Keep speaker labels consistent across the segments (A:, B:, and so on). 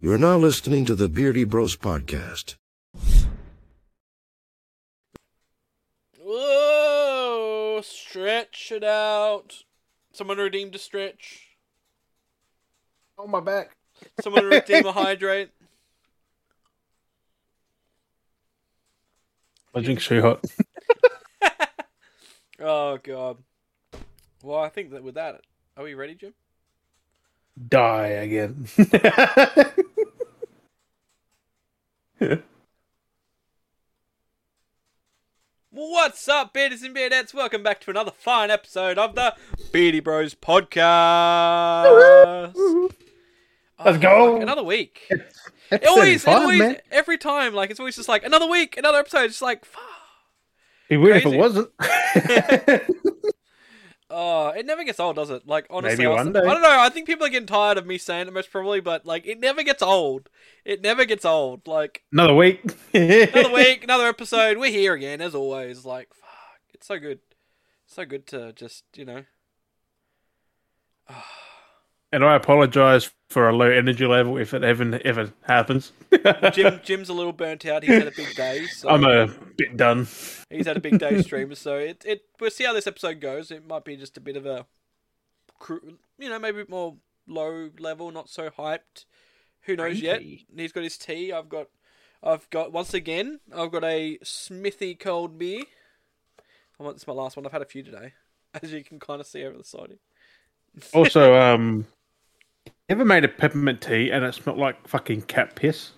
A: You're now listening to the Beardy Bros podcast.
B: Whoa! Stretch it out. Someone redeemed a stretch.
C: On my back.
B: Someone redeem a hydrate.
D: My drink's too hot.
B: Oh god. Well, I think that with that, are we ready, Jim?
D: Die again.
B: Well, what's up, beardies and beardettes? Welcome back to another fine episode of the Beardy Bros podcast.
D: Let's
B: Oh,
D: go.
B: fuck, another week.
C: It
B: It always, it always, every time, like it's always just like another week, another episode. It's like, fuck.
D: Be weird if
B: Crazy.
D: it wasn't.
B: Oh, it never gets old, does it? Like honestly,
D: Maybe
B: I, was-
D: one day.
B: I don't know. I think people are getting tired of me saying it most probably, but like it never gets old. It never gets old. Like
D: Another week.
B: another week, another episode. We're here again, as always. Like, fuck, it's so good, so good to just you know.
D: And I apologize for a low energy level if it ever ever happens.
B: Jim, Jim's a little burnt out. He's had a big day, so
D: I'm a bit done.
B: he's had a big day streamer. So it, it, we'll see how this episode goes. It might be just a bit of a, cru- you know, maybe more low level, not so hyped. Who knows yet?
D: Creepy.
B: He's got his tea. I've got, I've got once again. I've got a Smithy cold beer. I want it's my last one. I've had a few today, as you can kind of see over the side. here.
D: Also, um, ever made a peppermint tea and it smelled like fucking cat piss?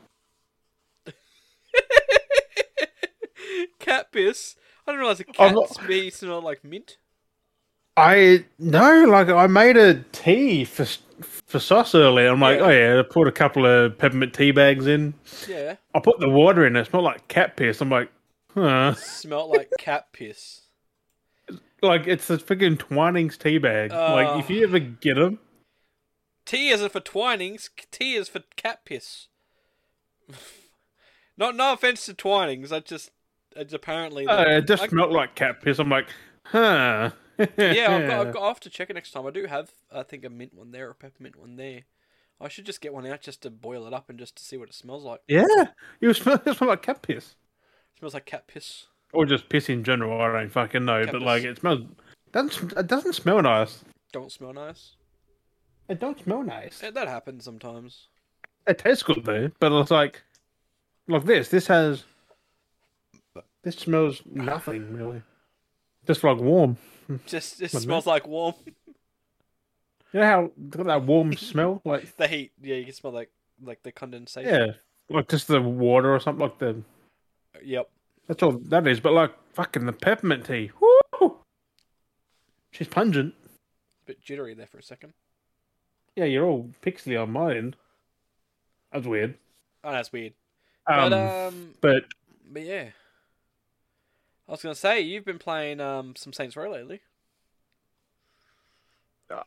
B: cat piss. I didn't realize a cat
D: I'm not-
B: pee smelled like mint.
D: I no, like I made a tea for for sauce earlier. I'm like,
B: Yeah.
D: oh yeah, I put a couple of peppermint tea bags in.
B: Yeah,
D: I put the water in. It smelled like cat piss. I'm like, huh.
B: smelled like cat piss.
D: Like it's the freaking Twinings tea bag. like if you ever get them,
B: T isn't for Twinings. T is for cat piss. Not no offense to Twinings. I just it's apparently.
D: uh, it just
B: Oh, I-
D: smelled like cat piss. I'm like, huh.
B: yeah, I've got, I've got. I'll have to check it next time. I do have, I think, a mint one there, a peppermint one there. I should just get one out just to boil it up and just to see what it smells like.
D: yeah. You smell, it smelled like cat piss,
B: It smells like cat piss.
D: or just piss in general. I don't fucking know,
B: Cat
D: but
B: piss.
D: like it smells. Doesn't it doesn't smell nice.
B: Don't smell nice.
D: It don't smell nice.
B: Yeah, that happens sometimes.
D: It tastes good though, but it's like, like this. This has. This smells nothing really. Just like warm.
B: Just it
D: Wouldn't it?
B: smells like warm.
D: You know how it's got that warm smell, like
B: the heat. Yeah, you can smell like like the condensation.
D: yeah, like just the water or something. Like the
B: Yep.
D: that's all that is. But like fucking the peppermint tea. Woo! She's pungent.
B: bit jittery there for a second.
D: Yeah, you're all pixely on my end. That's weird.
B: Oh, that's weird.
D: Um,
B: but um,
D: but
B: but yeah. I was gonna say you've been playing um some Saints Row lately.
D: uh,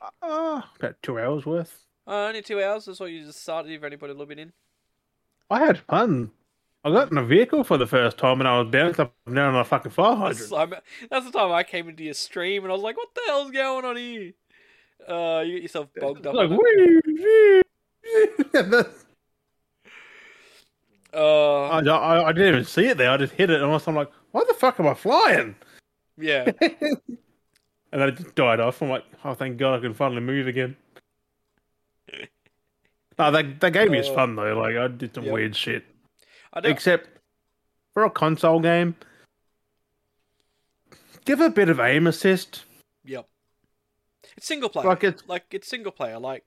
D: about two hours worth.
B: Uh, only two hours. That's what you just started. You've only put a little bit in.
D: I had fun. I got in a vehicle for the first time, and I was bounced up and down on a fucking fire hydrant.
B: That's, I'm- that's the time I came into your stream and I was like, "What the hell's going on here?" Uh, you get yourself bogged up.
D: Like,
B: in it.
D: woo, woo, woo.
B: Uh,
D: I, I, I didn't even see it there. I just hit it, and I was- I'm like, "Why the fuck am I flying?"
B: yeah.
D: And then it just died off. I'm like, "Oh, thank God, I can finally move again." no, that that game is
B: Uh,
D: fun though. Like, I did some
B: yep.
D: weird shit.
B: I don't.
D: Except for a console game, give a bit of aim assist.
B: Yep. It's single player.
D: Like it's-
B: like it's single player. Like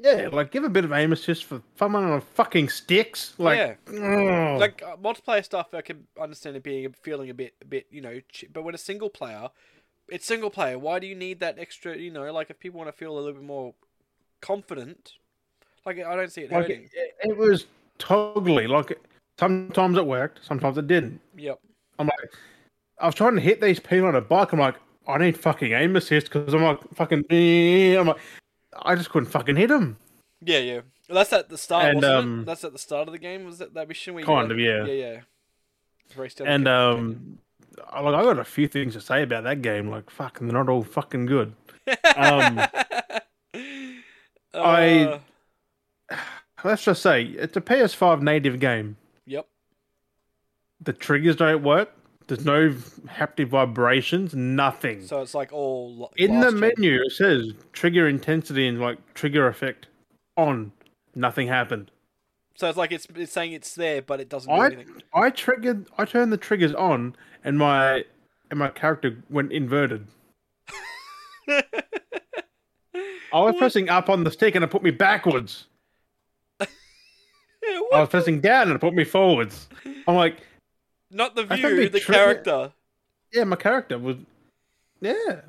D: Yeah, like give a bit of aim assist for someone on fucking sticks. Like,
B: Yeah.
D: mm.
B: like uh, multiplayer stuff, I can understand it being feeling a bit, a bit, you know. Ch- but when it's single player, it's single player. Why do you need that extra? You know, like if people want to feel a little bit more confident, like I don't see it
D: Like,
B: hurting.
D: it, it was toggly. Like sometimes it worked, sometimes it didn't.
B: Yep.
D: I'm like, I was trying to hit these people on a bike. I'm like, I need fucking aim assist because I'm like fucking. eh, I'm like, I just couldn't fucking hit them.
B: Yeah, yeah. Well, that's at the start,
D: And,
B: wasn't it?
D: um,
B: That's at the start of the game. Was that that mission where you
D: Kind
B: like-
D: of, yeah.
B: yeah, yeah. Race down the
D: And
B: hill.
D: um, I, like I got a few things to say about that game. Like, fucking, they're not all fucking good. Um, I-
B: Uh,
D: let's just say it's a PS5 native game.
B: Yep.
D: The triggers don't work. There's no v- haptic vibrations. Nothing.
B: So it's like all la-
D: In the
B: last gen.
D: menu, it says trigger intensity and like trigger effect on. Nothing happened.
B: So it's like it's, it's saying it's there, but it doesn't do
D: I
B: anything.
D: I triggered. I turned the triggers on, and my and my character went inverted. I was pressing up on the stick, and it put me backwards.
B: Yeah,
D: I
B: what?
D: was pressing down, and it put me forwards. I'm like,
B: Not the
D: I think they
B: view, the
D: tri-
B: character.
D: yeah, my character was, yeah.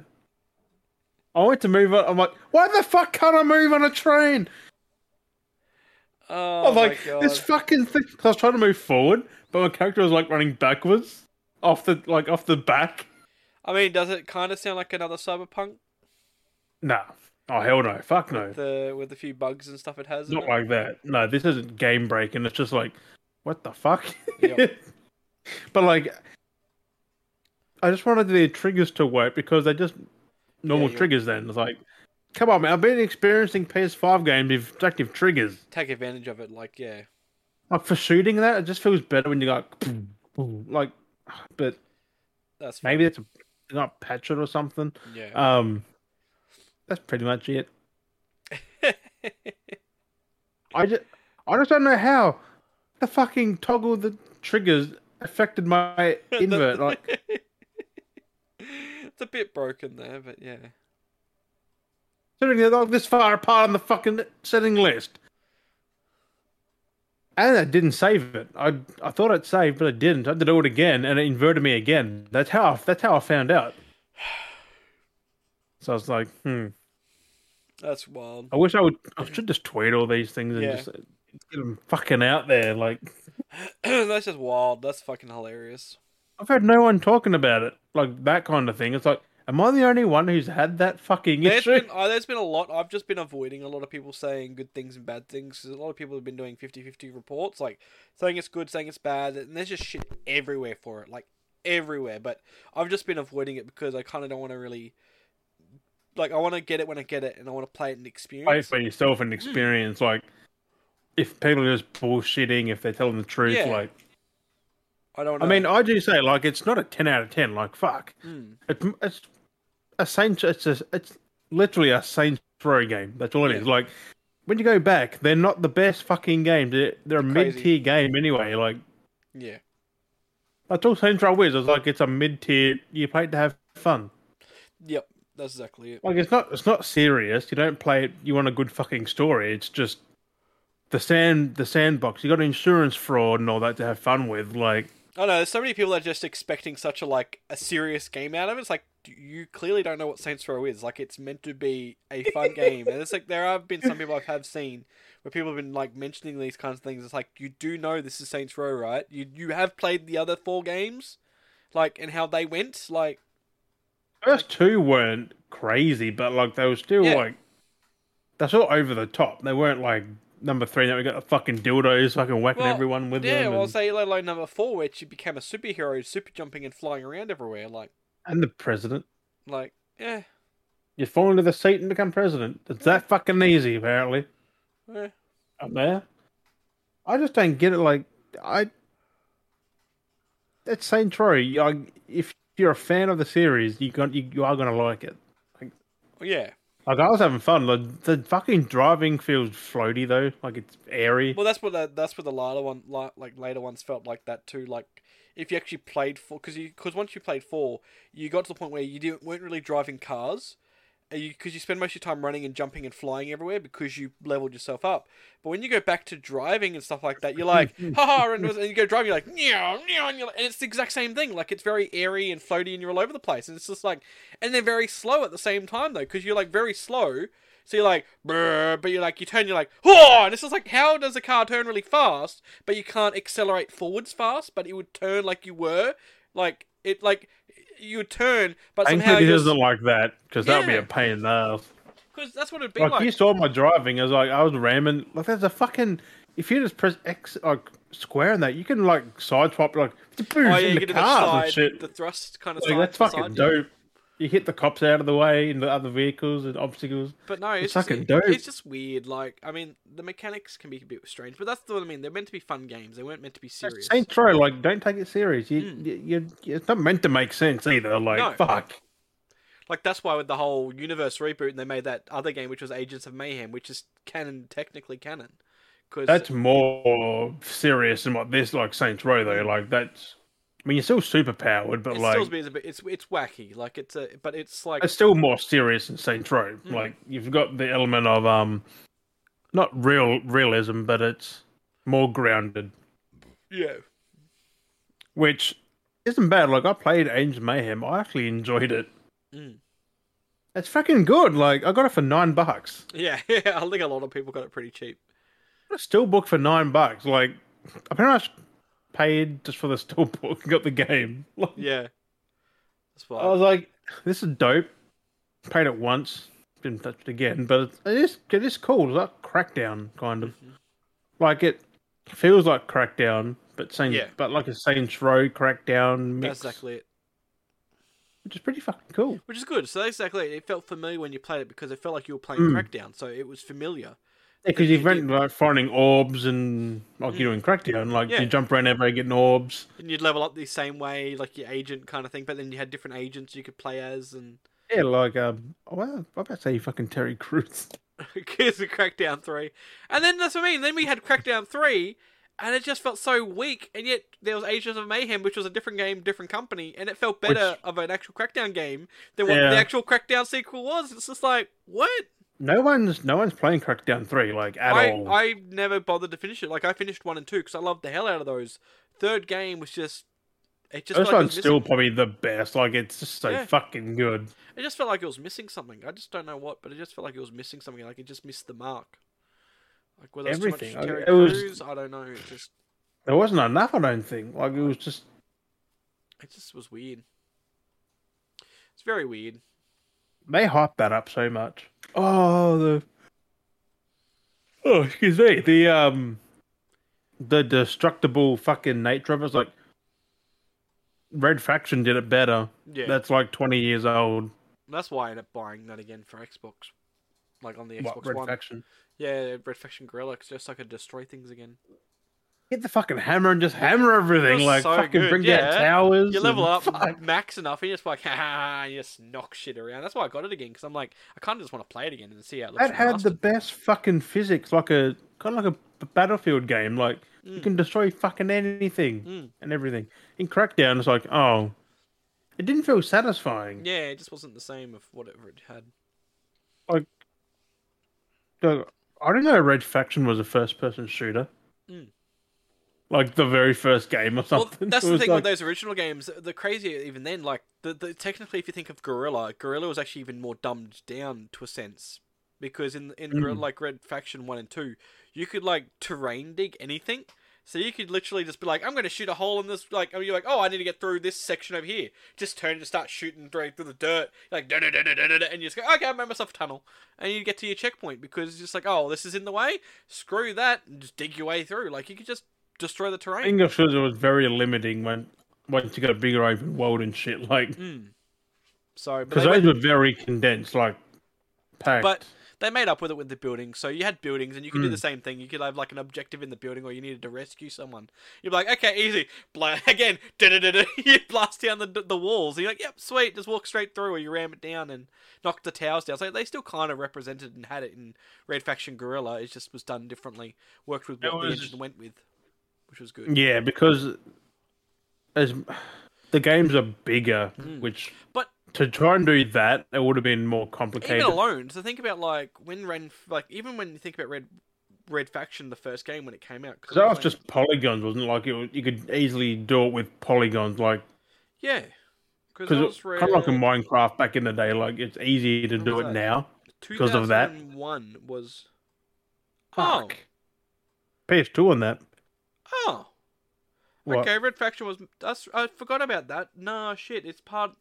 D: I went to move on. I'm like, why the fuck can't I move on a train?
B: Oh,
D: I'm like,
B: my God.
D: this fucking thing. 'Cause I was trying to move forward, but my character was like running backwards off the like off the back.
B: I mean, does it kind of sound like another cyberpunk
D: Nah. Oh hell no! Fuck no!
B: with the with a few bugs and stuff it has? in
D: not
B: it?
D: like that. No, this isn't game breaking. It's just like, what the fuck?
B: Yep.
D: but like, I just wanted the triggers to work because they just normal
B: you're-
D: triggers. Then it's like, come on, man! I've been experiencing PS5 games with active triggers.
B: Take advantage of it, like yeah.
D: Like for shooting that, it just feels better when you're like, boom, boom, like, but
B: That's fine.
D: maybe it's not patch it or something.
B: yeah.
D: Um, that's pretty much it. uh, I just, I just don't know how the fucking toggle the triggers affected my invert. like,
B: it's a bit broken there, but yeah.
D: considering they're not this far apart on the fucking setting list, and I didn't save it. I, I thought it saved, but it didn't. I did it all again, and it inverted me again. That's how, I, that's how I found out. So I was like, hmm.
B: That's wild.
D: I wish I would. I should just tweet all these things and
B: Yeah.
D: just uh, get them fucking out there. Like,
B: That's just wild. That's fucking hilarious.
D: I've had no one talking about it, like that kind of thing. It's like, am I the only one who's had that fucking
B: There's
D: issue?
B: been, uh, there's been a lot. I've just been avoiding a lot of people saying good things and bad things. 'cause a lot of people have been doing 50 50 reports, like saying it's good, saying it's bad. And there's just shit everywhere for it, like everywhere. But I've just been avoiding it because I kind of don't want to really. Like, I want to get it when I get it and I want to play it and
D: Play
B: experience.
D: for yourself
B: Hmm.
D: and experience. Like, if people are just bullshitting, if they're telling the truth,
B: Yeah.
D: like,
B: I don't
D: I mean, I do say, like, it's not a ten out of ten. Like, fuck,
B: Mm.
D: it's it's a Saints. It's a, it's literally a Saints Row game. That's all it is.
B: Yeah.
D: Like, when you go back, they're not the best fucking game. They're, they're a
B: Crazy.
D: mid tier game anyway. Like.
B: yeah.
D: That's all Saints Row is. It's like it's a mid tier. You play it to have fun.
B: Yep. That's exactly it.
D: Like it's not. It's not serious. You don't play it. You want a good fucking story. It's just the sand. The sandbox. You got insurance fraud and all that to have fun with. Like
B: I don't know. There's so many people that are just expecting such a like a serious game out of it. It's like d- you clearly don't know what Saints Row is. Like it's meant to be a fun game, and it's like there have been some people I have seen where people have been like mentioning these kinds of things. It's like you do know this is Saints Row, right? You you have played the other four games, like and how they went. Like
D: first two weren't crazy, but like they were still
B: Yeah.
D: like they're still over the top. They weren't like number three. That we got the fucking dildos fucking whacking
B: Well,
D: everyone with
B: yeah,
D: them.
B: well,
D: and,
B: say let alone number four, where she became a superhero, super jumping and flying around everywhere. Like
D: and the president.
B: like yeah,
D: You fall into the seat and become president. It's that fucking easy, apparently.
B: yeah.
D: up there. I just don't get it. Like I, that's Saints Row. I, if you're a fan of the series, you got you, you are gonna like it.
B: yeah.
D: Like I was having fun. Like, the fucking driving feels floaty though. Like it's airy.
B: Well, that's what the, that's what the later one la- like later ones felt like that too. Like if you actually played four, because you because once you played four, you got to the point where you didn't weren't really driving cars, because you, 'cause you spend most of your time running and jumping and flying everywhere because you leveled yourself up. But when you go back to driving and stuff like that, you're like haha, and, and you go driving, you're like meow meow, and, you're like, and it's the exact same thing. Like it's very airy and floaty, and you're all over the place, and it's just like, and they're very slow at the same time though, because you're like very slow. So you're like, "Brr," but you're like, you turn, you're like, oh, and it's just like, how does a car turn really fast, but you can't accelerate forwards fast, but it would turn like you were, like it, like you would turn, but somehow
D: Thankfully, it
B: you're,
D: isn't like that because that would be
B: Yeah.
D: a pain in the ass.
B: because that's what it'd be
D: Like,
B: like.
D: you saw my driving. I was like, I was ramming. Like there's a fucking. If you just press X like square and that, you can like side swap like boom
B: oh yeah,
D: in
B: you
D: the
B: get
D: cars
B: the
D: and
B: side,
D: shit.
B: the thrust kind of.
D: Like,
B: side,
D: that's
B: to the
D: fucking
B: side.
D: dope. you hit the cops out of the way and the other vehicles and obstacles.
B: But no, it's,
D: It's
B: just,
D: fucking
B: it-
D: dope.
B: It's just weird. Like, I mean, the mechanics can be a bit strange, but that's what I mean. They're meant to be fun games. They weren't meant to be serious.
D: Saints Row, like, don't take it serious. You,
B: Mm.
D: you, you, it's not meant to make sense either. Like,
B: No.
D: fuck.
B: Like that's why with the whole universe reboot, and they made that other game, which was Agents of Mayhem, which is canon, technically canon, because
D: That's more serious than what this, like, Saints Row, though. Like, that's. I mean, you're still super powered, but,
B: it
D: like,
B: still is a bit. It's it's wacky. Like it's a, but it's like
D: it's still more serious than Saints Row.
B: Mm.
D: Like, you've got the element of, um, not real realism, but it's more grounded.
B: yeah.
D: which isn't bad. Like I played Angel Mayhem, I actually enjoyed it.
B: Mm.
D: It's fucking good. Like I got it for nine bucks.
B: Yeah, yeah, I think a lot of people got it pretty cheap.
D: I got a steelbook for nine bucks. Like I pretty much paid just for the steelbook and got the game. Like,
B: Yeah, that's why.
D: I was like, this is dope. Paid it once, didn't touch it again, but it's, it is it is cool. It's like Crackdown kind of.
B: Mm-hmm.
D: Like it feels like Crackdown, but same,
B: Yeah.
D: but like a Saints Row Crackdown mix,
B: that's exactly it.
D: which is pretty fucking cool.
B: Which is good. So that's exactly it. It felt familiar when you played it because it felt like you were playing
D: Mm.
B: Crackdown, so it was familiar.
D: because
B: you
D: you've been
B: did.
D: like finding orbs and like you're doing crackdown, like
B: Yeah.
D: you jump around everywhere getting orbs.
B: And you'd level up the same way, like your agent kind of thing. But then you had different agents you could play as, and
D: Yeah, like um, oh, wow, I'm about to say fucking Terry Crews.
B: Here's the Crackdown 3. And then that's what I mean. Then we had Crackdown 3, and it just felt so weak. And yet there was Agents of Mayhem, which was a different game, different company, and it felt better
D: Which-
B: of an actual Crackdown game than what
D: Yeah.
B: the actual Crackdown sequel was. It's just like, what?
D: No one's no one's playing crackdown three like at
B: I,
D: all.
B: I never bothered to finish it. Like, I finished 1 and 2 because I loved the hell out of those. Third game was just. It just, felt
D: this
B: like it,
D: one's
B: was
D: still
B: missing,
D: probably the best. Like it's just so
B: Yeah.
D: fucking good.
B: it just felt like it was missing something. I just don't know what, but it just felt like it was missing something. Like it just missed the mark. Like whether it's too much
D: Everything. I-
B: Terry
D: it was-
B: Crews, I don't know. It just
D: There wasn't enough, I don't think. Like it was just
B: It just was weird. It's very weird.
D: they hyped that up so much. Oh the oh excuse me the um the destructible fucking nature of it's like Red Faction did it better.
B: Yeah, that's,
D: that's like 20 years old.
B: why I ended up buying that again for Xbox, like on the Xbox
D: What, Red
B: One.
D: Faction.
B: Yeah, Red Faction Gorilla, 'cause just so I could destroy things again.
D: Get the fucking hammer and just hammer everything.
B: was
D: Like,
B: so
D: fucking
B: good,
D: bring
B: yeah.
D: down towers.
B: You level
D: and-
B: up
D: Fuck.
B: max enough, and you're just like, ha ha, ha," you just knock shit around. That's why I got it again, because I'm like, I kind of just want to play it again and see how it looks.
D: That had the best fucking physics. Like a, kind of like a battlefield game. Like, you can destroy fucking anything
B: Mm.
D: and everything. In Crackdown, it's like, oh. It didn't feel satisfying.
B: yeah, it just wasn't the same of whatever it had.
D: Like, I don't know Red Faction was a first person shooter.
B: Mm.
D: Like, the very first game or
B: Well,
D: something.
B: that's
D: It
B: the
D: was
B: thing with
D: like,
B: those original games. The crazier even then, like the, the technically, if you think of Gorilla, Gorilla was actually even more dumbed down to a sense because in in Gorilla,
D: Mm.
B: like Red Faction One and Two, you could like terrain dig anything. So you could literally just be like, I'm going to shoot a hole in this. Like, and you're like, oh, I need to get through this section over here. Just turn and start shooting straight through the dirt. Like, da da da da da da, and you just go, okay, I made myself a tunnel, and you get to your checkpoint because it's just like, oh, this is in the way. Screw that, and just dig your way through. Like, you could just destroy the terrain.
D: English was, it was very limiting when once you got a bigger open world and shit like
B: Mm. So, but
D: because
B: they,
D: those
B: went-
D: were very condensed like packed.
B: But- they made up with it with the buildings. So you had buildings, and you could do
D: Mm.
B: the same thing. You could have like an objective in the building, or you needed to rescue someone. You'd be like, okay, easy. Bla- again, da-da-da-da. you blast down the the walls. And you're like, yep, sweet. Just walk straight through, or you ram it down and knock the towers down. So they still kind of represented and had it in Red Faction Gorilla. It just was done differently. Worked with what
D: It was-
B: the engine went with, which was good.
D: yeah, because as the games are bigger,
B: Hmm.
D: which
B: But
D: to try and do that it would have been more complicated.
B: even alone. So think about like when Ren, like even when you think about Red Red Faction, the first game when it came out,
D: Because that was just polygons, wasn't it? Like it, was- you could easily do it with polygons, like
B: Yeah, because
D: because it's kind of like in Minecraft back in the day. Like it's easier to
B: When
D: do
B: was that?
D: it now. because of that.
B: One was Oh.
D: Fuck. PS2 on that.
B: oh
D: What?
B: okay. Red Faction was that's I forgot about that. Nah, shit. It's part.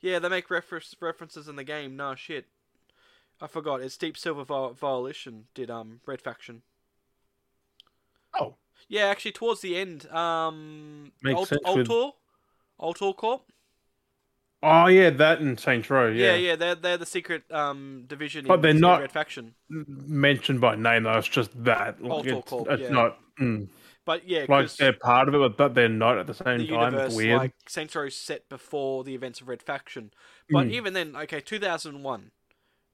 B: Yeah, they make reference references in the game. Nah, shit. I forgot. It's Deep Silver Viol- Violation did um Red Faction.
D: Oh.
B: Yeah, actually, towards the end, um,
D: Makes
B: Alt-
D: sense with-
B: Altor, Altor Corp.
D: Oh yeah, that and Saints Row.
B: Yeah,
D: Yeah,
B: yeah, they're they're the secret um division.
D: But
B: in
D: they're
B: Secret
D: not-
B: Red faction.
D: Mentioned by name though, it's just that. Like,
B: Alter
D: it's
B: Corp,
D: it's
B: yeah.
D: not mm,
B: But yeah,
D: like
B: 'cause
D: they're part of it, but- but they're not at the same
B: the
D: time.
B: universe
D: it's weird.
B: like Saints Row set before the events of Red faction. But
D: Mm.
B: even then, okay, two thousand one.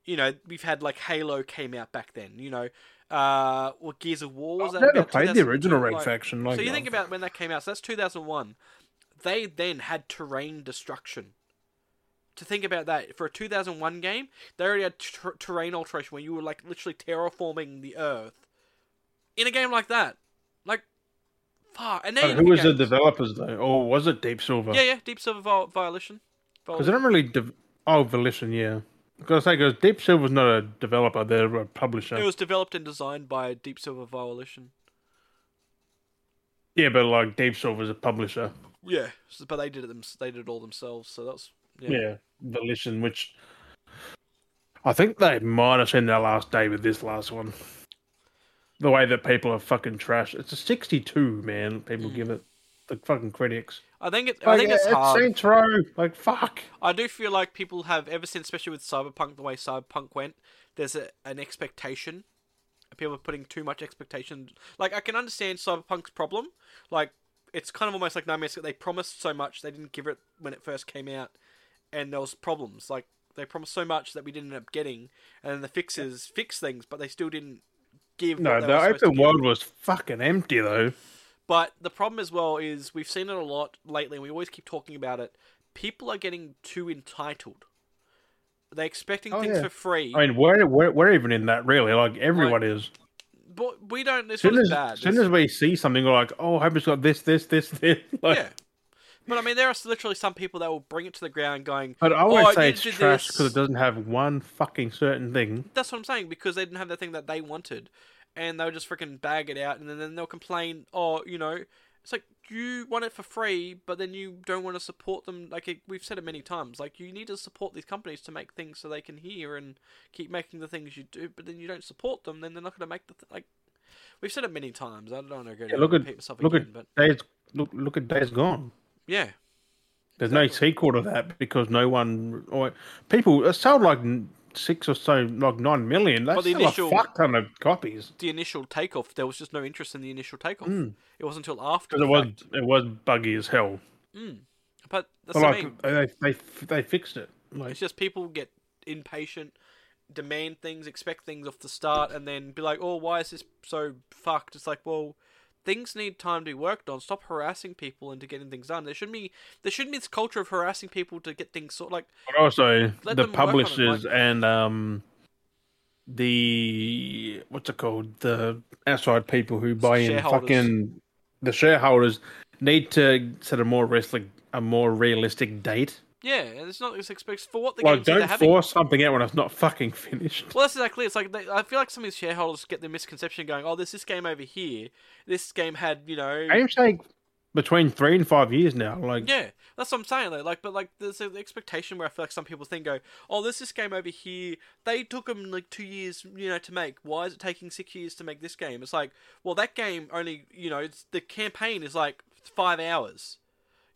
B: You know, we've had like Halo came out back then. You know, uh, well, Gears of War was
D: I've
B: that?
D: never
B: about
D: played the
B: 2002?
D: original Red
B: Like-
D: Faction. Like, uh,
B: so you think
D: I've-
B: about when that came out. So that's 2001. They then had terrain destruction. To think about that for a 2001 game, they already had ter- terrain alteration where you were like literally terraforming the Earth. In a game like that, like, far and they
D: But
B: didn't
D: Oh, who
B: make
D: was the
B: games.
D: developers though? Or was it Deep Silver?
B: Yeah, yeah, Deep Silver Viol- Violation.
D: Because I don't really. De- oh, Volition. Yeah. Because I say, because Deep Silver's not a developer; they're a publisher.
B: It was developed and designed by Deep Silver Violation.
D: Yeah, but like Deep Silver's a publisher.
B: Yeah, so- but they did it them. They did it all themselves. So that's
D: Yeah. Volition, which I think they might have seen their last day with this last one. The way that people are fucking trash. It's a 62, man. People give it the fucking critics.
B: I think it's. Mm. I
D: Like,
B: think it's
D: it's
B: hard.
D: Saints Row. Like, fuck.
B: I do feel like people have ever since, especially with Cyberpunk, the way Cyberpunk went, there's a, an expectation. People are putting too much expectation. Like I can understand Cyberpunk's problem. Like it's kind of almost like Nightmare. They promised so much, they didn't give it when it first came out, and there was problems. Like they promised so much that we didn't end up getting, and then the fixes fix things, but they still didn't give.
D: No,
B: what they
D: the
B: were supposed to
D: open
B: give.
D: world was fucking empty, though.
B: But the problem as well is we've seen it a lot lately, and we always keep talking about it. People are getting too entitled. They're expecting
D: Oh,
B: things
D: yeah.
B: for free,
D: I mean, we're, we're, we're even in that, really. Like, everyone is.
B: but we don't. This
D: Soon
B: one's
D: as,
B: bad.
D: soon as we see something, we're like, oh, I hope it's got this, this, this, this. Like,
B: yeah. But I mean, there are literally some people that will bring it to the ground, going,
D: But I
B: Oh,
D: always
B: I
D: say
B: need
D: it's
B: to do
D: trash because
B: this.
D: it doesn't have one fucking certain thing.
B: "That's what I'm saying," because they didn't have the thing that they wanted, and they'll just freaking bag it out, and then, then they'll complain, "Oh, you know." It's like you want it for free, but then you don't want to support them. Like it, we've said it many times, like you need to support these companies to make things so they can hear and keep making the things you do. But then you don't support them, then they're not going to make the th- like. We've said it many times. I don't want to go
D: Yeah,
B: to
D: look at-
B: repeat myself
D: look at-
B: again, but
D: Days, look, look at Days Gone.
B: yeah,
D: There's no sequel to that because no one or people. It sold like n- six or so, like nine million. That's
B: Well, the
D: still
B: initial-
D: a fuck ton of copies
B: the initial takeoff, there was just no interest in the initial takeoff.
D: Mm.
B: It wasn't until after
D: because
B: the
D: it was
B: fact.
D: it was buggy as hell.
B: Mm. But that's
D: But
B: what I mean.
D: like they, they they fixed it. Like,
B: It's just people get impatient, demand things, expect things off the start, and then be like, "Oh, why is this so fucked?" It's like, well, things need time to be worked on. Stop harassing people into getting things done. There shouldn't be there shouldn't be this culture of harassing people to get things sort. Like,
D: but also
B: Let
D: the
B: them work on it, like-
D: publishers and um the what's it called the outside people who buy in
B: Shareholders.
D: fucking the shareholders need to set a more realistic a more realistic date.
B: yeah, and it's not it's expects for what the
D: Like
B: games that they're
D: don't
B: having.
D: force something out when it's not fucking finished.
B: Well, that's exactly. it. It's like they, I feel like some of these shareholders get the misconception going, "Oh, there's this game over here. This game had you know."
D: Games take between three and five years now. Like
B: Yeah, that's what I'm saying though. Like, but like, there's an expectation where I feel like some people think, "Go, oh, there's this game over here. They took them like two years, you know, to make. Why is it taking six years to make this game?" It's like, well, that game only, you know, it's, the campaign is like five hours.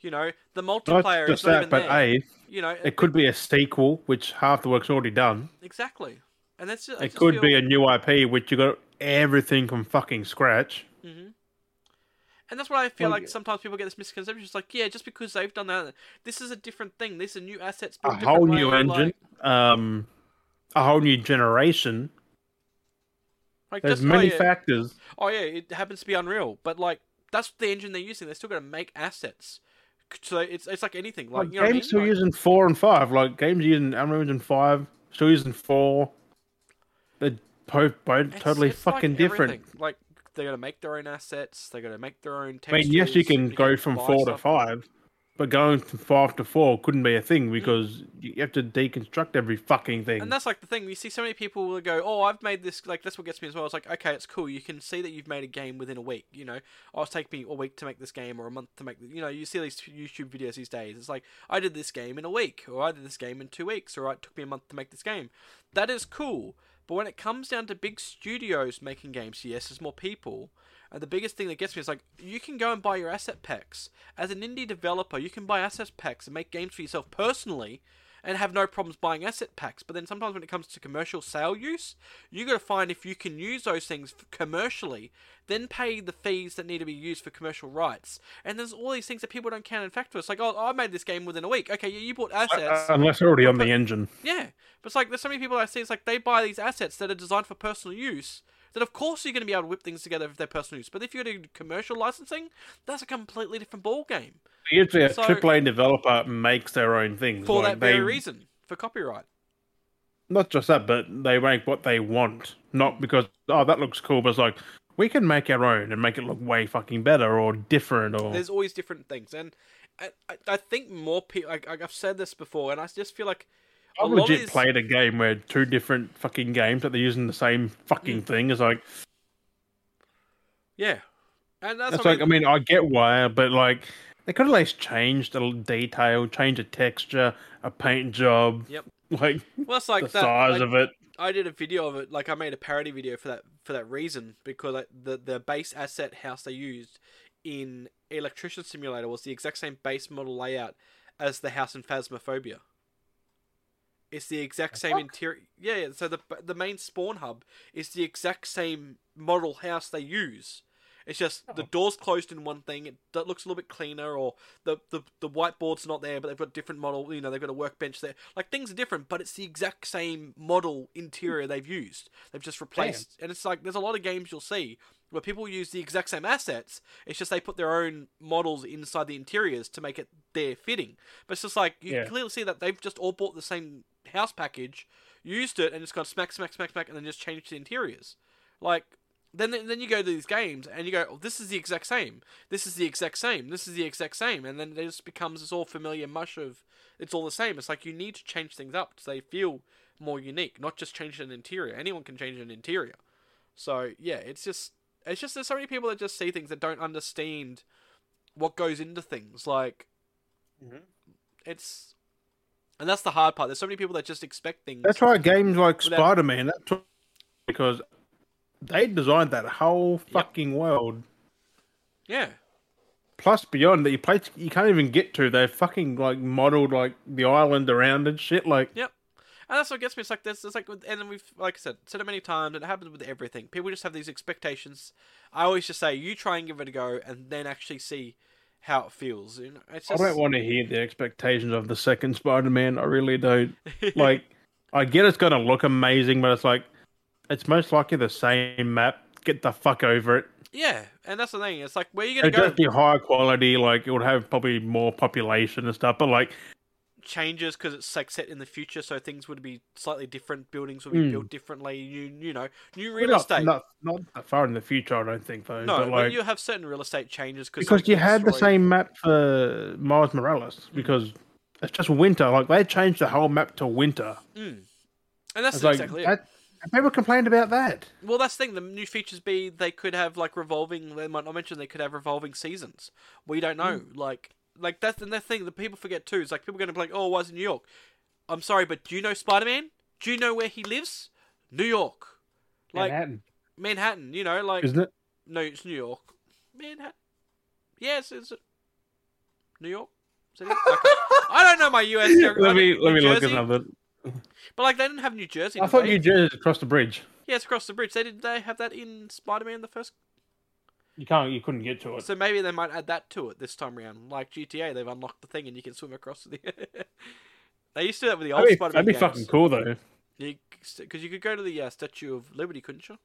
B: You know, the multiplayer
D: not
B: is
D: just
B: not
D: that,
B: even
D: but
B: there.
D: a
B: you know,
D: it could be a sequel, which half the work's already done.
B: exactly, and that's just, I
D: It
B: just
D: could
B: feel-
D: be a new IP, which you got everything from fucking scratch.
B: hmm And that's why I feel
D: Well,
B: like sometimes people get this misconception. It's like, yeah, just because they've done that, this is a different thing. These are new assets,
D: a
B: built different
D: whole new
B: way,
D: engine,
B: like-
D: um, a whole new generation.
B: like,
D: There's
B: just- oh,
D: many
B: yeah.
D: factors.
B: Oh yeah, it happens to be Unreal, but like that's the engine they're using. They're still going to make assets, so it's it's like anything. Like,
D: Like,
B: you know what I mean?
D: games still
B: Like,
D: using four and five. Like games using Unreal Engine five, still using four. They're both, both
B: it's-
D: totally
B: it's like
D: fucking different.
B: everything. Like they're going to make their own assets. They're going to make their own.
D: I mean, yes, you
B: textures,
D: can go from
B: buy
D: four to
B: stuff.
D: five, but going from five to four couldn't be a thing because you have to deconstruct every fucking thing.
B: Mm. And that's like the thing. You see so many people will go, "Oh, I've made this." Like that's what gets me as well. It's like, okay, it's cool. You can see that you've made a game within a week. You know, oh, it's taken me a week to make this game or a month to make. th- You know, you see these YouTube videos these days. It's like I did this game in a week, or I did this game in two weeks, or it took me a month to make this game. That is cool. But when it comes down to big studios making games, yes, there's more people, And the biggest thing that gets me is like you can go and buy your asset packs. As an indie developer, you can buy asset packs and make games for yourself personally and have no problems buying asset packs. But then sometimes when it comes to commercial sale use, you got to find if you can use those things f- commercially, then pay the fees that need to be used for commercial rights. And there's all these things that people don't count in factor. It's like, oh, I made this game within a week. Okay, yeah, you bought assets.
D: Uh, Unless they're already on the engine.
B: Yeah, but it's like there's so many people I see. It's like they buy these assets that are designed for personal use. That of course you're going to be able to whip things together if they're personal use. But if you're doing commercial licensing, that's a completely different ball game
D: Usually, a
B: So-
D: AAA developer makes their own things.
B: for
D: like,
B: that very
D: they-
B: reason for copyright.
D: Not just that, but they make what they want, not because oh that looks cool, but it's like we can make our own and make it look way fucking better or different or
B: There's always different things, and I, I, I think more people. Like, like I've said this before, and I just feel like a
D: I've
B: lot of
D: legit
B: these-
D: played a game where two different fucking games that they're using the same fucking
B: Mm.
D: thing. It's like
B: yeah, and that's,
D: it's
B: what I
D: like I
B: mean.
D: mean I get why, but like they could at least change the detail, change a texture, a paint job,
B: Yep.
D: like
B: well, it's like
D: the
B: that,
D: size
B: like-
D: of it.
B: I did a video of it, like I made a parody video for that for that reason because like, the the base asset house they used in Electrician Simulator was the exact same base model layout as the house in Phasmophobia. It's the exact same interior. Yeah, yeah. So the the main spawn hub is the exact same model house they use. It's just the doors closed in one thing. It that looks a little bit cleaner, or the, the the whiteboard's not there, but they've got different model. You know, they've got a workbench there. Like things are different, but it's the exact same model interior they've used. They've just replaced, and it's like there's a lot of games you'll see where people use the exact same assets. It's just they put their own models inside the interiors to make it their fitting. But it's just like you
D: Yeah.
B: clearly see that they've just all bought the same house package, used it, and just gone smack, smack, smack, smack, and then just changed the interiors. Like then then you go to these games and you go, oh, this is the exact same. This is the exact same. This is the exact same, and then it just becomes this all familiar mush of it's all the same. It's like you need to change things up so they feel more unique, not just change an interior. Anyone can change an interior. So yeah, it's just it's just there's so many people that just see things that don't understand what goes into things. Like it's and that's the hard part. There's so many people that just expect things.
D: That's why games like
B: Without-
D: Spider Man, that's why- because they designed that whole fucking world.
B: Yeah.
D: Plus, beyond that, you play, you can't even get to. They fucking like modeled like the island around and shit. Like,
B: Yep. And that's what gets me. It's like this. It's like, with- and then we've, like I said, said it many times, and it happens with everything. People just have these expectations. I always just say, you try and give it a go, and then actually see how it feels. You know, it's just,
D: I don't want to hear the expectations of the second Spider Man. I really don't. like, I get it's gonna look amazing, but it's like, it's most likely the same map. Get the fuck over it.
B: yeah. And that's the thing. It's like, where are you gonna
D: It'd
B: go?
D: just be high quality. Like, it would have probably more population and stuff. But like,
B: Changes because it's like set in the future, so things would be slightly different. Buildings would be
D: Mm.
B: built differently. You, you know, new
D: We're
B: real
D: not-
B: estate.
D: Not, not that far in the future, I don't think, though.
B: no,
D: but
B: when
D: like,
B: you have certain real estate changes
D: because
B: like,
D: you had the
B: destroy-
D: same map for Miles Morales,
B: Mm.
D: because it's just winter. Like, they changed the whole map to winter.
B: Mm. And that's
D: It's like,
B: exactly it.
D: that- and people complained about that.
B: Well, that's the thing. The new features be they could have like revolving. They might not mention they could have revolving seasons. We don't know.
D: Hmm.
B: Like, like that's and the thing that people forget too. Is like people are going to be like, oh, why is it New York? I'm sorry, but do you know Spider Man? Do you know where he lives? New York, like
D: Manhattan,
B: Manhattan. You know, like
D: isn't it?
B: no, it's New York, Manhattan. Yes, it's New York. City? Okay. I don't know my US. geog- I
D: let me
B: mean,
D: let
B: New
D: me look
B: Jersey,
D: at another.
B: But like they didn't have New Jersey.
D: I
B: did
D: thought
B: they?
D: New Jersey across the bridge.
B: Yes, across the bridge. They did. They have that in Spider Man the first
D: You can't. You couldn't get to it.
B: So maybe they might add that to it this time around. Like GTA, they've unlocked the thing and you can swim across the. they used to do that with the old
D: that'd be,
B: Spider-Man
D: that'd be
B: games.
D: fucking cool, though.
B: Because you could go to the uh, Statue of Liberty, couldn't you?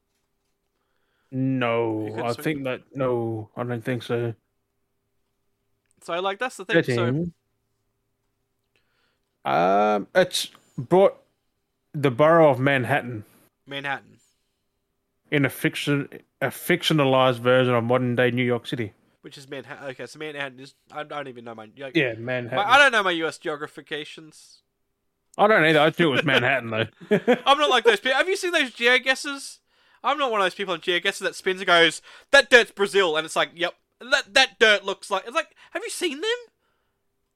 B: You
D: No,
B: could
D: I
B: swing-
D: think that. No, I don't think so.
B: So like that's the thing. So
D: Um, it's brought the borough of Manhattan
B: Manhattan,
D: in a fiction a fictionalized version of modern day New York City.
B: which is Manhattan. Okay, so Manhattan is. I don't even know my. Like,
D: Yeah,
B: my-
D: Manhattan.
B: I don't know my U.S. geographications.
D: I don't either. I thought it was Manhattan though.
B: I'm not like those people. Have you seen those geoguesses? I'm not one of those people on geoguesses that spins and goes, "That dirt's Brazil," and it's like, "Yep, that that dirt looks like." It's like, have you seen them?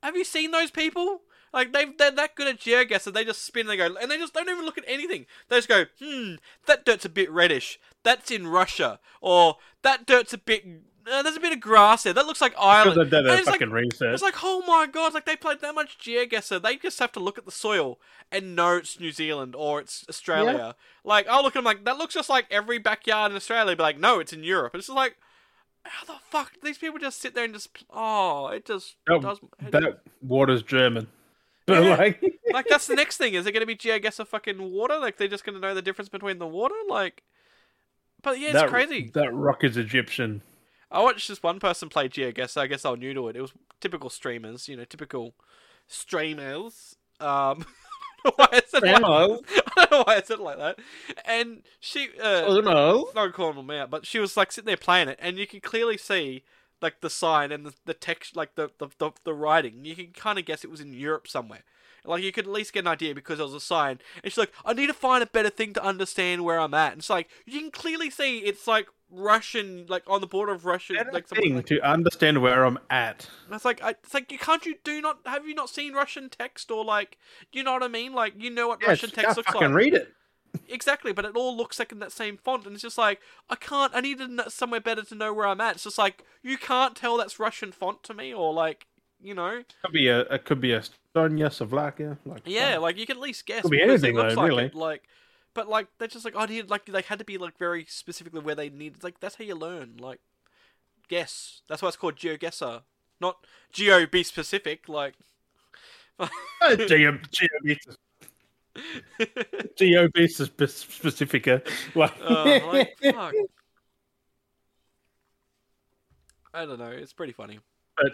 B: Have you seen those people? Like they they're that good at geoguess that they just spin and they go and they just don't even look at anything. They just go, hmm, that dirt's a bit reddish. That's in Russia, or that dirt's a bit. Uh, there's a bit of grass there. That looks like
D: Because
B: Ireland.
D: I've done
B: And
D: their
B: it's like-
D: fucking research.
B: it's like, oh my god, like they played that much geoguesser. They just have to look at the soil and know it's New Zealand or it's Australia. Like, I'll look at them like, that looks just like every backyard in Australia, but like, no, it's in Europe. And it's just like, how the fuck? These people just sit there and just, pl- oh, it just
D: That-
B: does. it-
D: that water's German. But
B: Yeah.
D: like,
B: like, that's the next thing. Is it going to be geoguesser fucking water? Like, they're just going to know the difference between the water? Like, but yeah, it's
D: that,
B: crazy.
D: That rock is Egyptian.
B: I watched this one person play GeoGuessr. I guess they were new to it. It was typical streamers, you know, typical streamers. Um, I don't know why I said it like,
D: Hello.
B: I don't know why I said it like that. And she, uh,
D: no.
B: not calling them out, but she was like sitting there playing it, and you can clearly see like the sign and the, the text, like the, the, the, the writing. You can kind of guess it was in Europe somewhere. Like you could at least get an idea because there was a sign. And she's like, I need to find a better thing to understand where I'm at. And it's like you can clearly see it's like Russian, like on the border of Russia, like something
D: thing
B: like.
D: to understand where I'm at.
B: And it's like I, it's like you can't you do not have you not seen Russian text or like you know what I mean? Like you know what
D: Yes,
B: Russian text
D: just
B: looks
D: fucking
B: like
D: read it.
B: exactly but it all looks like in that same font and it's just like i can't i need to kn- somewhere better to know where i'm at it's just like you can't tell that's russian font to me or like you know
D: Could be a it could be a Sonia Savlaka. Like
B: yeah like you can at least guess
D: Could be
B: because it
D: anything, though,
B: looks like
D: really.
B: it, like but like they're just like i need like they had to be like very specifically where they needed like that's how you learn like guess that's why it's called geoguesser not geo be specific like
D: Oh, Geo Geo specifica. Like,
B: Uh, like, fuck. i don't know it's pretty funny
D: but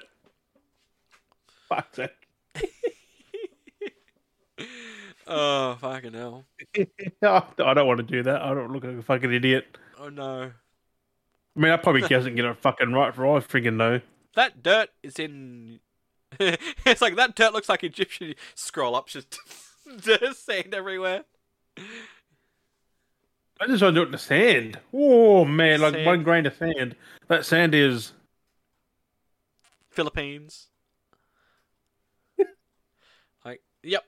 D: fuck that.
B: oh fucking hell
D: I don't want to do that. I don't look like a fucking idiot.
B: Oh no.
D: I mean, I probably doesn't get it fucking right for all I freaking know.
B: That dirt is in. it's like that dirt looks like Egyptian. Scroll up, just dirt sand everywhere.
D: I just want to do it in the sand. Oh man, like
B: Sand.
D: one grain of sand. That sand is
B: Philippines. like, yep.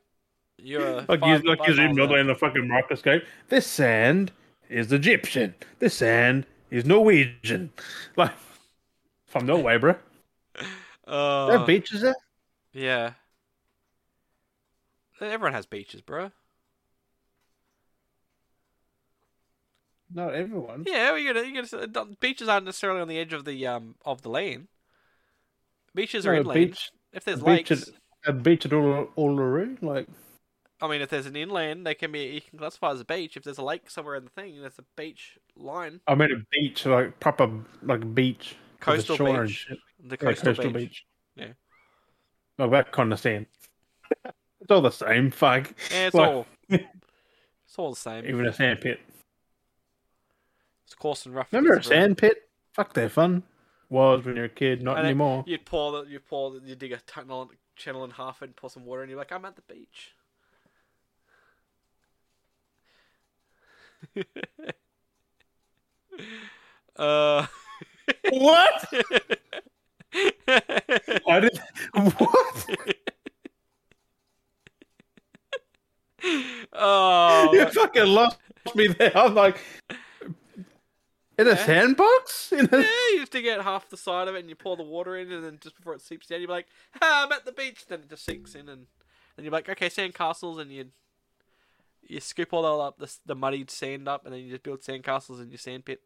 B: You're
D: like you
B: five,
D: like
B: five
D: you zoom
B: miles
D: in a fucking microscope. This sand is Egyptian. This sand is Norwegian. Like from Norway, bro.
B: out.
D: That
B: Uh,
D: beach is there?
B: yeah. Everyone has beaches, bro.
D: Not everyone.
B: Yeah, you're gonna, you're gonna, uh, not- beaches aren't necessarily on the edge of the um of the lane. Beaches are
D: No, a
B: inland.
D: beach-
B: if there's
D: a
B: lakes,
D: beach is- A beach at all Uluru, like
B: I mean, if there's an inland, they can be you can classify as a beach. If there's a lake somewhere in the thing, there's a beach line,
D: I mean a beach, like proper like beach, with a
B: coastal
D: shore and
B: beach,
D: shit.
B: the
D: Yeah,
B: coastal, beach. Yeah.
D: Well, that kind of sand. it's all the same. Fuck.
B: Yeah, it's
D: Like,
B: all it's all the same.
D: even a sand pit.
B: it's coarse and rough.
D: Remember a
B: it's very-
D: sand pit? Fuck, they're fun. Was when you're a kid, not
B: And it-
D: anymore.
B: You'd pour the you pour the, you dig a tunnel channel in half and pour some water, and you're like, I'm at the beach. uh.
D: What? I did. What?
B: oh,
D: you fucking lost me there. I'm like, in a sandbox? In a...
B: Yeah, you have to get half the side of it, and you pour the water in, and then just before it seeps down, you're like, ah, "I'm at the beach." Then it just sinks in, and and you're like, "Okay, sand castles," and you you scoop all that up, the, s- the muddied sand up, and then you just build sand castles in your sand pit.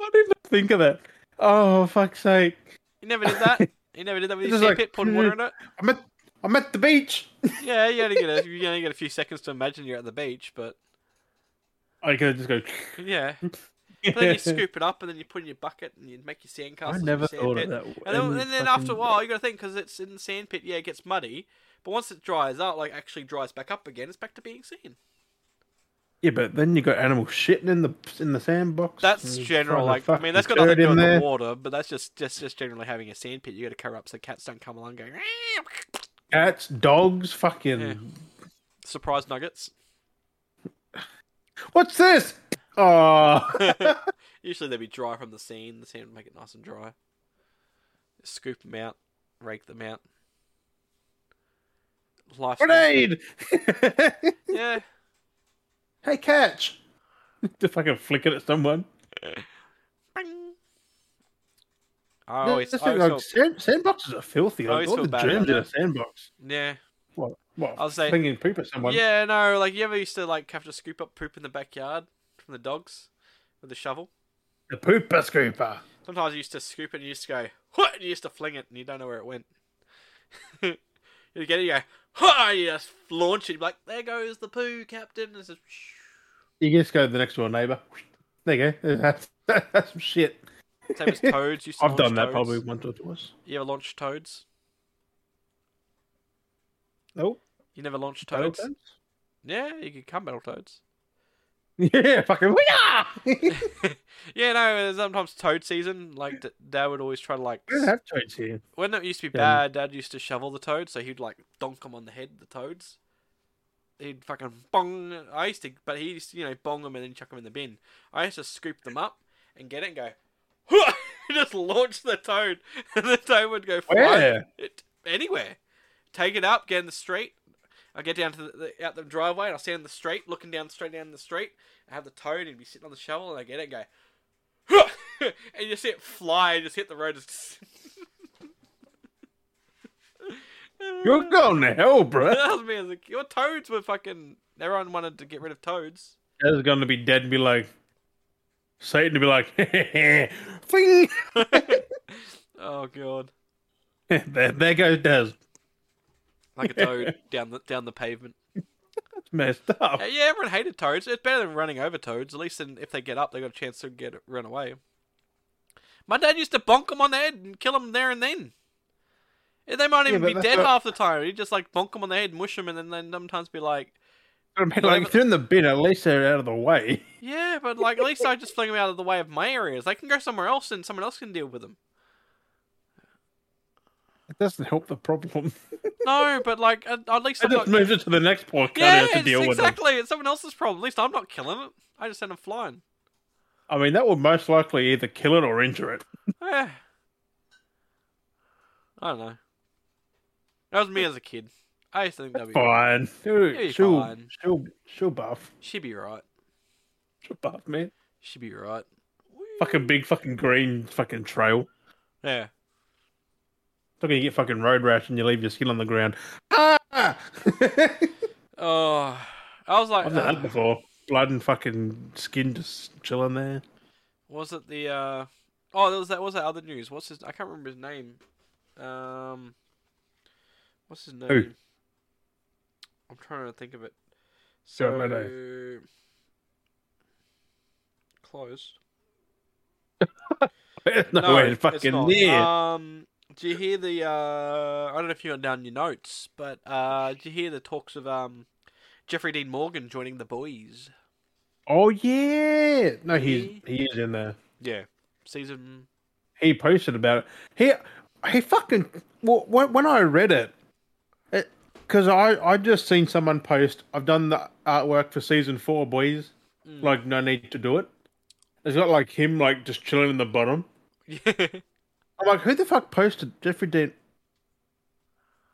D: I didn't think of that. Oh fuck's sake!
B: You never did that. you never did that with
D: It's
B: your
D: just
B: sand
D: like-
B: pit, poured water in it.
D: I'm at, I'm at the beach.
B: Yeah, you only get a, you only get a few seconds to imagine you're at the beach, but
D: I could just go.
B: yeah. But then you scoop it up, and then you put it in your bucket, and you make your sand
D: I
B: castles. in
D: never
B: your sand
D: thought
B: pit.
D: of that.
B: And then, and then after a
D: fucking-
B: while, you got to think because it's in the sand pit. Yeah, it gets muddy, but once it dries out, like actually dries back up again, it's back to being sand.
D: Yeah, but then you got animal shitting in the in the sandbox.
B: That's
D: and you're
B: general.
D: trying to
B: Like I mean, that's got
D: fucking
B: nothing to
D: dirt
B: do
D: in
B: with the
D: there.
B: water, but that's just just just generally having a sand pit. You got to cover up so cats don't come along going "Ah!" "Meow."
D: Cats, dogs, fucking.
B: Yeah. surprise nuggets.
D: What's this? Oh,
B: Usually they'd be dry from the sand. The sand would make it nice and dry. Scoop them out, rake them out. life.
D: Grenade!
B: Yeah,
C: Hey, catch!
D: to fucking flick it at someone.
B: I always,
D: That's
B: I
D: the thing,
B: always
D: like,
B: felt-
D: sand, sandboxes are filthy.
B: I
D: Like,
B: always
D: all
B: feel
D: the
B: bad
D: germs in
B: about
D: a sandbox.
B: yeah,
D: What? What?
B: I'll say-
D: flinging poop at someone.
B: yeah. No, like you ever used to like have to scoop up poop in the backyard from the dogs with a shovel.
D: The pooper scooper.
B: Sometimes you used to scoop it and you used to go, what? And you used to fling it and you don't know where it went. you get it, you go, huh? You just launch it. You're like, there goes the poo, Captain. And it's just,
D: You can just go to the next door neighbor. There you go. That's, that's some shit.
B: same as toads. You used to
D: I've
B: launch
D: done that
B: toads.
D: probably once or twice.
B: You ever launched toads?
D: Nope.
B: You never launched
D: Battle
B: Oh, toads? Yeah, you could come battle toads.
D: toads? Yeah, fucking. We are!
B: Yeah, no, sometimes toad season, like, d- Dad would always try to, like,
D: We don't have toads here.
B: when it used to be
D: Yeah.
B: bad, Dad used to shovel the toads, so he'd like donk them on the head, the toads. He'd fucking bong. I used to, but he used to, you know, bong them and then chuck them in the bin. I used to scoop them up and get it and go, "Hua!" just launch the toad, and the toad would go flying
D: Where?
B: it, anywhere. Take it up, get in the street. I get down to the, the out the driveway and I stand in the street, looking down straight down the street. I have the toad and be sitting on the shovel and I get it and go, "Hua!" and you see it fly and just hit the road. Just...
D: You're going to hell, bro.
B: that was me as a kid. Your toads were fucking. Everyone wanted to get rid of toads.
D: That's going to be dead and be like, Satan to be like, fling.
B: Oh god,
D: there, there goes Des.
B: like a toad down the down the pavement.
D: That's messed up.
B: Yeah, yeah, everyone hated toads. It's better than running over toads. At least, then if they get up, they got a chance to get run away. My dad used to bonk them on the head and kill them there and then. Yeah, They might
D: Yeah,
B: even
D: but
B: be
D: that's
B: dead
D: what-
B: half the time. He'd just like bonk them on the head, mush them, and then, then sometimes be like,
D: I mean, like, if they're in the bin, at least they're out of the way.
B: "Yeah, but like at least I just fling them out of the way of my areas. They can go somewhere else, and someone else can deal with them."
D: It doesn't help the problem.
B: No, but like at, at least
D: I
B: I'm not
D: just moves it to the next podcast
B: Yeah,
D: to
B: it's
D: deal with it.
B: exactly. It's someone else's problem. At least I'm not killing it. I just send them flying.
D: I mean, that will most likely either kill it or injure it.
B: Eh. I don't know. That was me as a kid. I used to think that'd be.
D: Fine.
B: be
D: Dude, she'll,
B: fine.
D: she'll, she'll buff.
B: She'd be right.
D: She'll buff, man.
B: She'd be right.
D: Fucking big fucking green fucking trail.
B: Yeah.
D: Not gonna get fucking road rash and you leave your skin on the ground. Ah!
B: Oh, I was like,
D: I've done
B: uh,
D: that before. Blood and fucking skin just chilling there.
B: was it the? uh Oh, there was that. Was that other news? What's his? I can't remember his name. Um, what's his name? I'm trying to think of it. So
D: Don't matter.
B: close.
D: There's no, way it's fucking
B: not.
D: there.
B: Um, do you hear the? Uh, I don't know if you got down your notes, but uh, do you hear the talks of um, Jeffrey Dean Morgan joining the boys?
D: oh yeah. No, he's he is in there.
B: Yeah, season.
D: He posted about it. He he fucking well, when, when I read it, it because I I just seen someone post. I've done the artwork for season four, boys.
B: Mm.
D: Like no need to do it. It's not like him like just chilling in the bottom.
B: Yeah,
D: I'm like, who the fuck posted Jeffrey Dean?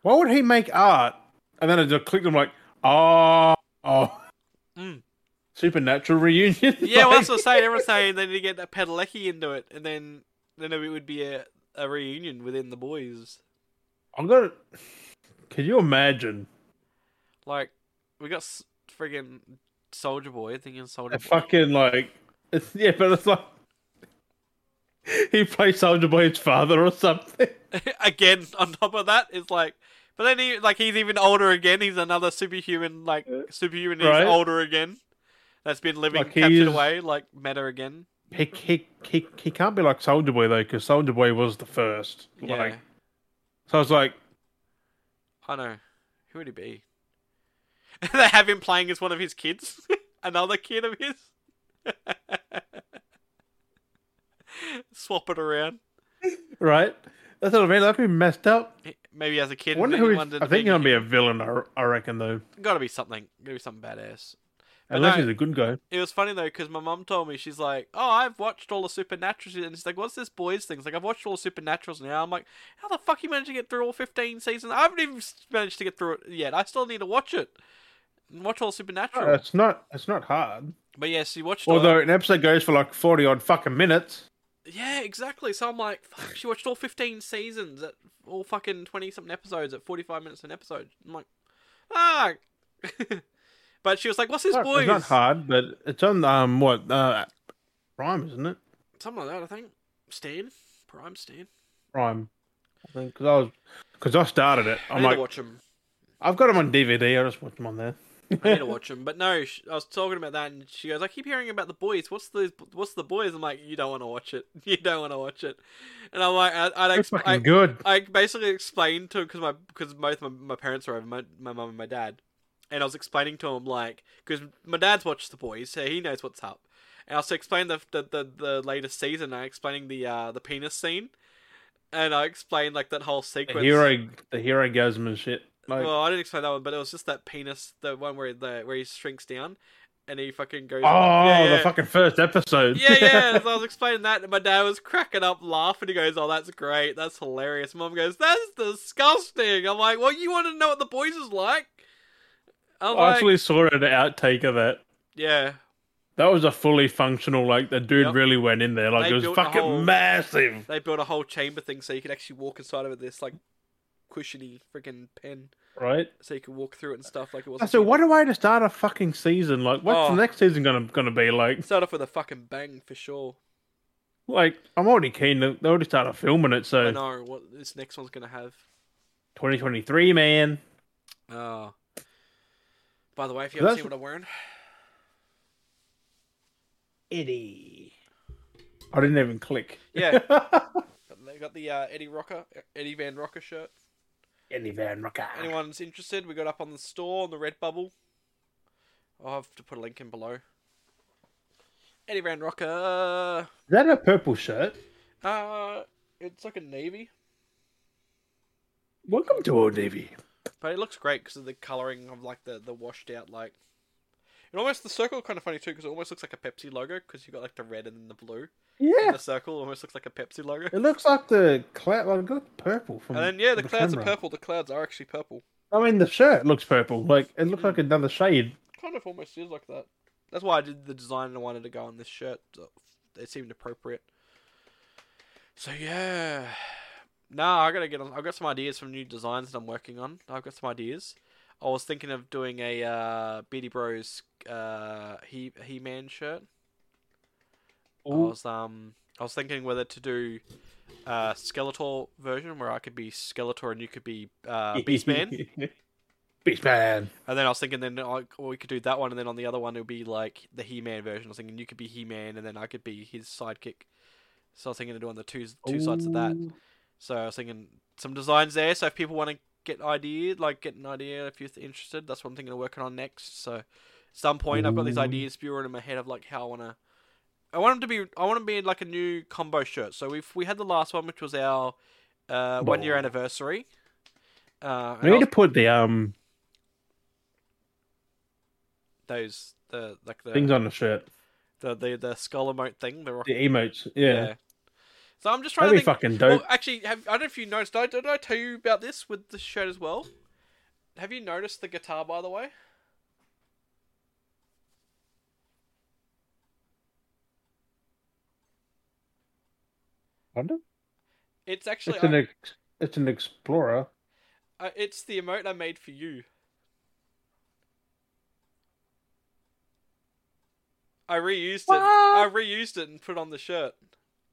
D: Why would he make art? And then I just clicked. I'm like, oh, oh,
B: Mm.
D: supernatural reunion.
B: yeah. Well,
D: Like,
B: that's what I'm saying. Everyone's saying they need to get a Padalecki into it, and then then it would be a, a reunion within the boys.
D: I'm gonna. Can you imagine
B: Like we got s- friggin' Soldier Boy thinking Soldier
D: a
B: Boy.
D: fucking like? It's yeah, but it's like he plays Soldier Boy's father or something.
B: again on top of that it's like but then he like he's even older again he's another superhuman like superhuman
D: Right.
B: he's older again that's been living
D: Like, he
B: captured
D: is-
B: away like meta again
D: He he he, he can't be like Soldier Boy though, because Soldier Boy was the first.
B: yeah
D: Like, so I was like,
B: i know who would he be they have him playing as one of his kids another kid of his swap it around
D: right? That's what I mean. That'd be messed up.
B: maybe as a kid
D: I
B: and
D: wonder
B: then
D: who
B: he
D: he's,
B: wanted
D: I
B: to
D: think he'll be a villain. I, I reckon though.
B: gotta be something gotta be something badass
D: Unless
B: no.
D: he's a good guy.
B: It was funny though because my mum told me she's like, "Oh, I've watched all the Supernaturals," and she's like, "What's this boys thing?" It's like I've watched all the Supernaturals now. I'm like, "How the fuck you managed to get through all 15 seasons? I haven't even s- managed to get through it yet. I still need to watch it and watch all Supernatural."
D: Uh, it's not. It's not hard.
B: but yeah, she watched. all-
D: Although an episode goes for like forty odd fucking minutes.
B: yeah, exactly. So I'm like, "Fuck!" She watched all 15 seasons at all fucking 20 something episodes at 45 minutes an episode. I'm like, ah. but she was like, "What's this
D: Not-
B: boys?"
D: It's not hard, but it's on um what uh Prime, isn't it?
B: Something like that, I think. Stan, Prime Stan.
D: Prime. I think because I was because I started it.
B: I
D: I'm
B: need
D: like,
B: to watch them.
D: I've got them on DVD. I just watch them on there.
B: I need to watch them. But no, sh I was talking about that, and she goes, "I keep hearing about the boys. What's the what's the boys?" I'm like, "You don't want to watch it. You don't want to watch it." And I'm like, I, I'd
D: It's
B: exp-
D: fucking
B: I,
D: good.
B: I basically explained to him because my because both my, my parents are over, my my mum and my dad, and I was explaining to him like because my dad's watched the boys, so he knows what's up. And I was explaining the the, the the latest season. I explaining the uh the penis scene, and I explained like that whole sequence.
D: The hero, the hero goes and shit. Like, oh,
B: Well, I didn't explain that one, but it was just that penis, the one where the where he shrinks down, and he fucking goes.
D: oh,
B: yeah, yeah.
D: the fucking first episode.
B: Yeah, yeah. So I was explaining that, and my dad was cracking up, laughing. He goes, "Oh, that's great. That's hilarious." Mom goes, "That's disgusting." I'm like, "Well, you want to know what the boys is like?" I'm
D: I
B: like,
D: actually saw an outtake of that.
B: "Yeah,
D: That was a fully functional. Like the dude
B: Yep.
D: really went in there. Like
B: They
D: it was
B: built a
D: fucking
B: whole-
D: massive.
B: they built a whole chamber thing so you could actually walk inside of it. This like cushiony freaking pen,
D: Right.
B: so you could walk through it and stuff like it was."
D: Oh, So what a way to start a fucking season. Like, what's
B: Oh.
D: the next season gonna gonna be like?
B: Start off with a fucking bang for sure.
D: Like, I'm already keen. to- They already started filming it.
B: I
D: So
B: know what this next one's gonna have.
D: 2023, man.
B: Oh. By the way, if you
D: But
B: haven't seen
D: that's-
B: what I'm wearing,
D: Eddie. I didn't even click.
B: yeah, they got the uh, Eddie Rocker, Eddie Van Rocker shirt.
D: Eddie Van Rocker.
B: Anyone's interested, we got up on the store on the Redbubble. I'll have to put a link in below. Eddie Van Rocker.
D: Is that a purple shirt?
B: Uh, it's like a navy,
D: Welcome to Old Navy.
B: but it looks great because of the coloring of like the the washed out like. And almost the circle kind of funny too because it almost looks like a Pepsi logo because you got like the red and then the blue. And
D: Yeah,
B: the circle almost looks like a Pepsi logo.
D: it looks like the cloud. Like, it looks purple from.
B: And then yeah, the
D: from
B: clouds are
D: camera.
B: purple. The clouds are actually purple.
D: I mean, the shirt looks purple. Like it looks
B: Hmm.
D: like another shade.
B: Kind of almost is like that. That's why I did the design and I wanted to go on this shirt. so It seemed appropriate. So yeah. Nah, I gotta get on. I've got some ideas from new designs that I'm working on. I've got some ideas. I was thinking of doing a uh, Beardy Bros uh, He He Man shirt. I
D: Ooh.
B: was um I was thinking whether to do a Skeletor version where I could be Skeletor and you could be uh, Beastman.
D: Beast man.
B: And then I was thinking, then like, well, we could do that one, and then on the other one, it would be like the He Man version. I was thinking you could be He Man, and then I could be his sidekick. So I was thinking of doing the two two sides of that.
D: Ooh.
B: So I was thinking some designs there. So if people want to get idea, like get an idea, if you're th- interested, that's what I'm thinking of working on next. So at some point, I've got these
D: Ooh.
B: ideas spewing in my head of like how I want to. I want them to be. I want to be in like a new combo shirt. So we've we had the last one, which was our uh, one year
D: Boy.
B: anniversary. Uh, and
D: We
B: I
D: need
B: was-
D: to put the um
B: those the like the
D: things on the shirt,
B: the the, the skull emote thing. The rock.
D: the emotes. Yeah,
B: So I'm just trying
D: that'd
B: to
D: be
B: think.
D: fucking
B: Well,
D: dope.
B: actually, have, I don't know if you noticed. Did I, did I tell you about this with the shirt as well? Have you noticed the guitar, by the way?
D: Wonder-
B: It's actually
D: It's an
B: I-
D: ex- it's an explorer.
B: I, it's the emote I made for you. I reused it. I reused it and put it on the shirt.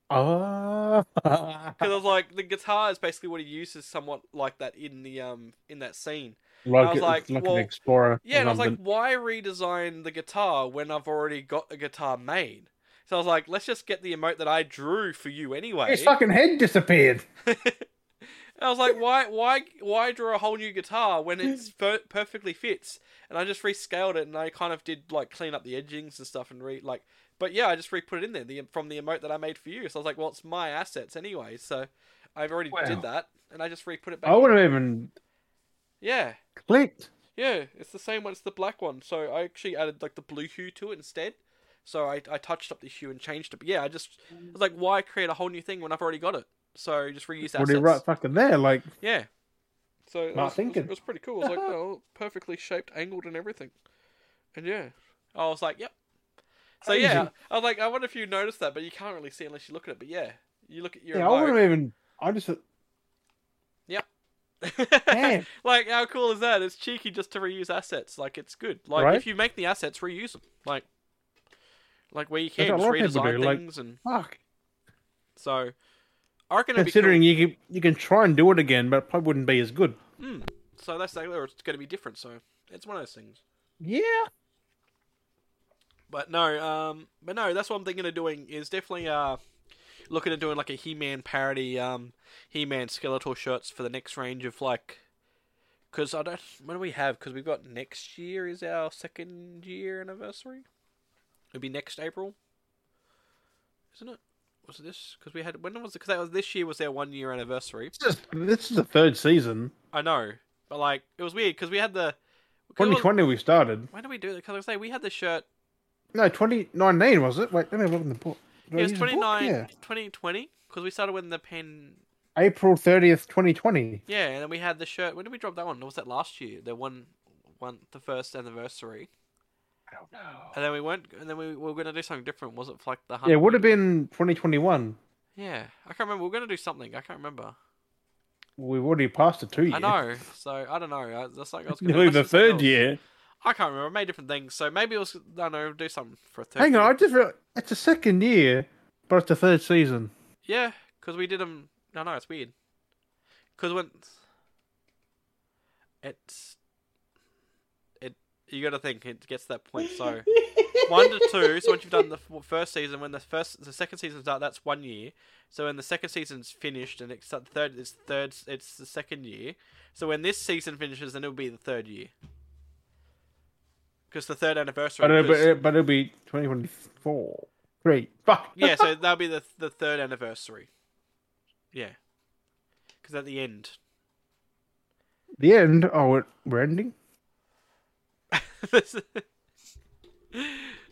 D: Ah.
B: Because I was like, the guitar is basically what he uses, somewhat like that in the um in that scene.
D: like,
B: I was
D: it-
B: like,
D: like
B: well,
D: an explorer.
B: Yeah, and I was like,
D: something.
B: why redesign the guitar when I've already got a guitar made? So I was like, let's just get the emote that I drew for you anyway.
D: his fucking head disappeared.
B: And I was like, why, why, why draw a whole new guitar when it's per- perfectly fits? And I just rescaled it, and I kind of did like clean up the edgings and stuff, and re like, but yeah, I just re put it in there the, from the emote that I made for you. So I was like, well, it's my assets anyway, so I've already
D: Wow.
B: did that, and I just re put it back.
D: I
B: in.
D: wouldn't have even
B: Yeah,
D: clicked.
B: Yeah, it's the same one. It's the black one. So I actually added like the blue hue to it instead. So I, I touched up the hue and changed it. But yeah, I just I was like, why create a whole new thing when I've already got it? So just reuse that.
D: Already right fucking there. Like,
B: Yeah. So it was,
D: Not
B: it was-
D: thinking.
B: it was pretty cool. It was like, oh, perfectly shaped, angled, and everything. And yeah, I was like, yep. So yeah,
D: Crazy.
B: I was like, I wonder if you noticed that, but you can't really see unless you look at it. But yeah, you look at your.
D: yeah, I
B: remote.
D: wouldn't even. I just Damn.
B: like how cool is that? It's cheeky just to reuse assets. Like it's good. Like
D: Right?
B: if you make the assets, reuse them. Like, like where you
D: That's
B: can
D: what a
B: just
D: lot of people
B: redesign
D: do, like-
B: things and
D: fuck.
B: so. I reckon it'd be cool.
D: Considering you can, you can try and do it again, but it probably wouldn't be as good.
B: So that's like, or it's going to be different. So it's one of those things.
D: Yeah.
B: But no, um, but no, that's what I'm thinking of doing is definitely uh, looking at doing like a He-Man parody, um, He-Man Skeletor shirts for the next range of like, because I don't when do we have because we've got next year is our second year anniversary. It'll be next April, isn't it? Was it this? Because we had when was it? Because that was this year was their one year anniversary.
D: This is, this is the third season.
B: I know, but like it was weird because we had the 'cause it was-
D: 2020 we started.
B: When did we do that? Because I say we had the shirt
D: No, 2019 was it? Wait, let me look in the book. Did I
B: It was
D: use the book?
B: 29,
D: Yeah.
B: 2020, because we started when the pen.
D: April 30th, 2020.
B: Yeah, and then we had the shirt. When did we drop that one? Or was that last year? The one, one, the first anniversary.
D: I don't know.
B: And then we went, and then we, we were going to do something different. Was it for like the
D: Yeah, it
B: 100?
D: would have been 2021.
B: Yeah, I can't remember. We are going to do something. I can't remember.
D: We've already passed the two years.
B: I know. So I don't know. I, that's like I was gonna
D: Nearly
B: message
D: the
B: something
D: third
B: else.
D: year.
B: I can't remember. I made different things. So maybe it was. I don't know. Do something for a third.
D: Hang on,
B: year.
D: I just realized it's the second year, but it's the third season.
B: Yeah, because we did them. No, no, it's weird. Because when it's it, you got to think it gets to that point. So one to two. So once you've done the f- first season, when the first the second season's out, that's one year. So when the second season's finished and it's the third, it's third, it's the second year. So when this season finishes, then it'll be the third year. Because the third anniversary.
D: But it'll,
B: 'cause-
D: be, but it'll be 2024. Three. Fuck.
B: yeah, so that'll be the the third anniversary. Yeah, because at the end,
D: The end. Oh, we're, we're ending?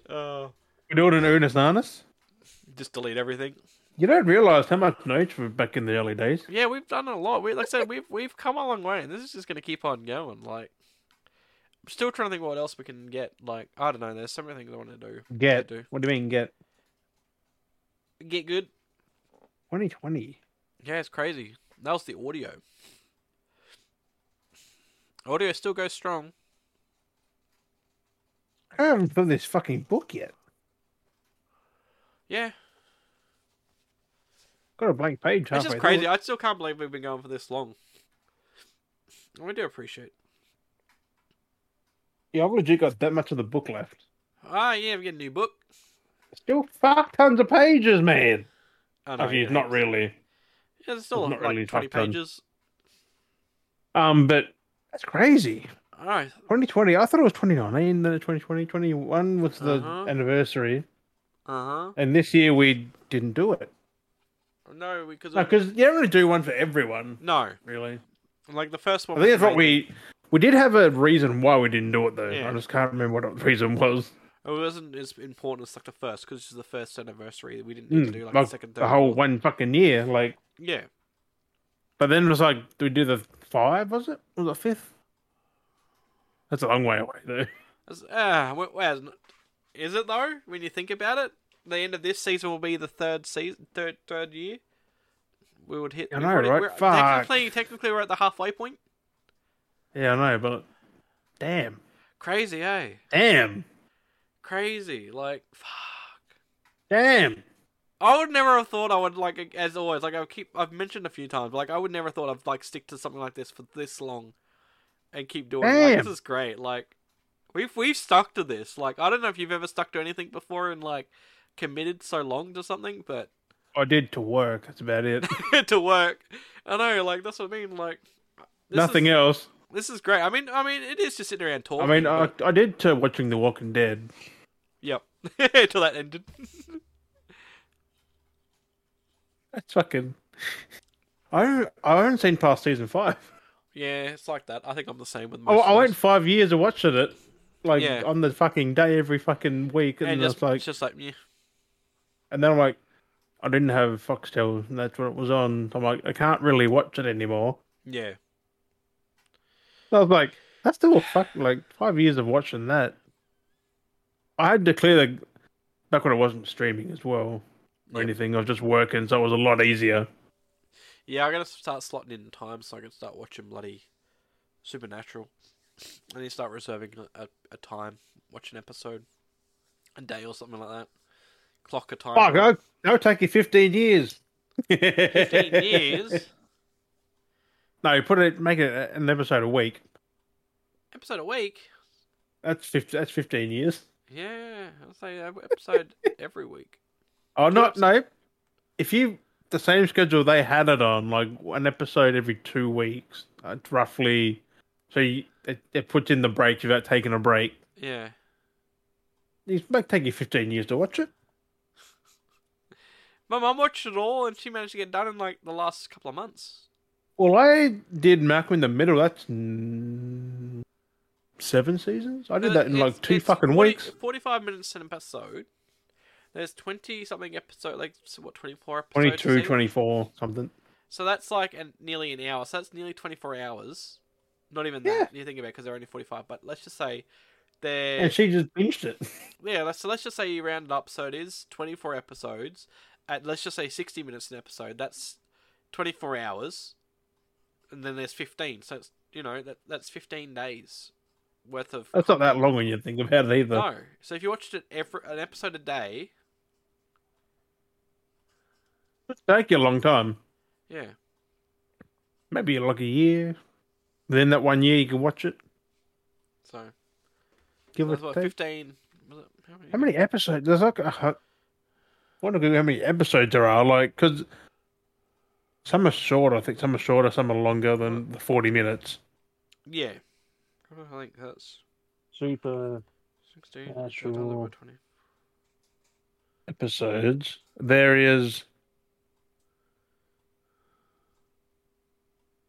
B: oh,
D: We're doing an earnest and honest?
B: just delete everything.
D: You don't realize how much notes were back in the early days.
B: Yeah, we've done a lot. We like I said, we've we've come a long way, and this is just gonna keep on going. Like, I'm still trying to think what else we can get. Like, I don't know. There's so many things I want to do.
D: Get.
B: do.
D: What do you mean, get?
B: Get good.
D: 2020.
B: Yeah, it's crazy. That was the audio. Audio still goes strong.
D: I haven't filled this fucking book yet.
B: Yeah,
D: Got a blank page
B: It's
D: halfway
B: just
D: through.
B: crazy. I still can't believe we've been going for this long. We do appreciate.
D: Yeah, I've legit got that much of the book left.
B: Ah, yeah, we get a new book.
D: Still fuck tons of pages, man.
B: Oh,
D: Actually, it's
B: yeah.
D: not really.
B: Yeah, there's still
D: it's not
B: like
D: really
B: 20
D: fucked on.
B: pages.
D: Um, but that's crazy.
B: All right.
D: 2020. I thought it was 2019, then 2020, 21 was the
B: Uh-huh.
D: anniversary,
B: Uh huh.
D: and this year we didn't do it.
B: No, because
D: No, because you don't really do one for everyone,
B: no,
D: really.
B: like the first
D: I
B: one.
D: think
B: was
D: that's what
B: mainly-
D: we we did have a reason why we didn't do it though.
B: Yeah.
D: I just can't remember what the reason was.
B: It wasn't as important as like the first because this is the first anniversary. We didn't need to
D: Mm,
B: do like,
D: like,
B: the second, third,
D: the whole
B: fourth.
D: one fucking year, like.
B: Yeah,
D: But then it was like, do we do the five? Was it? Was it fifth? That's a long way away though.
B: That's- ah, wh- where's n- is it though? When you think about it, the end of this season will be the third season, third third year. We would hit.
D: I
B: we've
D: know,
B: already-
D: right?
B: we're-
D: Fuck.
B: Technically, technically, we're at the halfway point.
D: Yeah, I know, but damn,
B: Crazy, eh?
D: damn,
B: Crazy. Like, fuck.
D: damn.
B: I would never have thought I would like, as always, like I keep, I've mentioned a few times, like I would never thought I'd like stick to something like this for this long, and keep doing. it. Like,
D: Damn.
B: this is great. Like, we've we've stuck to this. Like, I don't know if you've ever stuck to anything before and like committed so long to something, but
D: I did to work. That's about it.
B: to work, I know. Like that's what I mean. Like, this
D: Nothing
B: Is,
D: else.
B: this is great. I mean, I mean, it is just sitting around talking.
D: I mean, uh, I,
B: but-
D: I did to watching The Walking Dead.
B: yep. Till that ended.
D: That's fucking. I I haven't seen past season five.
B: Yeah, it's like that. I think I'm the same with
D: I,
B: most.
D: Oh, I
B: of
D: went
B: us.
D: five years of watching it, like
B: Yeah.
D: on the fucking day every fucking week, and,
B: And
D: it's
B: just
D: like,
B: it's just like yeah.
D: and then I'm like, I didn't have Foxtel, and that's when it was on. I'm like, I can't really watch it anymore.
B: yeah.
D: I was like, that's still a fuck like five years of watching that. I had to clear the back when it wasn't streaming as well or
B: Yep.
D: anything. I was just working, so it was a lot easier.
B: Yeah, I gotta start slotting in time so I can start watching bloody Supernatural. I need to start reserving a, a, a time, watch an episode, a day or something like that. Clock a time.
D: Fuck, I, that'll take you fifteen years.
B: Fifteen years,
D: No, put it, make it a- an episode a week.
B: episode a week.
D: That's 15, That's fifteen years.
B: Yeah, I'll say a episode every week.
D: Oh, not no. If you the same schedule they had it on, like an episode every two weeks, uh, roughly. So you, it, it puts in the break without taking a break.
B: Yeah,
D: It might take you 15 years to watch it.
B: my mum watched it all, and she managed to get done in like the last couple of months.
D: Well, I did Malcolm in the Middle. That's mm, seven seasons. I did that in like
B: Uh, It's-
D: two
B: it's
D: fucking
B: 40
D: weeks.
B: Forty-five minutes an episode. There's twenty something episode, like so what, twenty-four episodes?
D: 22,
B: season?
D: 24, something.
B: So that's like an, nearly an hour. So that's nearly 24 hours. Not even
D: Yeah.
B: that. You think about because they're only 45. But let's just say they're
D: And she just binged it.
B: yeah. let's- So let's just say you round it up. So it is 24 episodes. At let's just say 60 minutes an episode. That's 24 hours. And then there's 15. So it's you know that that's 15 days worth of.
D: That's not that long when you think about it either.
B: No. So if you watched it every an episode a day,
D: It take you a long time.
B: yeah.
D: Maybe like a year. Then that one year you can watch it.
B: So
D: Give
B: that's
D: it a
B: what
D: take.
B: 15. Was it, how many?
D: How many episodes? There's like, I wonder how many episodes there are. Like, because some are short, I think. Some are shorter, some are longer than the 40 minutes.
B: Yeah. I think that's.
D: Super
B: 16.
D: Yeah,
B: should I look
D: sure.
B: at 20?
D: episodes. There is.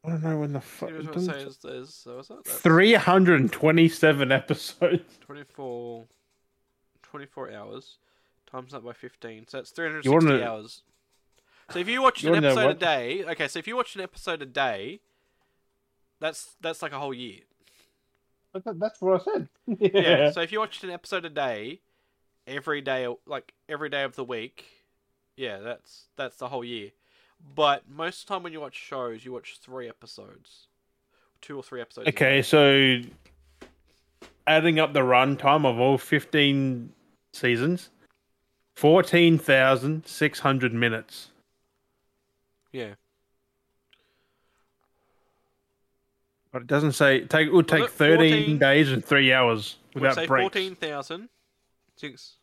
D: I don't know when the fuck.
B: You know what I'm saying? Is there's, so is that? That's
D: 327 episodes.
B: 24, 24 hours times that by 15. So that's 360
D: You wanna-
B: hours. So if you watched
D: You
B: an
D: wanna know
B: episode a
D: what-
B: day, okay, so if you watched an episode a day, that's that's like a whole year.
D: That's what I said.
B: Yeah. So if you watched an episode a day, every day, like every day of the week, yeah, that's that's the whole year. But most of the time when you watch shows, you watch three episodes, two or three episodes. a day.
D: Okay, so adding up the run time of all 15 seasons, 14,600 minutes.
B: Yeah.
D: But it doesn't say take it would take
B: it
D: 13
B: 14?
D: days and 3 hours
B: We'll
D: without
B: say
D: breaks.
B: fourteen thousand six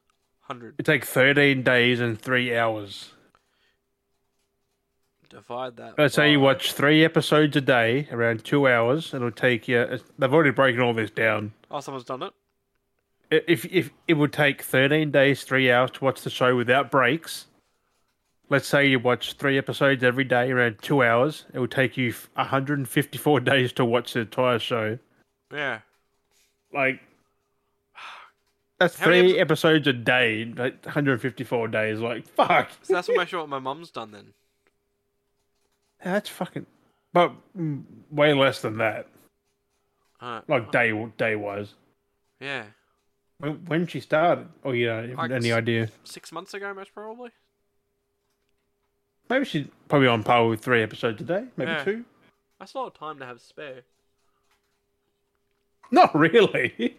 B: hundred.
D: It take 13 days and 3 hours.
B: Divide that.
D: Let's say you
B: by-
D: watch 3 episodes a day, around 2 hours, it'll take you it's- they've already broken all this down.
B: Oh, someone's done it.
D: I- If if it would take 13 days, 3 hours to watch the show without breaks, let's say you watch three episodes every day around two hours it will take you f- 154 days to watch the entire show
B: Yeah.
D: like that's
B: How many
D: three episodes a day like 154 days like fuck
B: So that's almost what my mum's done then.
D: that's fucking but mm, way less than that
B: Uh,
D: like day day wise
B: yeah.
D: when, when she started oh you don't have
B: Like
D: any
B: s-
D: idea
B: Six months ago, most probably.
D: maybe she's probably on par with three episodes a day maybe
B: Yeah.
D: two
B: That's a lot of time to have spare.
D: not really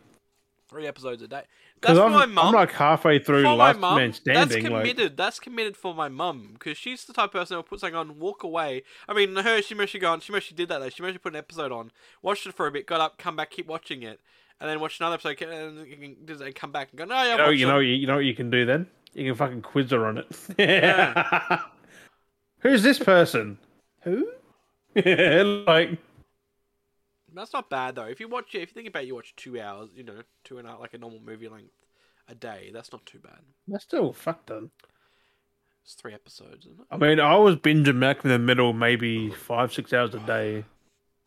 B: Three episodes a day. That's
D: because
B: for
D: I'm,
B: my mum.
D: I'm like halfway through
B: for my
D: last
B: mum.
D: man
B: that's
D: standing like,
B: committed. That's committed for my mum because she's the type of person who will put something on, walk away. I mean, her she mostly gone. She mostly did that though. She mostly put an episode on, watched it for a bit, got up, come back, keep watching it, and then watch another episode, and then- and come back and go, no, yeah,
D: you know,
B: watch
D: Oh, you
B: it."
D: know, you, you know what you can do then? You can fucking quiz her on it. Who's this person? Who? like,
B: That's not bad though. If you watch it, if you think about, it, you watch two hours, you know, two and a half, like a normal movie length a day. That's not too bad.
D: that's still fucked up.
B: It's three episodes, isn't it?
D: I mean, I was binging Mac in the middle maybe five, six hours a day.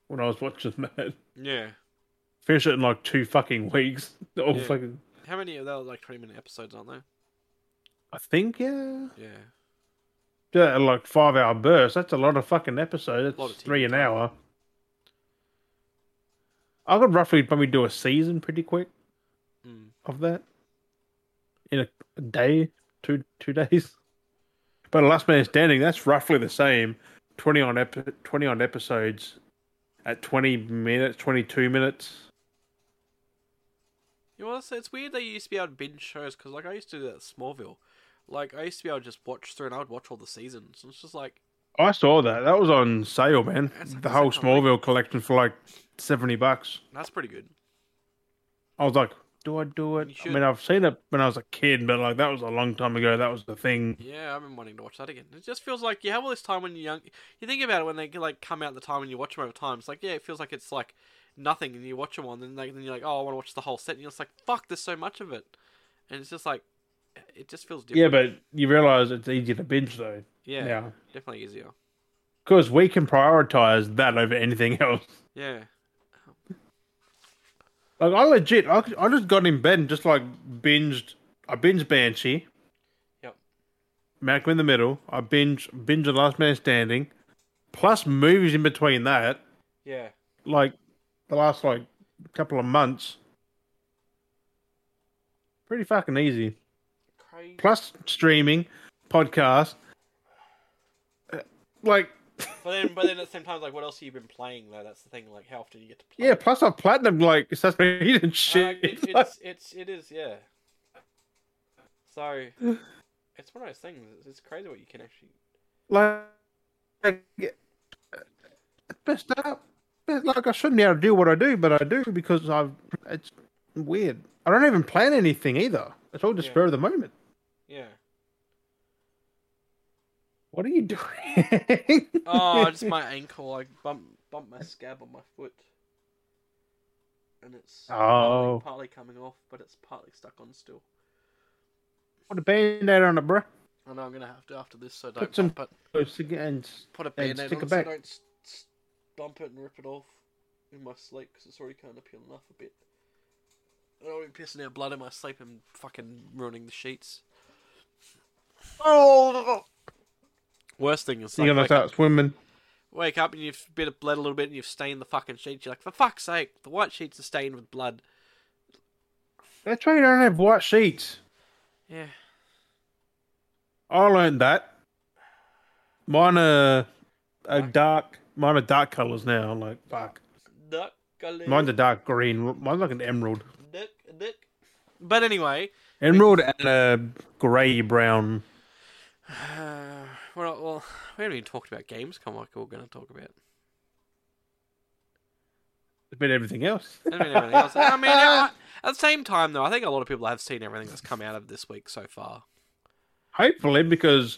D: when I was watching that.
B: Yeah.
D: Finish it in like two fucking weeks. Oh
B: Yeah.
D: fucking!
B: How many of those like twenty minute episodes aren't there?
D: I think yeah,
B: Yeah.
D: yeah, and, like five hour bursts. That's a lot of fucking episodes.
B: Lot
D: That's
B: of TV
D: three an hour. I could roughly probably do a season pretty quick
B: Mm.
D: of that in a, a day, two two days. But Last Man Standing, that's roughly the same. Twenty on epi- twenty on episodes at twenty minutes, twenty two minutes.
B: You know, honestly, it's weird that you used to be able to binge shows because, like, I used to do that at Smallville. Like, I used to be able to just watch through, and I would watch all the seasons. And it's just like,
D: I saw that. That was on sale, man.
B: That's like
D: the
B: the
D: whole
B: second one.
D: Smallville collection for like seventy bucks.
B: that's pretty good.
D: I was like, do I do
B: You
D: it? I
B: should.
D: mean, I've seen it when I was a kid, but like that was a long time ago. That was the thing.
B: Yeah, I've been wanting to watch that again. It just feels like you have all this time when you're young. You think about it when they like come out the time and you watch them over time. It's like, yeah, it feels like it's like nothing, and you watch them on, and then, then you're like, oh, I want to watch the whole set, and you're just like, fuck, there's so much of it, and it's just like, it just feels
D: Yeah,
B: different.
D: but you realize it's easier to binge though.
B: yeah,
D: Yeah,
B: definitely easier.
D: because we can prioritize that over anything else.
B: Yeah,
D: Like I legit, I, I just got in bed and just like binged. I binged Banshee.
B: Yep.
D: Malcolm in the Middle. I binge binge The Last Man Standing, plus movies in between that.
B: yeah,
D: Like the last like couple of months. Pretty fucking easy.
B: crazy.
D: Plus streaming, podcast. Uh, Like
B: But then, but then at the same time, like, what else have you been playing though? That's the thing. Like, how often do you get to play?
D: yeah, plus I platinum like Assassin's and
B: Uh, it-
D: shit.
B: it's it's it is yeah. So it's one of those things. It's, it's crazy what you can actually.
D: like, like messed up. But, Like I shouldn't be able to do what I do, but I do because I've. It's weird. I don't even plan anything either. It's all just
B: Yeah.
D: spur of the moment.
B: Yeah.
D: What are you doing?
B: Oh, just my ankle. I bump bump my scab on my foot, and it's partly-
D: Oh.
B: partly, coming off, but it's partly stuck on still.
D: put a band-aid on it, bro.
B: I know I'm gonna have to after this, so don't
D: Put some-
B: bump it.
D: And
B: Put a
D: and
B: band-aid
D: stick
B: on
D: it
B: it, so
D: back.
B: don't s- s- bump it and rip it off in my sleep because it's already kind of peeling off a bit. I don't want to be pissing out blood in my sleep and fucking ruining the sheets. Oh, worst thing is
D: you're
B: like,
D: gonna
B: wake,
D: start
B: up,
D: swimming.
B: wake up and you've bit of blood a little bit and you've stained the fucking sheets. You're like, for fuck's sake, the white sheets are stained with blood.
D: That's why you don't have white sheets.
B: Yeah,
D: I learned that. Mine are, are dark. Mine are dark colors now. I'm like fuck.
B: duck, golly,
D: Mine's a dark green. Mine's like an emerald.
B: duck, duck. But anyway,
D: Emerald and a grey brown.
B: uh, well, well, we haven't even talked about games. Come on, we're going to talk about.
D: It's been everything else.
B: I mean, everything else. I mean, I- at the same time, though, I think a lot of people have seen everything that's come out of this week so far.
D: Hopefully, because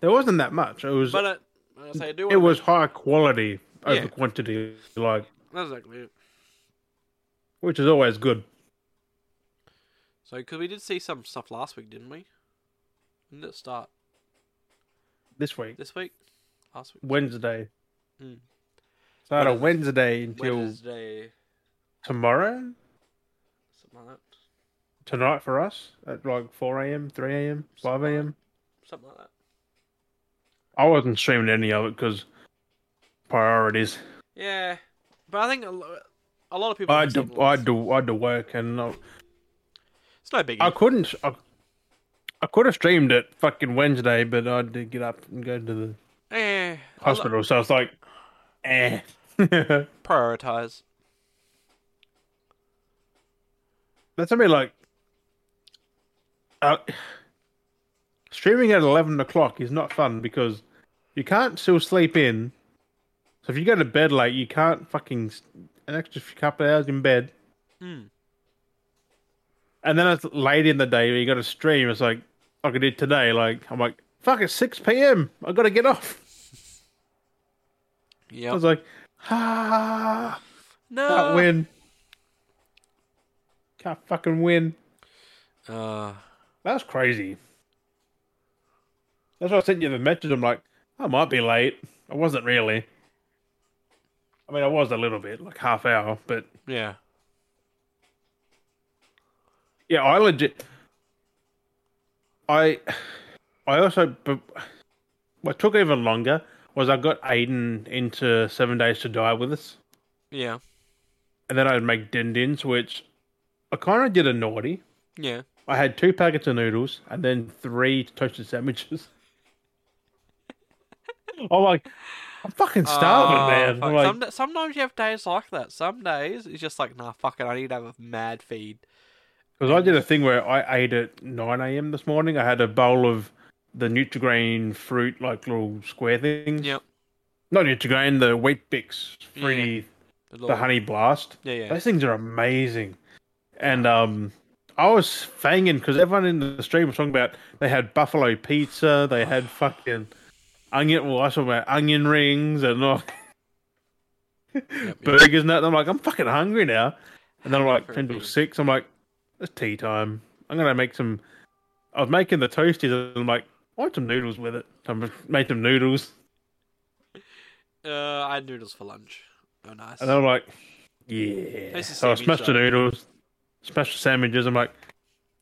D: there wasn't that much. It was
B: But uh, I say, I do.
D: it
B: wanna-
D: was high quality over
B: Yeah.
D: quantity, like
B: that's exactly it.
D: which is always good.
B: So, because we did see some stuff last week, didn't we? Didn't it start
D: This week,
B: this week? Last week?
D: Wednesday.
B: Hmm.
D: Started
B: Wednes-
D: Wednesday until
B: Wednesday,
D: tomorrow,
B: something like that.
D: tonight for us at like four a.m., three a.m., five a.m.
B: Something like that.
D: I wasn't streaming any of it because priorities.
B: Yeah, but I think a, lo- a lot of people.
D: I
B: have
D: had to,
B: seen
D: I
B: lots.
D: had to, I had to work, and I,
B: It's no biggie.
D: I couldn't. I, I could have streamed it fucking Wednesday, but I did get up and go to the
B: Eh, I lo-
D: hospital, so it's like, eh. That's
B: prioritize.
D: something like. Uh, streaming at 11 o'clock is not fun because you can't still sleep in. So if you go to bed late, you can't fucking. s- An extra few couple of hours in bed.
B: Hmm.
D: And then it's late in the day where you got to stream. It's like, like I did today. Like, I'm like, fuck, it's 6 p.m. I got to get off. I
B: Yeah.
D: was like, ah, can't
B: No.
D: win. Can't fucking win.
B: Uh,
D: That's crazy. That's why I sent you the message. I'm like, I might be late. I wasn't really. I mean, I was a little bit, like half hour, but
B: Yeah.
D: Yeah, I legit. I, I also. But what took even longer was I got Aiden into Seven Days to Die with us,
B: Yeah.
D: and then I'd make din dins, which I kind of did a naughty.
B: Yeah.
D: I had two packets of noodles and then three toasted sandwiches. I'm like, I'm fucking starving,
B: Oh,
D: man.
B: fuck.
D: I'm like,
B: Some, sometimes you have days like that. Some days it's just like, nah, fuck it, I need to have a mad feed.
D: Because I did a thing where I ate at 9 a.m. this morning. I had a bowl of the Nutrigrain fruit, like little square things.
B: Yep.
D: Not Nutrigrain, the Wheat Bix, fruity,
B: A
D: the
B: little-
D: Honey Blast.
B: Yeah, yeah.
D: Those things are amazing. And um, I was fanging because everyone in the stream was talking about they had buffalo pizza, they had fucking onion. Well, I was talking about onion rings and all
B: yep, yep.
D: burgers and that. And I'm like, I'm fucking hungry now. And then I'm like,
B: Hungry
D: 10 till
B: burger.
D: 6. I'm like, it's tea time. I'm going to make some. I was making the toasties and I'm like, I want some noodles with it. So I just made some noodles.
B: Uh, I had noodles for lunch. Oh, nice.
D: And then I'm like, yeah.
B: Tasty
D: So I
B: sandwich,
D: smashed the
B: though.
D: noodles, smashed the sandwiches. I'm like,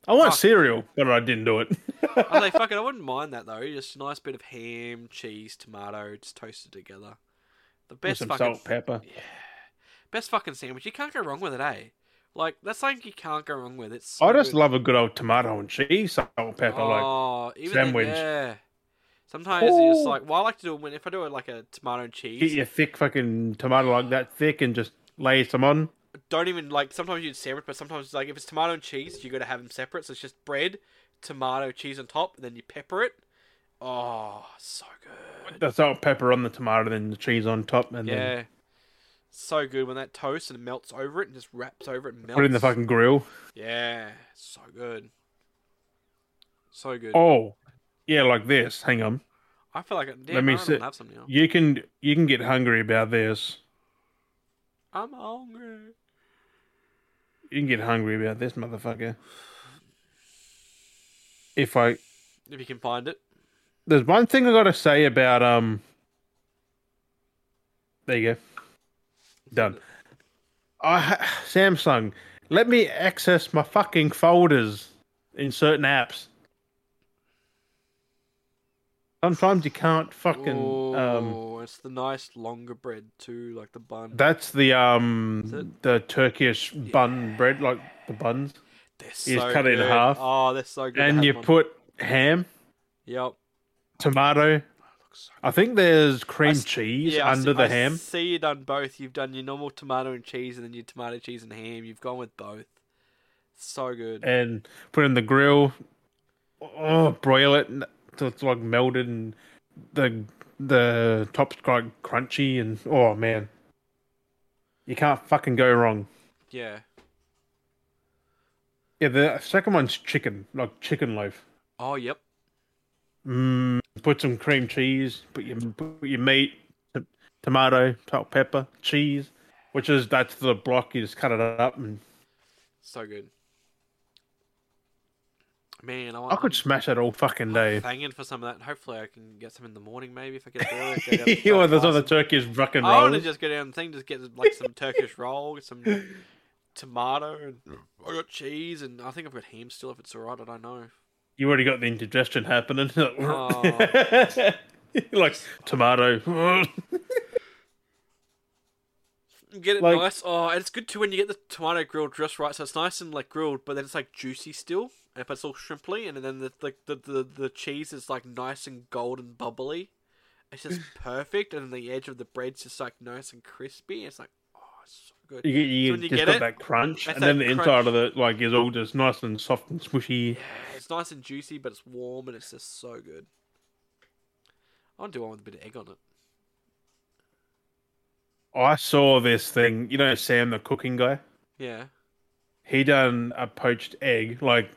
D: I want
B: Fuck.
D: cereal, but I didn't do it.
B: I was like, fuck it, I wouldn't mind that though. Just a nice bit of ham, cheese, tomato, just toasted together. The
D: With
B: best
D: some
B: fucking
D: salt, pepper.
B: best fucking sandwich. You can't go wrong with it, eh? Like that's something you can't go wrong with. It's so
D: I just
B: good.
D: love a good old tomato and cheese, salt, pepper. Like,
B: oh, even then,
D: sandwich.
B: yeah. Sometimes it's just
D: Ooh.
B: like well, I like to do it when if I do it like a tomato and
D: get
B: cheese.
D: your thick fucking tomato like that thick and just lay some on.
B: Don't even like sometimes you'd separate, but sometimes like if it's tomato and cheese, you got to have them separate. So it's just bread, tomato, cheese on top, and then you pepper it. Oh, so good.
D: The salt, pepper on the tomato, then the cheese on top, and then
B: Yeah. So good when that toast and it melts over it and just wraps over it and melts.
D: Put it in the fucking grill.
B: Yeah. So good. So good.
D: Oh, yeah, like this. Hang on.
B: I feel like damn,
D: me
B: I
D: sit-
B: have some now.
D: You can you can get hungry about this.
B: I'm hungry.
D: You can get hungry about this motherfucker. If I
B: If you can find it.
D: there's one thing I gotta say about um. There you go. Done. I ha- Samsung, let me access my fucking folders in certain apps. Sometimes you can't fucking um.
B: Ooh, it's the nice longer bread too, like the bun.
D: That's the
B: Is
D: um
B: it?
D: the Turkish bun bread, like the buns,
B: They're
D: you
B: so
D: just cut it in
B: good.
D: half,
B: Oh, they're so good. to
D: and
B: have
D: you
B: one.
D: put ham,
B: Yep.
D: tomato.
B: Looks so
D: I think there's cream
B: s-
D: cheese
B: Yeah, I
D: under
B: see,
D: the
B: I
D: ham.
B: see you done both. You've done your normal tomato and cheese, and then your tomato, cheese, and ham. You've gone with both. So good.
D: and put it in the grill. Oh, broil it until it's like melted and the the top's like crunchy and oh man, you can't fucking go wrong.
B: Yeah.
D: Yeah, the second one's chicken, like chicken loaf.
B: Oh, yep.
D: Mm, put some cream cheese. Put your put your meat, t- tomato, salt, pepper, cheese, which is that's the block. You just cut it up, and
B: So good. Man, I want.
D: I could smash that all fucking day.
B: banging for some of that. Hopefully, I can get some in the morning. Maybe if I get bored.
D: you want those other Turkish fucking
B: I want to
D: rolls?
B: just go down the thing, just get like some Turkish roll, some tomato, and I got cheese, and I think I've got ham still. If it's alright, I don't know.
D: You already got the indigestion happening.
B: Oh.
D: like tomato.
B: Get it
D: Like-
B: nice. Oh, and it's good too when you get the tomato grilled just right, so it's nice and like grilled, but then it's like juicy still. And if it's all shrimply, and then the like the, the the cheese is like nice and golden bubbly, it's just perfect. And then the edge of the bread's just like nice and crispy. It's like oh, it's so good.
D: you get, you
B: So when you
D: just
B: get
D: got
B: it,
D: that crunch,
B: that's
D: and then
B: that
D: the inside of it like is all just nice and soft and smushy.
B: It's nice and juicy, but it's warm, and it's just so good. I'll do one with a bit of egg on it.
D: I saw this thing. You know Sam, the cooking guy.
B: Yeah.
D: he done a poached egg, like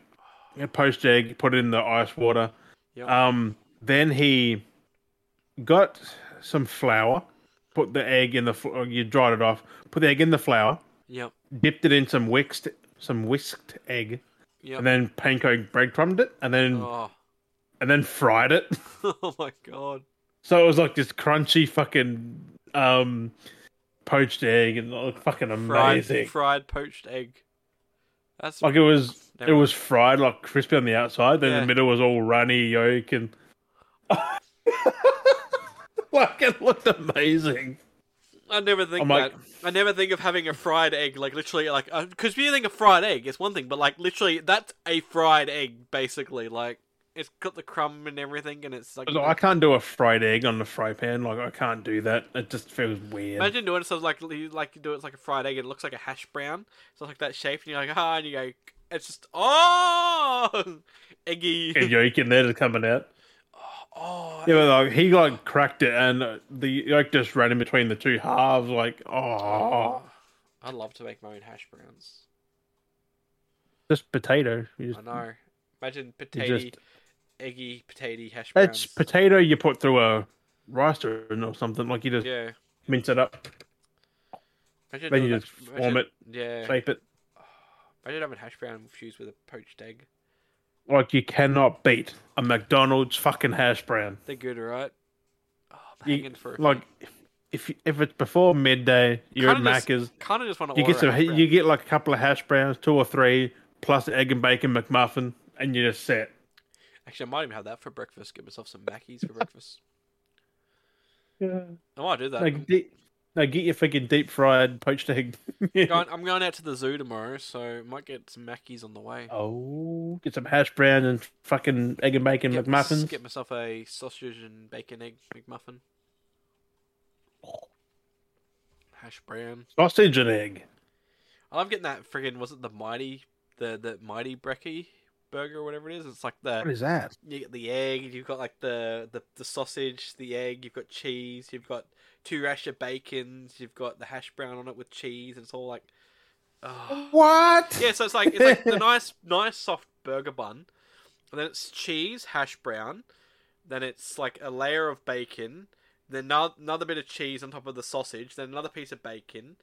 D: a poached egg, put it in the ice water.
B: Yep.
D: Um, then he got some flour, put the egg in the fl- you dried it off, put the egg in the flour,
B: Yep.
D: dipped it in some whisked some whisked egg,
B: Yep.
D: and then panko breadcrumbed it, and then
B: oh.
D: and then fried it.
B: oh my god.
D: So it was like this crunchy fucking um poached egg and it looked fucking
B: Fried,
D: amazing.
B: fried poached egg. That's
D: Like it was,
B: Never
D: it
B: mind.
D: was fried like crispy on the outside, then
B: Yeah.
D: the middle was all runny yolk and. like it looked amazing.
B: I never think
D: I'm like-
B: that. I never think of having a fried egg, like literally, like because when you think of fried egg, it's one thing, but like literally, that's a fried egg, basically. Like it's got the crumb and everything, and it's like
D: I was like, I can't do a fried egg on the fry pan. Like I can't do that. It just feels weird.
B: imagine doing it. So like you- like you do it like a fried egg, and it looks like a hash brown. So it's like that shape, and you're like ah, and you go, it's just oh, eggy.
D: And yolk in there just coming out.
B: Oh,
D: Yeah, but like he like cracked it, and uh, the yolk just ran in between the two halves. Like oh,
B: I'd love to make my own hash browns.
D: just potato. You
B: I
D: just-
B: know. Imagine
D: you
B: potato,
D: just
B: eggy, potato hash browns.
D: It's potato you put through a ricer or something. Like you just
B: yeah.
D: mince it up,
B: Imagine
D: Then
B: doing
D: you
B: that-
D: just form it.
B: Yeah.
D: shape it.
B: I did have a hash brown infused with a poached egg.
D: Like you cannot beat a McDonald's fucking hash brown.
B: They're good, right? Oh, I'm
D: You-
B: hanging for a
D: Like if if it's before midday, you're
B: Kinda
D: at
B: just-
D: Macca's.
B: Kind of just want to
D: You
B: order
D: get some.
B: a hash brown.
D: You get like a couple of hash browns, two or three, plus egg and bacon McMuffin, and you're just set.
B: Actually, I might even have that for breakfast. Get myself some Mackies for breakfast.
D: Yeah.
B: I might do that.
D: Like deep, no, get your freaking deep fried poached egg.
B: I'm, going, I'm going out to the zoo tomorrow, so might get some Mackies on the way.
D: oh, get some hash brown and fucking egg and bacon
B: Get mys-
D: McMuffins.
B: Get myself a sausage and bacon egg McMuffin. Hash brown.
D: Sausage and egg.
B: I love getting that friggin' was it the mighty the the mighty brekkie burger or whatever it is. It's like the
D: What is that?
B: you get the egg, you've got like the, the, the sausage, the egg, you've got cheese, you've got two rash of bacons, you've got the hash brown on it with cheese, and it's all like, oh.
C: What?
B: yeah. So it's like it's like the nice nice soft burger bun, and then it's cheese, hash brown, then it's like a layer of bacon, then no- another bit of cheese on top of the sausage, then another piece of bacon,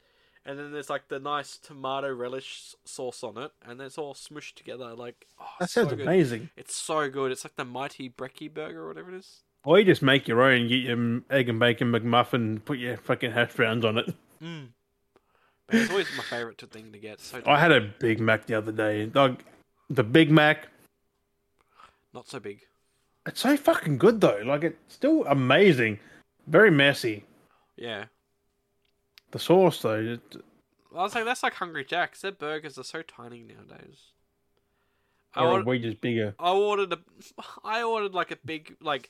B: and then there's like the nice tomato relish s- sauce on it, and it's all smooshed together like. Oh,
D: That
B: it's so
D: sounds
B: good.
D: amazing.
B: It's so good. It's like the mighty brekkie burger or whatever it is.
D: Or you just make your own. Get your m- egg and bacon McMuffin. Put your fucking hash browns on it.
B: Mm. Man, it's always my favorite to- thing to get. So
D: I had a Big Mac the other day. Like the Big Mac.
B: not so big.
D: It's so fucking good though. Like it's still amazing. Very messy.
B: Yeah.
D: The sauce though. It,
B: I was like, that's like Hungry Jack's. Their burgers are so tiny nowadays. I
D: or
B: ordered,
D: Oh, we just bigger.
B: I ordered a, I ordered like a big like,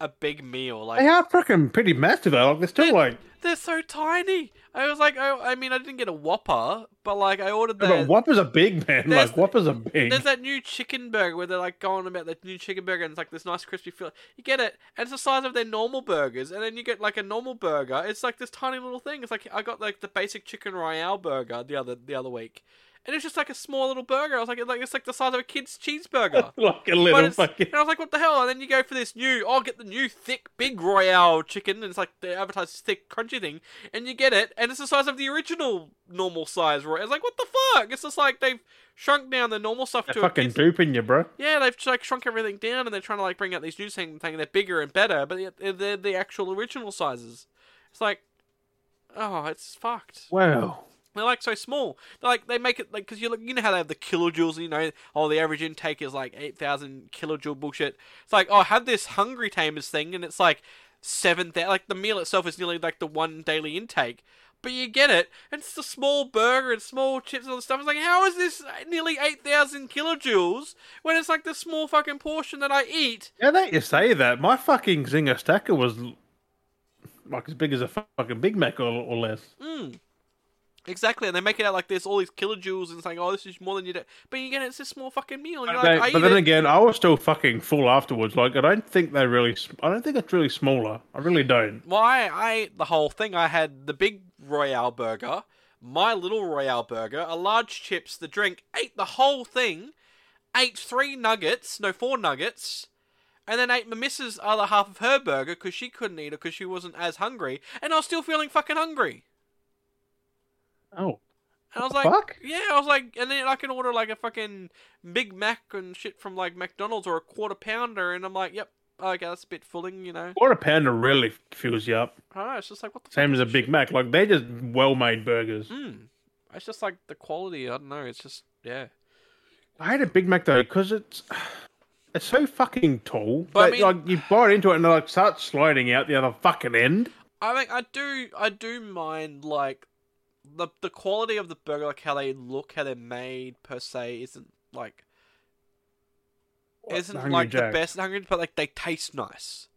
B: a big meal. Like
D: They are fucking pretty massive though. Like they're still like
B: they're so tiny. I was like, oh, I, I mean, I didn't get a Whopper, but like I ordered
D: Yeah,
B: the.
D: but Whoppers are big, man.
B: there's-
D: Like Whoppers are big.
B: There's that new chicken burger where they're like going about the new chicken burger and it's like this nice crispy feel. You get it, and it's the size of their normal burgers, and then you get like a normal burger. It's like this tiny little thing. It's like I got like the basic chicken royale burger the other the other week, and it's just like a small little burger. I was like, it's like it's like the size of a kid's cheeseburger.
D: like a
B: But
D: little
B: it's,
D: fucking.
B: and I was like, what the hell? And then you go for this new, oh, get the new thick, big Royale chicken. And it's like they advertise this thick, crunchy thing. And you get it, and it's the size of the original normal size Royale. It's like, what the fuck? It's just like they've shrunk down the normal stuff
D: They're
B: to a
D: fucking
B: kid's-
D: duping you, bro.
B: Yeah, they've like shrunk everything down, and they're trying to like bring out these new thing, thing. They're bigger and better, but yet they're, they're the actual original sizes. It's like, oh, it's fucked.
D: Wow.
B: They're like so small. They're like they make it like because you look, you know how they have the kilojoules. You know, oh, the average intake is like eight thousand kilojoule bullshit. It's like oh, have this Hungry Tamers thing, and it's like seven thousand. Like the meal itself is nearly like the one daily intake, but you get it. And it's the small burger and small chips and all this stuff. It's like how is this nearly eight thousand kilojoules when it's like the small fucking portion that I eat?
D: Yeah, that you say that. My fucking Zinger Stacker was l- like as big as a fucking Big Mac or, or less.
B: Mm. Exactly, and they make it out like this, all these kilojoules, and it's like, oh, this is more than you do. But you get it, it's this small fucking meal. And you're
D: But,
B: like,
D: they-
B: I eat
D: but then
B: it.
D: again, I was still fucking full afterwards. Like I don't think they really. s- I don't think it's really smaller. I really don't.
B: Well, I, I ate the whole thing. I had the big Royale burger, my little Royale burger, a large chips, the drink, ate the whole thing, ate three nuggets, no, four nuggets, and then ate my missus' other half of her burger because she couldn't eat it because she wasn't as hungry, and I was still feeling fucking hungry.
D: Oh,
B: And I was like,
D: What the fuck?
B: yeah, I was like, and then I can order like a fucking Big Mac and shit from like McDonald's or a quarter pounder, and I'm like, yep, okay, that's a bit fooling, you know.
D: Quarter pounder really fills you up.
B: I don't know. It's just like what the
D: Same
B: fuck
D: as a
B: is
D: Big Mac. Like they just well made burgers.
B: Mm. It's just like the quality. I don't know. It's just yeah.
D: I hate a Big Mac though because it's it's so fucking tall.
B: But I
D: But
B: mean-
D: like you bite into it and it like starts sliding out the other fucking end.
B: I mean, I do. I do mind like the the quality of the burger, like how they look, how they're made per se, isn't like isn't
D: Hungry
B: like the
D: Jack.
B: best hungry, but like they taste nice.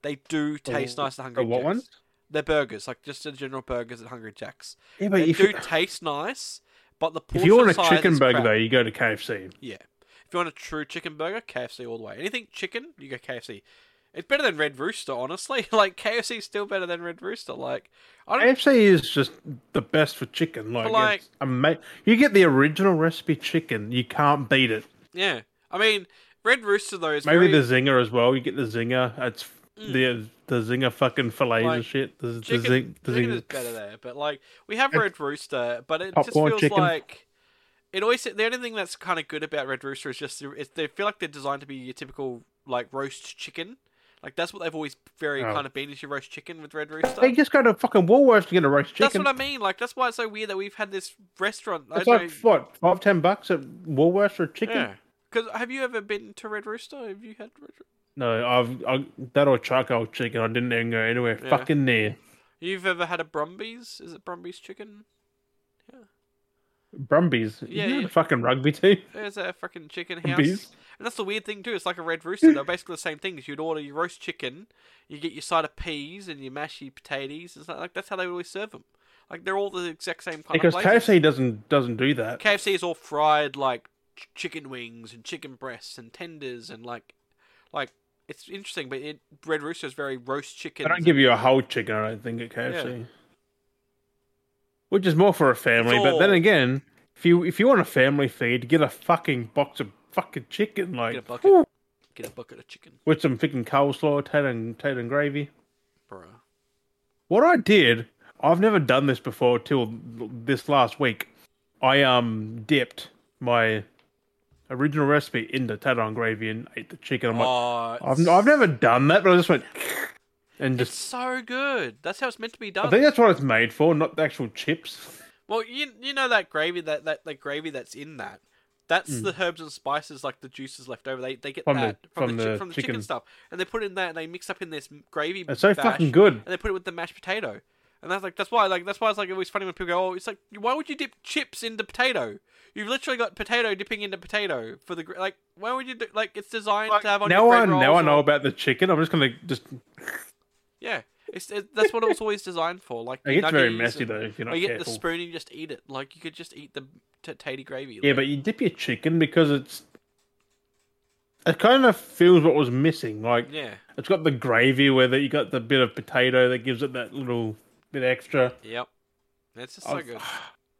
B: They do taste
D: Oh,
B: nice. The hungry
D: The what
B: Jacks.
D: ones?
B: They're burgers, like just the general burgers at Hungry Jacks.
D: Yeah, but
B: They
D: if
B: do
D: you,
B: taste nice, but the portion
D: if you want a
B: size
D: chicken
B: is
D: burger
B: crap.
D: though, you go to KFC.
B: Yeah. If you want a true chicken burger, KFC all the way. Anything chicken, you go KFC. It's better than Red Rooster, honestly. Like KFC is still better than Red Rooster. Like I don't.
D: KFC is just the best for chicken. Like,
B: like-
D: it's ama- you get the original recipe chicken, you can't beat it.
B: Yeah. I mean, Red Rooster though is
D: Maybe
B: very- Mm.
D: the zinger as well. You get the zinger. It's the the zinger fucking fillets
B: Like,
D: and shit. The, the
B: chicken,
D: zing, the
B: chicken
D: zinger.
B: is better there, but like we have
D: It's-
B: Red Rooster, but it just
D: Popcorn
B: feels
D: chicken.
B: like it always. The only thing that's kind of good about Red Rooster is just the- it's, they feel like they're designed to be your typical like roast chicken. Like that's what they've always very
D: Oh.
B: kind of been is your roast chicken with Red Rooster.
D: They just go to fucking Woolworths to get a roast
B: That's
D: chicken.
B: what I mean. Like that's why it's so weird that we've had this restaurant. I
D: it's
B: don't
D: like
B: know-
D: what five ten bucks at Woolworths for a chicken.
B: Yeah. Because have you ever been to Red Rooster? Have you had Red Rooster?
D: No, I've I, that or charcoal chicken. I didn't even go anywhere
B: Yeah.
D: fucking near.
B: You've ever had a Brumbies? Is it Brumbies chicken?
D: Brumbies.
B: Yeah,
D: Yeah,
B: yeah.
D: the fucking rugby team.
B: There's a fucking chicken house.
D: Brumbies?
B: And that's the weird thing too. It's like a Red Rooster. They're basically the same thing. is You'd order your roast chicken, you get your side of peas and your mashy potatoes. It's like, like that's how they always serve them. Like they're all the exact same kind
D: Because
B: of places.
D: KFC doesn't doesn't do that.
B: KFC is all fried like ch- chicken wings and chicken breasts and tenders and like like it's interesting. But it, Red Rooster is very roast chicken.
D: They don't give you a whole chicken, I don't think, at KFC. Which is more for a family, but then
B: all-
D: again, if you if you want a family feed, get a fucking box of fucking chicken, like
B: Get a bucket. Get a bucket of chicken,
D: with some fucking coleslaw, tater and tater and gravy.
B: bro.
D: What I did, I've never done this before till this last week. I um dipped my original recipe into tater and gravy and ate the chicken. I'm like,
B: Oh,
D: I've, I've never done that, but I just went and
B: It's
D: just.
B: so good. That's how it's meant to be
D: I
B: done.
D: think that's what it's made for, not the actual chips.
B: Well, you you know that gravy that that, that gravy that's in that. That's the herbs and spices, like the juices left over. They they get
D: Hmm. From the-
B: that
D: from
B: chi-
D: the
B: from the chicken.
D: chicken.
B: stuff, and they put it in that, and they mix up in this m- gravy.
D: It's so
B: bash,
D: fucking good.
B: And they put it with the mashed potato, and that's like that's why like that's why it's like always funny when people go, oh, it's like why would you dip chips into potato? You've literally got potato dipping into potato for the gra- like. Why would you do like it's designed to have on
D: Now
B: your
D: I
B: bread rolls
D: now I know
B: or-
D: about the chicken. I'm just gonna just.
B: Yeah, it's it, that's what it was always designed for. Like
D: It gets very
B: nuggies
D: messy
B: and-
D: though if you're
B: Or
D: not
B: you get the
D: careful.
B: spoon and you just eat it. Like you could just eat the t- tatty gravy.
D: yeah,
B: like-
D: but you dip your chicken because it's. It kind of feels what was missing. Like
B: yeah,
D: it's got the gravy with it. You got the bit of potato that gives it that little bit extra.
B: yep. That's just so
D: I've-
B: good.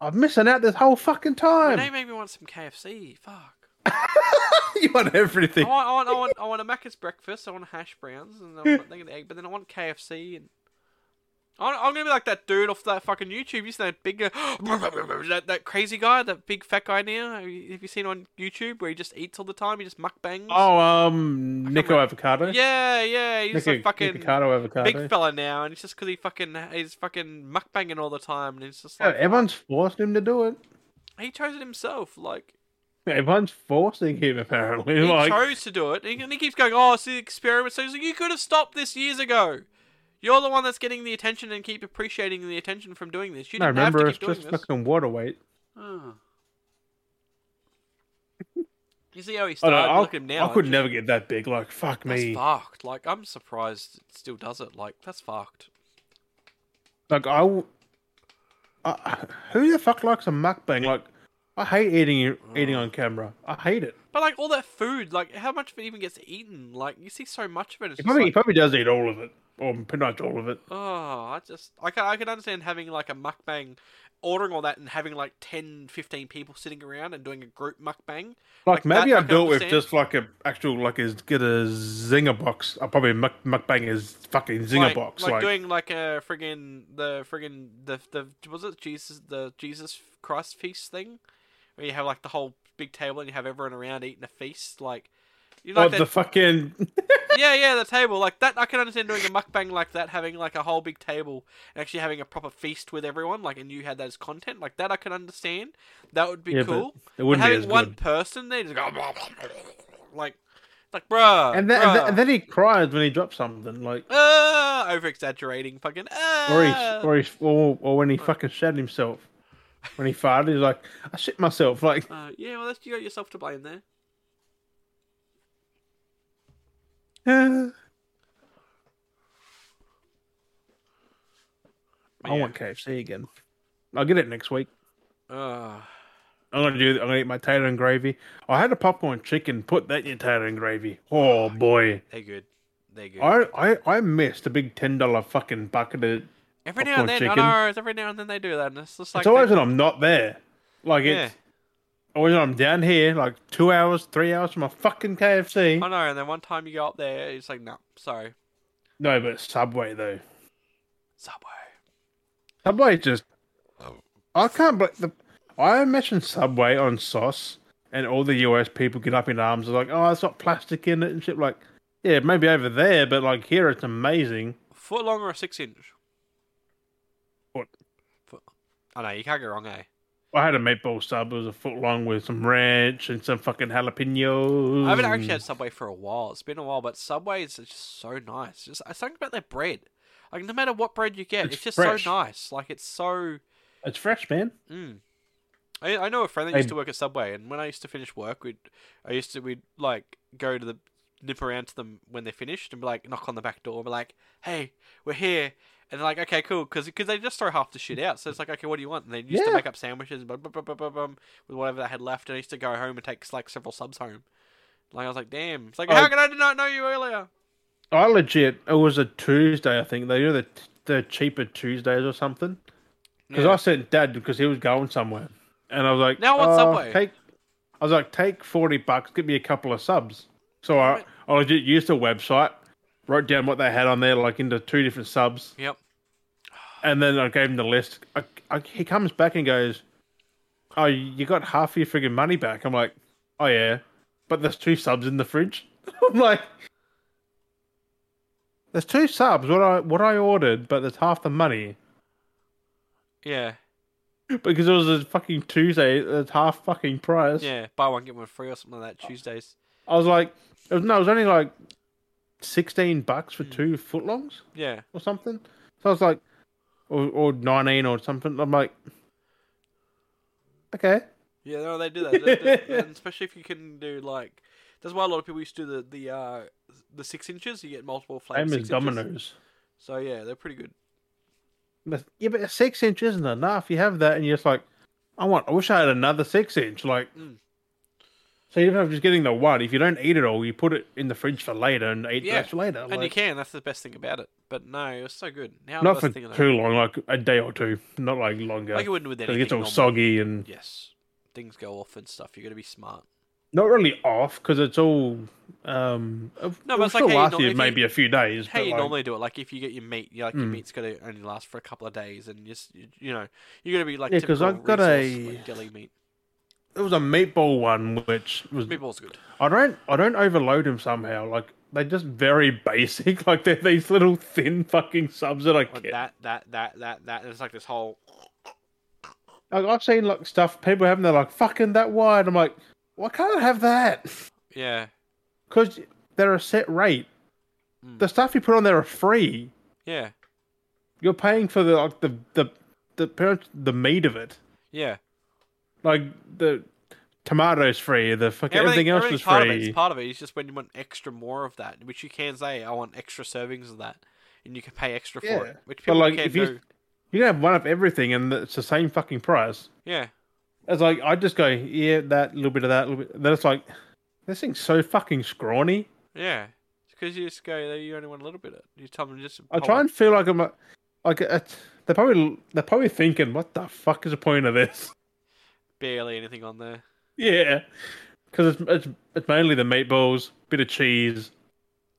D: I'm missing out this whole fucking
B: Well, now you
D: time.
B: make me want some KFC. Fuck.
D: you want
B: I
D: everything.
B: want, I want, I want, I want a Macca's breakfast. I want hash browns and I want an egg, but then I want KFC and. I'm I'm gonna be like that dude off that fucking YouTube. You see that big, uh, that, that crazy guy, that big fat guy now. Have you have you seen on YouTube where he just eats all the time? He just mukbangs.
D: Oh, um, Nico
B: remember.
D: avocado.
B: yeah, yeah. He's just
D: Nico,
B: a fucking
D: avocado avocado.
B: big fella now, and it's just because he fucking he's fucking mukbanging all the time, and it's just
D: Yeah,
B: like
D: everyone's forced him to do it.
B: he chose it himself. Like
D: Everyone's forcing him apparently.
B: he
D: like,
B: chose to do it, and he, and he keeps going. Oh, it's the experiment. So he's like, you could have stopped this years ago. You're the one that's getting the attention and keep appreciating the attention from doing this. You
D: no,
B: didn't have
D: remember
B: to
D: it's
B: keep doing
D: just
B: this.
D: fucking water weight.
B: Oh. you see how he
D: I,
B: started?
D: don't know,
B: Look at him now.
D: I could
B: it's
D: never get that big. Like, fuck
B: just-
D: me.
B: That's fucked. Like I'm surprised it still does it. Like that's fucked.
D: Like, I, w- I- Who the fuck likes a mukbang? Like, I hate eating eating on camera. I hate it.
B: But like all that food, like how much of it even gets eaten? Like you see so much of it. It's
D: He
B: just
D: probably,
B: like-
D: he probably does eat all of it, or pretty much all of it.
B: Oh, I just I can I can understand having like a mukbang, ordering all that and having like 10, 15 people sitting around and doing a group mukbang. Like
D: Like, maybe
B: that, I
D: I'd
B: can
D: do it with
B: understand.
D: just like a actual like is get a zinger box. I probably muk, mukbang his fucking zinger
B: like,
D: box.
B: like,
D: Like,
B: doing like a friggin' the friggin' the the was it Jesus the Jesus Christ feast thing, where you have like the whole big table and you have everyone around eating a feast. Like You
D: Of
B: like
D: oh, the
B: that?
D: fucking
B: yeah, yeah, the table like that. I can understand doing a mukbang like that, having like a whole big table and actually having a proper feast with everyone. Like, and you had that as content like that. I can understand. That would be
D: Yeah, but
B: cool.
D: it wouldn't be
B: having
D: as
B: one
D: good.
B: person there, just go, like, like, bruh,
D: And then, and,
B: bruh.
D: then, and then he cries when he drops something, like
B: Ah, over exaggerating, fucking. Ah.
D: or he, or he, or, or when he fucking shat himself, when he farted, he's like, I shit myself, like
B: Uh, yeah, well, that's you got yourself to blame there.
D: I
B: Yeah.
D: want KFC again. I'll get it next week.
B: Ah,
D: I'm gonna do. I'm gonna eat my tater and gravy. I had a popcorn chicken. Put that in your tater and gravy. Oh boy,
B: they're good. They're good.
D: I I, I missed a big ten dollar fucking bucket of.
B: every now and then,
D: popcorn
B: I
D: chicken.
B: know. it's Every now and then they do that, and it's just like.
D: it's always
B: they-
D: when I'm not there. Like
B: yeah,
D: it's always when I'm down here, like two hours, three hours from my fucking KFC.
B: I know. And then one time you go up there, it's like, no, sorry,
D: No, but Subway though.
B: Subway.
D: Subway just. I can't believe the. I imagine Subway on sauce, and all the US people get up in arms and like, oh, it's got plastic in it and shit. Like, yeah, maybe over there, but like here, it's amazing.
B: Foot long or a six inch?
D: Foot.
B: Foot. I know you can't go wrong, eh?
D: I had a meatball sub. It was a foot long with some ranch and some fucking jalapenos.
B: I haven't actually
D: and-
B: had Subway for a while. It's been a while, but Subway is just so nice. Just I something about their bread. Like no matter what bread you get, it's,
D: It's
B: just
D: fresh.
B: so nice. Like it's so.
D: It's fresh, man.
B: Mm. I, I know a friend that
D: I-
B: used to work at Subway, and when I used to finish work, we'd I used to we'd like go to the nip around to them when they're finished and be like knock on the back door and be like, "Hey, we're here," and they're like, "Okay, cool," because they just throw half the shit out. So it's like, "Okay, what do you want?" And they used to
D: Yeah.
B: make up sandwiches, blah, blah, blah, blah, blah, blah, with whatever they had left, and I used to go home and take like several subs home. Like I was like, "Damn!" It's like,
D: Oh.
B: "How could I not know you earlier?"
D: I legit. It was a Tuesday, I think. They do the the cheaper Tuesdays or something. Because
B: Yeah.
D: I sent Dad because he was going somewhere, and I was like,
B: Now I want
D: "Uh,
B: Subway."
D: Take, I was like, "Take forty bucks, get me a couple of subs." So I, I legit used the website, wrote down what they had on there, like into two different subs,
B: Yep.
D: and then I gave him the list. I, I, he comes back and goes, "Oh, you got half of your friggin' money back." I'm like, "Oh yeah, but there's two subs in the fridge." I'm like, "There's two subs. What I what I ordered, but there's half the money."
B: Yeah.
D: Because it was a fucking Tuesday at half fucking price.
B: Yeah. Buy one get one free or something
D: Oh.
B: like that. Tuesdays.
D: I was like, it was, no, it was only like 16 bucks for two footlongs
B: Yeah.
D: or something. So I was like, or, or 19 or something. I'm like, okay.
B: Yeah, no, they do that, They- they- and especially if you can do like. That's why a lot of people used to do the the uh, the six inches. You get multiple flavors.
D: Same
B: six
D: as
B: inches.
D: Domino's.
B: So yeah, they're pretty good.
D: But- Yeah, but a six inch isn't enough. You have that and you're just like, I want, I wish I had another six inch. Like,
B: Mm.
D: so even if I'm just getting the one, if you don't eat it all, you put it in the fridge for later and eat the
B: Yeah,
D: rest later.
B: and you
D: like-
B: can. That's the best thing about it. But no, it was so good. Now
D: not
B: that's
D: for
B: the thing, though.
D: too long, like a day or two, not like longer.
B: Like you wouldn't with
D: So
B: anything.
D: it gets all
B: normal.
D: soggy and
B: Yes, things go off and stuff. You got to be smart.
D: not really off because it's all. Um,
B: No,
D: it
B: but
D: will
B: it's like
D: still
B: how you
D: last
B: nor-
D: you
B: if you-
D: maybe a few days.
B: How
D: but
B: you
D: like,
B: normally do it? Like if you get your meat, you like your
D: Mm.
B: meat's got to only last for a couple of days, and just you, you know you're gonna be like
D: Yeah, 'cause
B: typical
D: I've got
B: resource,
D: a-
B: like deli meat.
D: There was a meatball one which was
B: Meatball's good.
D: I don't I don't overload them somehow. Like they're just very basic. Like they're these little thin fucking subs that I
B: Like
D: get.
B: that, that, that, that, that. And it's like this whole.
D: Like I've seen like stuff people having. They're like fucking that wide. I'm like, well, I can't have that
B: Yeah.
D: because they're a set rate.
B: Mm.
D: The stuff you put on there are free.
B: Yeah.
D: You're paying for the like the the the parent the meat of it.
B: Yeah.
D: Like the tomatoes free, the fucking everything, else
B: everything's
D: is
B: part Of it.
D: free.
B: It's part of it. It's just when you want extra more of that, which you can say, "I want extra servings of that," and you can pay extra for
D: Yeah.
B: it, which
D: But
B: people
D: like
B: can
D: if
B: do.
D: you you can have one of everything and it's the same fucking price.
B: Yeah,
D: It's like I just go yeah that little bit of that little bit. Then it's like this thing's so fucking scrawny.
B: yeah. Because you just go, "You only want a little bit." of it. You tell them just.
D: I try and feel like I'm a- like it's, they're probably they're probably thinking what the fuck is the point of this?
B: barely anything on there.
D: yeah, because it's, it's it's mainly the meatballs, bit of cheese,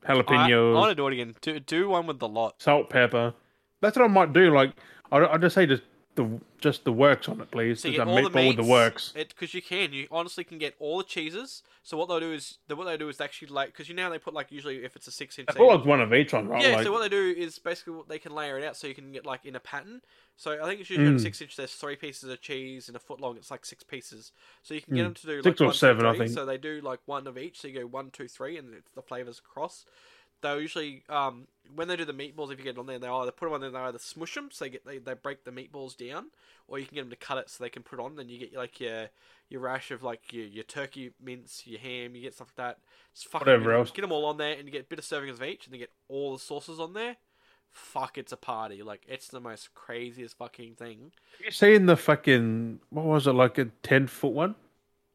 D: jalapenos.
B: I, I want to do it again. Do do one with the lot.
D: salt, pepper. That's what I might do. Like, I, I just say just the just the works on it, please.
B: So you
D: Just
B: get
D: a
B: all the
D: meatball
B: meats,
D: with the works.
B: because you can. You honestly can get all the cheeses. So what they'll do is, the, what they do is they actually like, because you know they put like usually if it's a six inch.
D: I thought it was one of each on right?
B: Yeah,
D: like,
B: so what they do is basically what- they can layer it out so you can get like in a pattern. So I think it's usually on a
D: Mm.
B: six inch. There's three pieces of cheese and a foot long. It's like six pieces. So you can get
D: Mm.
B: them to do like
D: Six or
B: one, two,
D: seven, I
B: three.
D: think.
B: So they do like one of each. So you go one, two, three, and it's the flavors across. They'll usually um, when they do the meatballs, if you get on there, they either put them on there, they either smush them, so they get they, they break the meatballs down, or you can get them to cut it so they can put it on. Then you get like your your rash of like your, your turkey mince, your ham, you get stuff like that. It's fucking
D: Whatever
B: beautiful.
D: else.
B: Get them all on there, and you get a bit of servings of each, and you get all the sauces on there. Fuck, it's a party. Like it's the most craziest fucking thing.
D: Have you seen the fucking what was it like a ten foot one?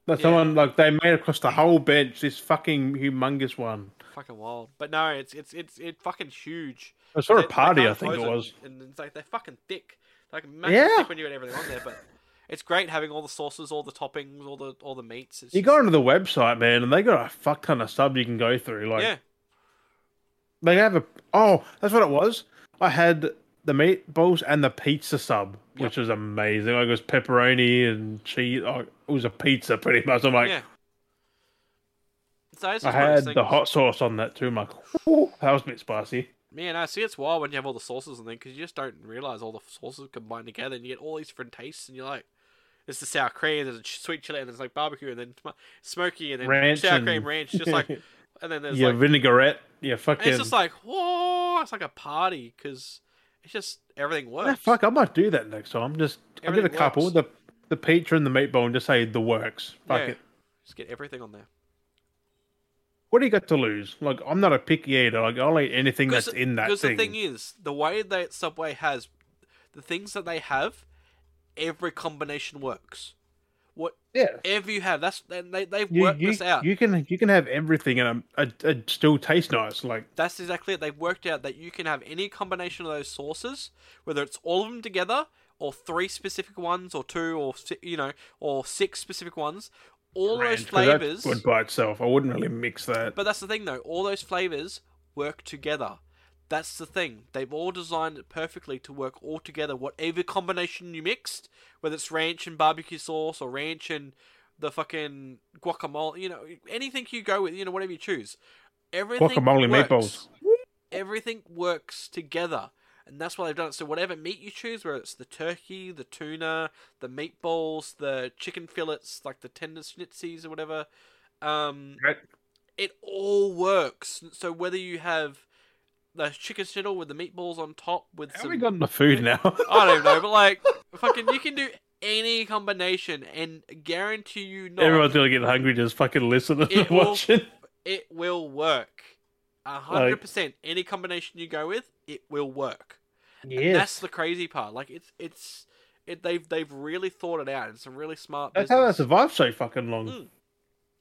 D: That's the
B: Yeah.
D: one like they made across the whole bench. This fucking humongous one.
B: Fucking wild. But no, it's it's it's it fucking huge.
D: It was for a
B: They- they
D: party,
B: can't
D: I think it
B: close
D: was.
B: And it's like they're fucking thick. Like massive
D: Yeah.
B: thick when you get everything on there, but it's great having all the sauces, all the toppings, all the all the meats. It's
D: You
B: just-
D: go onto the website, man, and they got a fuck ton of sub you can go through. Like
B: Yeah.
D: they have a oh, that's what it was. I had the meatballs and the pizza sub,
B: Yep.
D: which was amazing. Like it was pepperoni and cheese. Oh, it was a pizza pretty much. I'm like,
B: yeah. So it's
D: I
B: just one of those
D: had the
B: things-
D: hot sauce on that too. I'm like, "Ooh, that was a bit spicy.
B: Man, I see it's wild when you have all the sauces and then because you just don't realize all the sauces combined together and you get all these different tastes and you're like, it's the sour cream, there's a ch- sweet chili, and there's like barbecue, and then sm- smoky, and then
D: Ranch
B: sour
D: and-
B: cream ranch, just like, and then there's
D: yeah,
B: like,
D: vinaigrette. Yeah,
B: and
D: fucking.
B: it's just like, whoa, it's like a party because it's just everything works.
D: Yeah, fuck, I might do that next time. Just I did a
B: Everything
D: couple
B: works.
D: the the pizza and the meatball, and just say the works. Fuck
B: Yeah.
D: it.
B: Just get everything on there.
D: What do you got to lose? Like I'm not a picky eater. Like I'll eat anything that's in that
B: Because
D: thing.
B: the thing is, the way that Subway has, the things that they have, every combination works.
D: yeah,
B: Whatever you have, that's and they they've
D: you,
B: worked
D: you,
B: this out.
D: you can you can have everything and it, it still tastes nice. Like
B: That's exactly it. They've worked out that you can have any combination of those sauces, whether it's all of them together, or three specific ones, or two, or si- you know, or six specific ones. All
D: ranch,
B: those
D: 'cause that's
B: flavors.
D: good by itself. I wouldn't really mix that.
B: But that's the thing, though. All those flavors work together. That's the thing. They've all designed it perfectly to work all together. Whatever combination you mixed, whether it's ranch and barbecue sauce or ranch and the fucking guacamole, you know, anything you go with, you know, whatever you choose, everything
D: Guacamole
B: works.
D: meatballs.
B: Everything works together, and that's why they've done it. So whatever meat you choose, whether it's the turkey, the tuna, the meatballs, the chicken fillets, like the tender schnitzies or whatever, um,
D: Right.
B: it all works. So whether you have the chicken schnitzel with the meatballs on top with
D: How
B: some,
D: we got into food now?
B: I don't know, but like fucking, you can do any combination, and guarantee you not
D: Everyone's gonna get hungry just fucking listening
B: It
D: and
B: will-
D: watching.
B: it will work. A hundred percent. Any combination you go with, it will work. And that's the crazy part. Like it's it's it they've they've really thought it out. It's a really smart.
D: That's
B: business.
D: how they survived so fucking long.
B: Mm.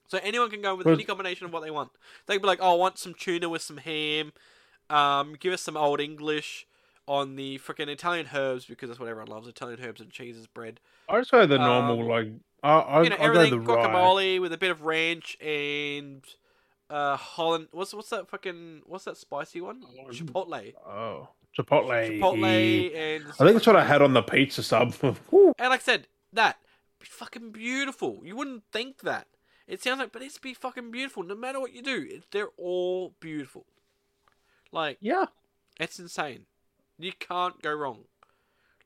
B: So anyone can go with
D: Well-
B: any combination of what they want. They can be like, "Oh, I want some tuna with some ham. Um, give us some old English on the freaking Italian herbs because that's what everyone loves: Italian herbs and cheeses, bread.
D: I just go the normal,
B: Um,
D: like I, I,
B: you know,
D: I go the
B: everything
D: rye.
B: guacamole with a bit of ranch and uh Holland. What's what's that fucking what's that spicy one?
D: Holland-
B: Chipotle.
D: Oh, chipotle.
B: Chipotle and
D: I think that's what I had on the pizza sub.
B: And like I said, that be fucking beautiful. You wouldn't think that. It sounds like, but it's be fucking beautiful. No matter what you do, it, they're all beautiful. Like
D: yeah,
B: it's insane. You can't go wrong.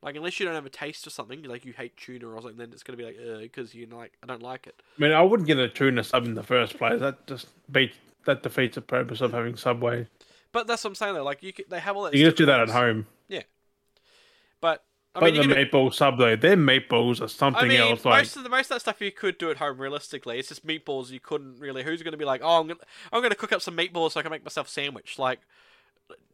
B: Like unless you don't have a taste or something, like you hate tuna or something, then it's gonna be like because you know, like I don't like it.
D: I mean, I wouldn't get a tuna sub in the first place. That just beats. That defeats the purpose of having Subway.
B: But that's what I'm saying though. Like you, c they have all that.
D: You can just do that
B: different
D: at
B: things.
D: home.
B: But I
D: but
B: mean,
D: the
B: you can do-
D: meatball sub though, their meatballs are
B: I
D: something
B: mean, most
D: else. Like
B: of the most of that stuff you could do at home. Realistically, it's just meatballs. You couldn't really. Who's going to be like, oh, I'm gonna, I'm going to cook up some meatballs so I can make myself a sandwich. Like,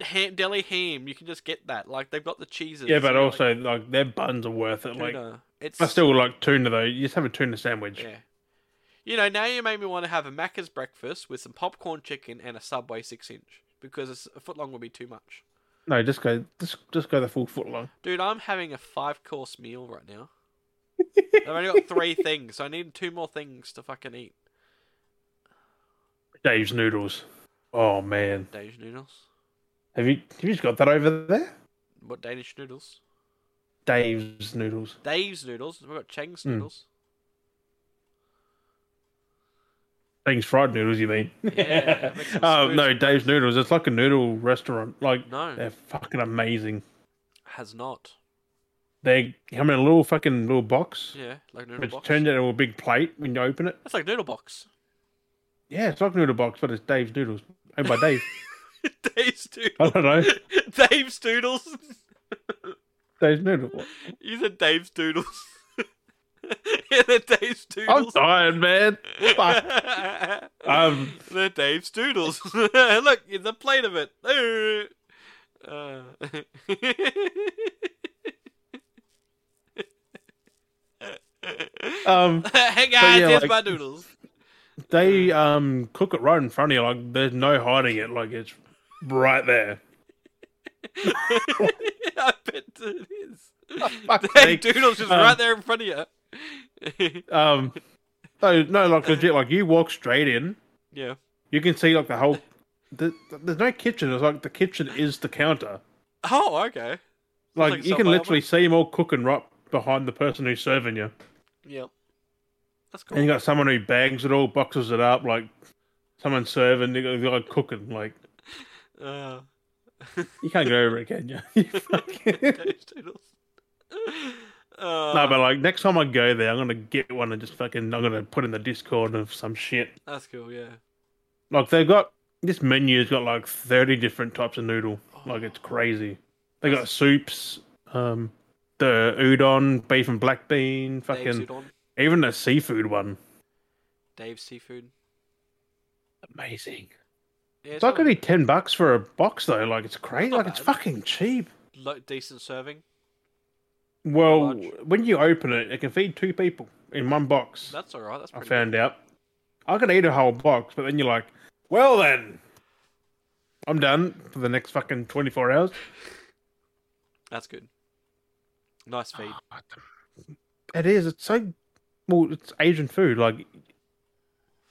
B: ham, deli ham. You can just get that. Like, they've got the cheeses.
D: yeah,
B: you
D: but
B: know,
D: also like, their buns are worth it.
B: like,
D: Like
B: tuna. it's
D: I still like tuna though. You just have a tuna sandwich.
B: yeah. You know, now you made me want to have a Macca's breakfast with some popcorn chicken and a Subway six inch because it's- a foot long would be too much.
D: No, just go, just just go the full foot long.
B: Dude, I'm having a five course meal right now. I've only got three things, so I need two more things to fucking eat.
D: Dave's noodles. Oh man,
B: Danish noodles.
D: have you have you just got that over there?
B: What Danish noodles?
D: Dave's noodles.
B: Dave's noodles. We've got Cheng's
D: Mm.
B: noodles.
D: Things fried noodles, you mean?
B: Yeah, make some
D: um,
B: smooth-
D: no, Dave's noodles. It's like a noodle restaurant. Like
B: No.
D: they're fucking amazing.
B: Has not.
D: They come in a little fucking little box,
B: Yeah, like noodle
D: which
B: box.
D: turns into a big plate when you open it.
B: That's like noodle box.
D: Yeah, it's like noodle box, but it's Dave's noodles. Owned by Dave.
B: Dave's
D: I
B: noodles.
D: don't know.
B: Dave's noodles.
D: Dave's noodles.
B: You said Dave's doodles. yeah, they're Dave's
D: I'm
B: doodles.
D: tired, man. Fuck. Um,
B: they're Dave's doodles. Look, it's a plate of it. Uh.
D: um,
B: Hang on,
D: yeah,
B: here's
D: like-
B: my doodles.
D: they um cook it right in front of you. Like there's no hiding it. Like it's right there.
B: I bet it is.
D: fuck's
B: Dave
D: sake.
B: doodles just
D: Um,
B: right there in front of you.
D: Um, so no, like legit. Like you walk straight in.
B: yeah.
D: You can see like the whole. The, there's no kitchen. It's like the kitchen is the counter.
B: Oh, okay.
D: Like,
B: like a
D: you can
B: subway
D: literally see them all cooking right behind the person who's serving you.
B: Yep. That's cool.
D: And you got someone who bags it all, boxes it up, like someone serving, they got, they got cooking. Like
B: Uh,
D: you can't go over it, can you? You fucking-
B: Dave's doodles. Uh,
D: no, but like next time I go there, I'm gonna get one and just fucking I'm gonna put in the Discord of some shit.
B: That's cool, yeah.
D: Like they've got this menu's got like thirty different types of noodle. Like it's crazy. They got soups, um, the udon, beef and black bean,
B: Dave's
D: fucking
B: udon.
D: even the seafood one.
B: Dave's seafood.
D: Amazing.
B: Yeah,
D: It's like
B: not
D: only ten bucks for a box though. Like it's crazy.
B: Not
D: Like it's
B: bad.
D: fucking cheap.
B: lo- decent serving.
D: Well,
B: large.
D: when you open it, it can feed two people in one box.
B: That's alright. That's
D: I
B: pretty
D: found out. I could eat a whole box, but then you're like, well then, I'm done for the next fucking twenty four hours.
B: good. That's good. Nice feed.
D: It is. It's so well. It's Asian food. Like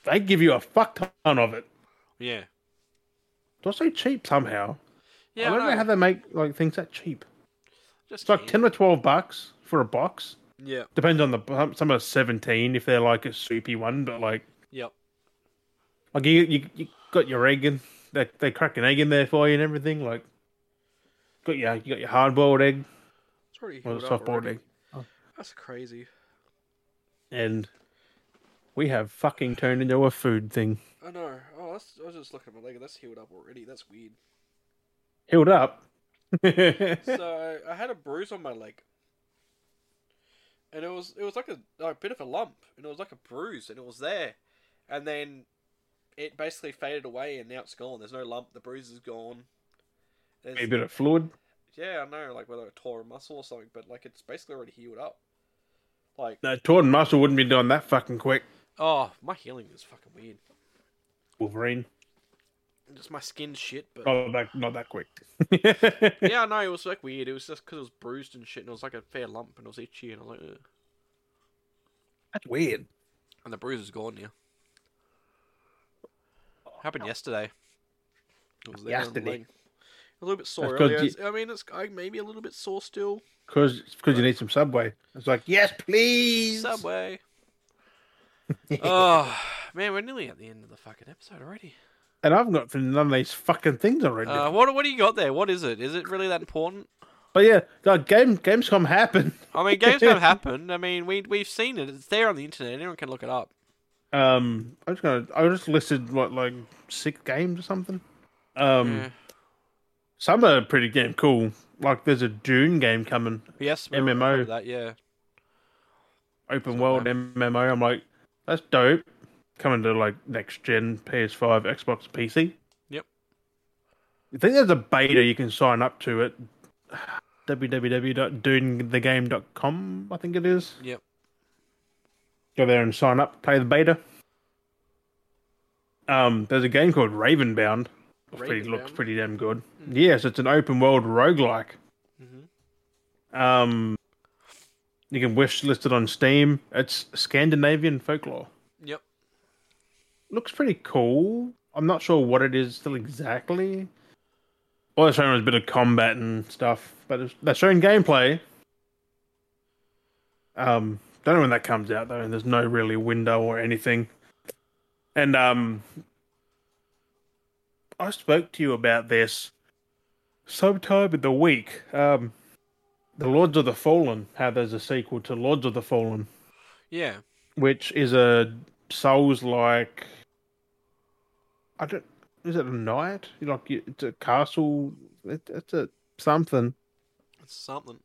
D: they give you a fuck ton of it.
B: Yeah.
D: It's also cheap somehow.
B: Yeah,
D: I don't know. how
B: have
D: they make like things that cheap.
B: Just
D: It's like
B: eat.
D: ten or twelve bucks for a box.
B: Yeah.
D: Depends on the some are seventeen if they're like a soupy one, but like
B: Yep.
D: like you you, you got your egg in they they crack an egg in there for you and everything like got your you got your hard boiled egg
B: It's already
D: or
B: healed up
D: soft boiled
B: already.
D: egg
B: That's crazy.
D: and we have fucking turned into a food thing
B: I know. Oh, that's, I was just looking at my leg. That's healed up already. That's weird.
D: healed up
B: so I had a bruise on my leg, and it was it was like a, like a bit of a lump, and it was like a bruise, and it was there, and then it basically faded away, and now it's gone. There's no lump. The bruise is gone. There's-
D: a bit of fluid
B: yeah, I know, like whether it tore a muscle or something, but like it's basically already healed up. Like,
D: no torn muscle wouldn't be doing that fucking quick
B: oh, my healing is fucking weird.
D: Wolverine
B: Just my skin shit, but
D: not that not that quick
B: yeah, I know it was like weird. It was just because it was bruised and shit, and it was like a fair lump, and it was itchy, and I was like, Ugh.
D: that's weird
B: and the bruise is gone now. Happened yesterday. It was there on the
D: Yesterday.
B: leg. A little bit sore
D: That's 'cause
B: earlier.
D: you-
B: It's- I mean, it's I- maybe a little bit sore still.
D: because you need some subway it's like yes please
B: Subway. oh man, we're nearly at the end of the fucking episode already.
D: and i've got none of these fucking things already
B: Uh, what what do you got there? What is it? Is it really that important?
D: but yeah like game gamescom happened
B: I mean, games have happened. I mean, we we've seen it. It's there on the internet. Anyone can look it up.
D: Um, I'm just gonna. I just listed what like six games or something. Um,
B: Yeah.
D: some are pretty damn cool. Like there's a Dune game coming,
B: Yes, we
D: MMO.
B: remember That yeah.
D: open world MMO. I'm like, that's dope. Coming to like next gen PS5, Xbox, PC.
B: Yep.
D: I think there's a beta you can sign up to at www.dunethegame.com. I think it is.
B: Yep.
D: Go there and sign up, play the beta. Um, there's a game called Ravenbound. It's pretty, looks
B: Ravenbound?
D: pretty damn good. Yes, it's an open world roguelike.
B: Mhm.
D: Um, you can wish list it on Steam. It's Scandinavian folklore.
B: Yep.
D: Looks pretty cool. I'm not sure what it is still exactly. All they're showing is a bit of combat and stuff, but it's, they're showing gameplay. Um, don't know when that comes out though, and there's no really window or anything. And um, I spoke to you about this sometime in the week. Um, the Lords of the Fallen, how there's a sequel to Lords of the Fallen,
B: Yeah.
D: which is a Souls like. I don't. Is it a knight? You like you- it's a castle. It, it's a something.
B: It's something.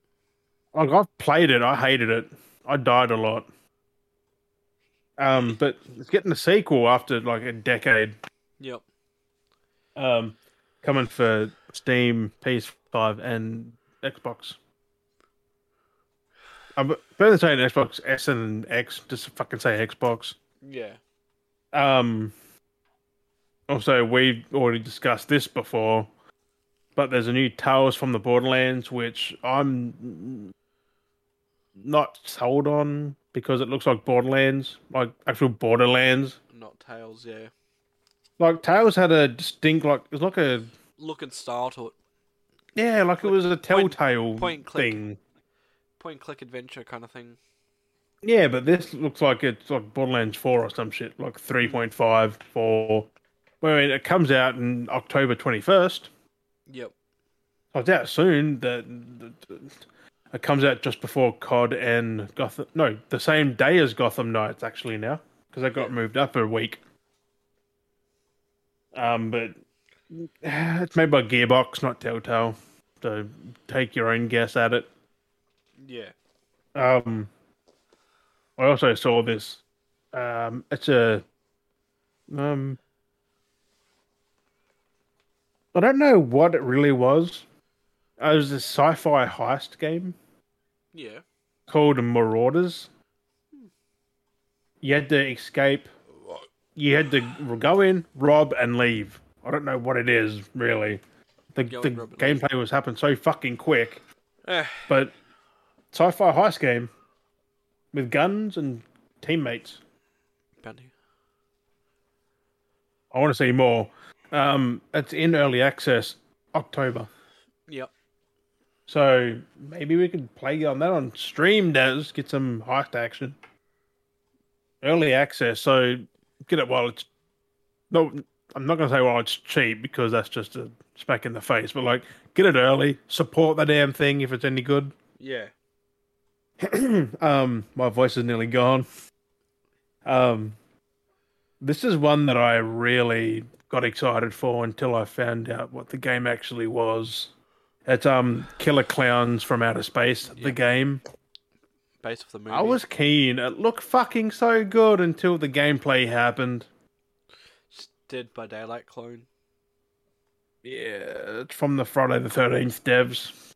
D: Like I've played it, I hated it. I died a lot. Um, but it's getting a sequel after like a decade.
B: Yep.
D: Um, coming for Steam, PS5, and Xbox. I'm better than saying Xbox S and X. Just fucking say Xbox.
B: Yeah.
D: Um. Also, we've already discussed this before, but there's a new Tales from the Borderlands, which I'm not sold on because it looks like Borderlands, like actual Borderlands.
B: Not tails. Yeah.
D: Like Tales had a distinct, like it's like a
B: Look and style to it.
D: yeah, like it was a Telltale
B: point click.
D: thing.
B: Point and click adventure kind of thing.
D: Yeah, but this looks like it's like Borderlands 4 or some shit, like 3.5, 4. Well, I mean, it comes out in October 21st.
B: Yep.
D: Oh, it's out soon. That it comes out just before COD and Gotham. No, the same day as Gotham Knights actually now because I got moved up a week. Um, but it's made by Gearbox, not Telltale. So take your own guess at it.
B: Yeah.
D: Um, I also saw this. Um, it's a. Um, I don't know what it really was. It was a sci-fi heist game
B: Yeah.
D: called Marauders. You had to escape. You had to go in, rob, and leave. I don't know what it is really. The,
B: Go
D: the
B: and rob and leave.
D: gameplay was happening so fucking quick
B: Eh,
D: but sci-fi heist game with guns and teammates.
B: Bounty.
D: I want to see more. Um, it's in early access October,
B: Yep.
D: so maybe we could play on that on stream. Does get some heist action. Early access, so get it while it's no. I'm not gonna say while it's cheap because that's just a smack in the face. But like, get it early. Support the damn thing if it's any good.
B: Yeah.
D: um, my voice is nearly gone. Um, this is one that I really got excited for until I found out what the game actually was. It's um Killer Clowns from Outer Space, the game.
B: Based off the movie.
D: I was keen. It looked fucking so good until the gameplay happened.
B: It's Dead by Daylight clone.
D: Yeah, it's from the Friday the Thirteenth devs.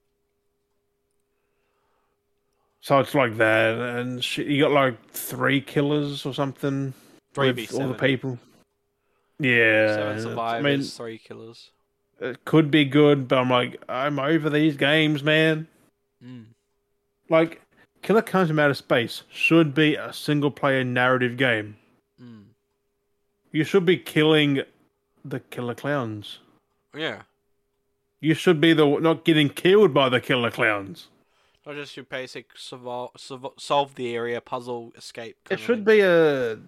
D: So it's like that, and shit, you got like three killers or something.
B: Three
D: with
B: v
D: all the
B: seven.
D: people. Yeah,
B: Seven
D: it's-
B: survivors,
D: I mean,
B: three killers.
D: it could be good, but I'm like, I'm over these games, man.
B: Mm.
D: Like, Killer Comes from Outer Space should be a single player narrative game.
B: Mm.
D: You should be killing the killer clowns.
B: Yeah.
D: You should be the not getting killed by the killer clowns.
B: Not just your basic survive, solve the area puzzle escape.
D: It should be a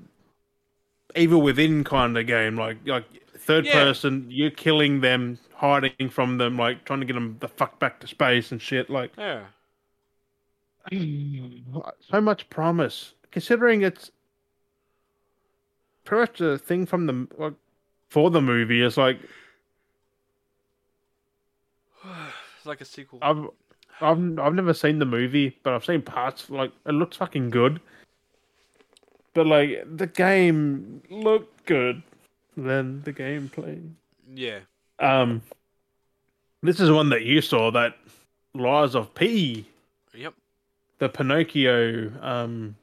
D: evil within kind of game, like like third
B: Yeah.
D: person. You're killing them, hiding from them, like trying to get them the fuck back to space and shit. Like
B: Yeah.
D: so much promise, considering it's pretty much a thing from the like, for the movie. It's like
B: it's like a sequel.
D: I've I've I've never seen the movie, but I've seen parts. Like it looks fucking good, but like the game looked good than the gameplay.
B: yeah.
D: Um, this is one that you saw that Lies of P,
B: Yep.
D: the Pinocchio. Um,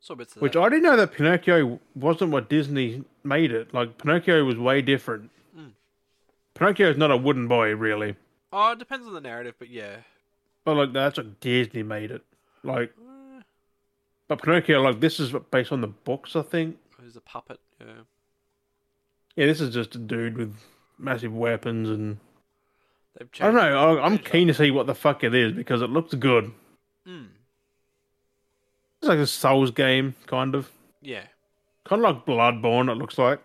B: So bits of
D: which
B: that.
D: I didn't know that Pinocchio wasn't what Disney made it. Like Pinocchio was way different.
B: Mm.
D: Pinocchio is not a wooden boy, really,
B: Oh, it depends on the narrative, but yeah.
D: but like that's what Disney made it. Like,
B: Eh,
D: but Pinocchio, like this is based on the books, I think.
B: He's a puppet. Yeah.
D: Yeah, this is just a dude with massive weapons and
B: They've changed.
D: I don't know. I, I'm
B: changed
D: keen to see what the fuck it is because it looks good.
B: Mm.
D: It's like a Souls game, kind of.
B: Yeah.
D: Kind of like Bloodborne, it looks like.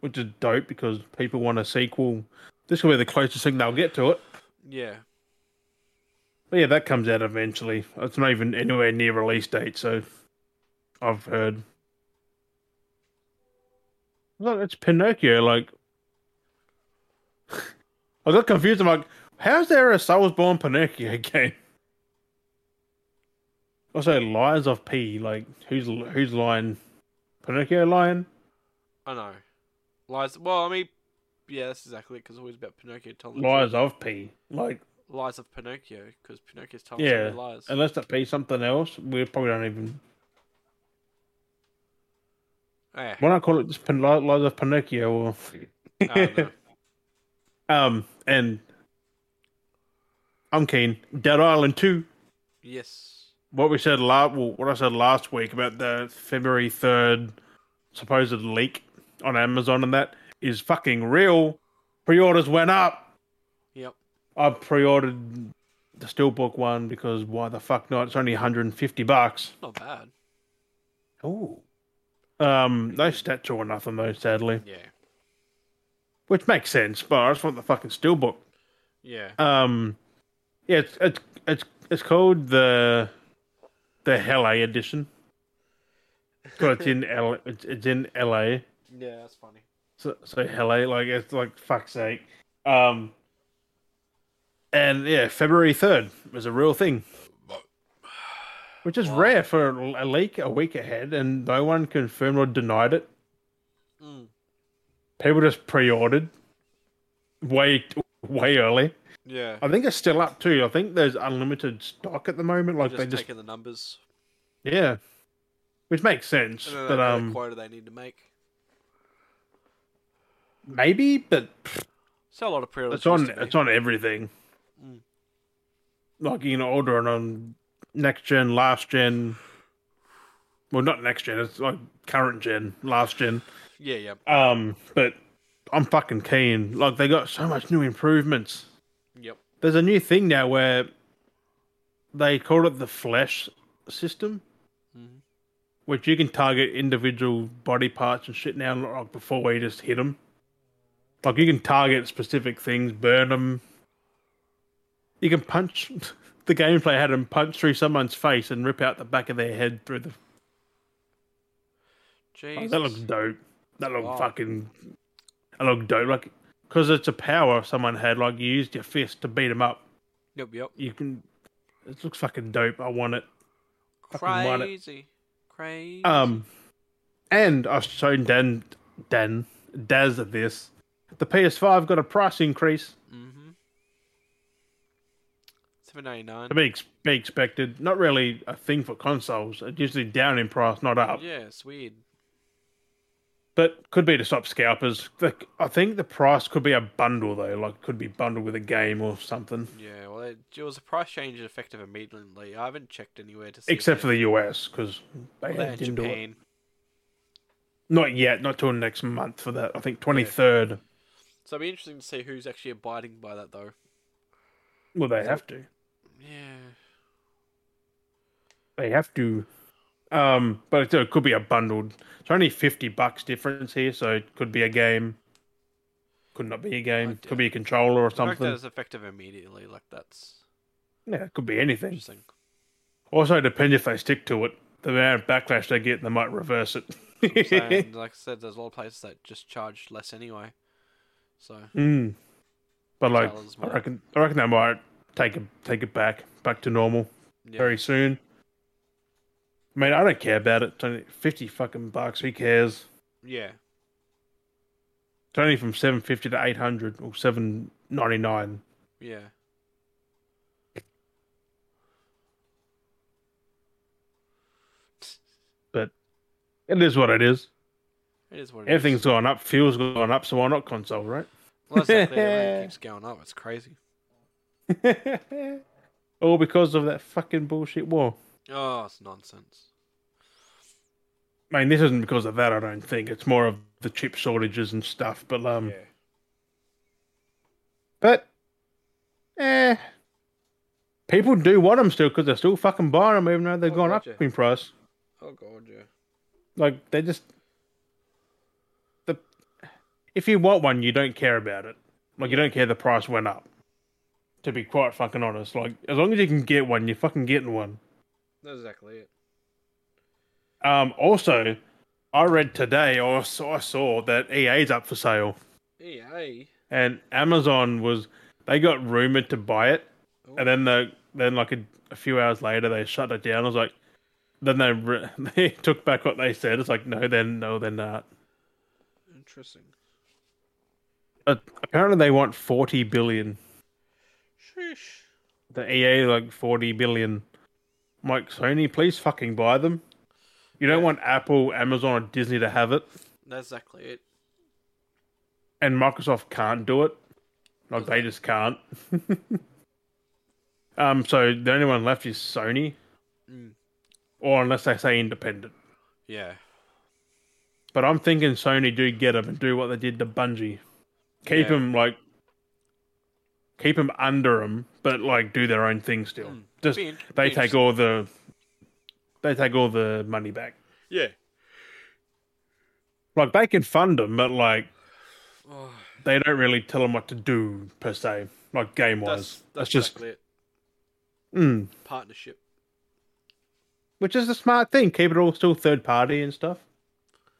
D: Which is dope because people want a sequel. This will be the closest thing they'll get to it.
B: Yeah.
D: But yeah, that comes out eventually. It's not even anywhere near release date, so I've heard. Look, it's Pinocchio. Like, I got confused. I'm like, how's there a Soulsborne Pinocchio game? Also, liars of P. Like, who's who's lying? Pinocchio lying?
B: I know. Lies. Well, I mean, yeah, that's exactly it. Because always about Pinocchio telling the
D: Liars of P. Like,
B: truth. lies of Pinocchio. Because Pinocchio's telling so
D: yeah.
B: many lies.
D: Unless that be something else, we probably don't even.
B: Yeah.
D: Why not call it just Pin- Li- Lies of Pinocchio or
B: Eh, I don't know.
D: Um, and I'm keen. Dead Island Two.
B: yes.
D: What we said last, well, what I said last week about the February third supposed leak on Amazon and that is fucking real. Pre-orders went up.
B: Yep.
D: I pre-ordered the Steelbook one because why the fuck not? It's only 150 bucks.
B: Not bad.
D: Oh. Um, no statue or nothing though, sadly,
B: Yeah.
D: which makes sense. But I just want the fucking Steelbook.
B: Yeah.
D: Um, yeah, it's it's it's it's called the the LA edition. So it's in L. It's, it's in LA.
B: Yeah, that's funny.
D: So so LA, like it's like fuck's sake. Um, and yeah, February third was a real thing, which is rare for a leak a week ahead, and no one confirmed or denied it.
B: Mm.
D: People just pre-ordered way way early.
B: Yeah.
D: I think it's still up too. I think there's unlimited stock at the moment. Like
B: just
D: they just
B: taking the numbers
D: yeah, which makes sense.
B: and then they know
D: but
B: the
D: um,
B: quota they need to make.
D: maybe. But
B: Sell a lot of pre-orders.
D: it's on
B: used to be.
D: it's on everything.
B: Mm.
D: Like you can order it on next gen, last gen. Well, not next gen. It's like current gen, last gen.
B: Yeah, yeah,
D: Um, but I'm fucking keen. Like they got so much new improvements.
B: yep.
D: There's a new thing now where they call it the flesh system.
B: Mhm.
D: which you can target individual body parts and shit now, like before we just hit them. Like you can target specific things, burn them. You can punch. the gameplay had him punch through someone's face and rip out the back of their head through the.
B: Jesus.
D: Like, Oh, that looks dope. That looked
B: Wow.
D: fucking. That looked dope. Like, because it's a power someone had. Like you used your fist to beat him up.
B: Yep, yep.
D: You can. It looks fucking dope. I want it. Fucking want it.
B: Crazy, crazy.
D: Um, and I've shown Dan, Dan, Daz of this. The PS5 got a price increase
B: mm-hmm. Seven ninety nine.
D: to be, ex- be expected. Not really a thing for consoles. It's usually down in price, not up.
B: Yeah, it's weird.
D: But could be to stop scalpers. The, I think the price could be a bundle though. Like could be bundled with a game or something.
B: Yeah, well, it, it was a price change effective immediately. I haven't checked anywhere to see. if
D: Except
B: they-
D: for the US because they
B: well, they're in
D: didn't do it.
B: Japan.
D: Not yet. Not till next month for that. I think twenty third.
B: So it'd be interesting to see who's actually abiding by that, though.
D: Well, they have to.
B: Yeah.
D: they have to. Um, but it, it could be a bundled. It's only fifty bucks difference here, so it could be a game. Could not be a
B: I
D: game.
B: doubt-
D: Could be a controller or
B: I reckon that
D: something.
B: is effective immediately. Like that's
D: Yeah, it could be anything.
B: interesting.
D: Also, depends if they stick to it. The amount of backlash they get, they might reverse it.
B: and like I said, there's a lot of places that just charge less anyway. So
D: mm. But like,
B: Sellers
D: I
B: might.
D: reckon, I reckon they might take it, take it back, back to normal
B: yeah,
D: very soon. I mean, I don't care about it. It's only fifty fucking bucks. Who cares?
B: yeah,
D: It's only from seven fifty to eight hundred or seven ninety nine.
B: yeah.
D: It is what it is.
B: It is what it is.
D: Everything's gone up. Fuel's gone up. So why not console, right?
B: Well, that's exactly it, everything keeps going up. It's crazy.
D: All because of that fucking bullshit war.
B: Oh, it's nonsense.
D: I mean, this isn't because of that. I don't think it's more of the chip shortages and stuff. But um, but eh, People do want them still because they're still fucking buying them even though they've
B: Oh,
D: gone
B: gotcha.
D: up in price.
B: Oh god, yeah.
D: Like they just the if you want one, you don't care about it. Like you don't care the price went up. To be quite fucking honest, like as long as you can get one, you're fucking getting one.
B: That's exactly it.
D: Um, also, I read today or saw, I saw that EA's up for sale
B: E EA.
D: and Amazon was they got rumored to buy it,
B: Oh.
D: and then the then like a, a few hours later they shut it down. I was like, then they re- they took back what they said. It's like no, then no, they're not.
B: Interesting.
D: But Uh, apparently they want forty billion.
B: Sheesh.
D: The EA like forty billion. I'm like Sony, please fucking buy them. You don't want Apple, Amazon, or Disney to have it,
B: That's exactly it.
D: and Microsoft can't do it. Like they just can't. um, so the only one left is Sony,
B: Mm.
D: or unless they say independent.
B: Yeah.
D: But I'm thinking Sony do get them and do what they did to Bungie, keep
B: Yeah.
D: them like, keep them under them, but like do their own thing still.
B: Mm.
D: Just
B: Be in-
D: they
B: be
D: take all the, they take all the money back.
B: Yeah.
D: Like they can fund them, but like
B: Oh,
D: they don't really tell them what to do per se, like game
B: that's
D: wise.
B: that's,
D: That's, just
B: exactly it.
D: mm,
B: Partnership.
D: which is a smart thing. Keep it all still third party and stuff.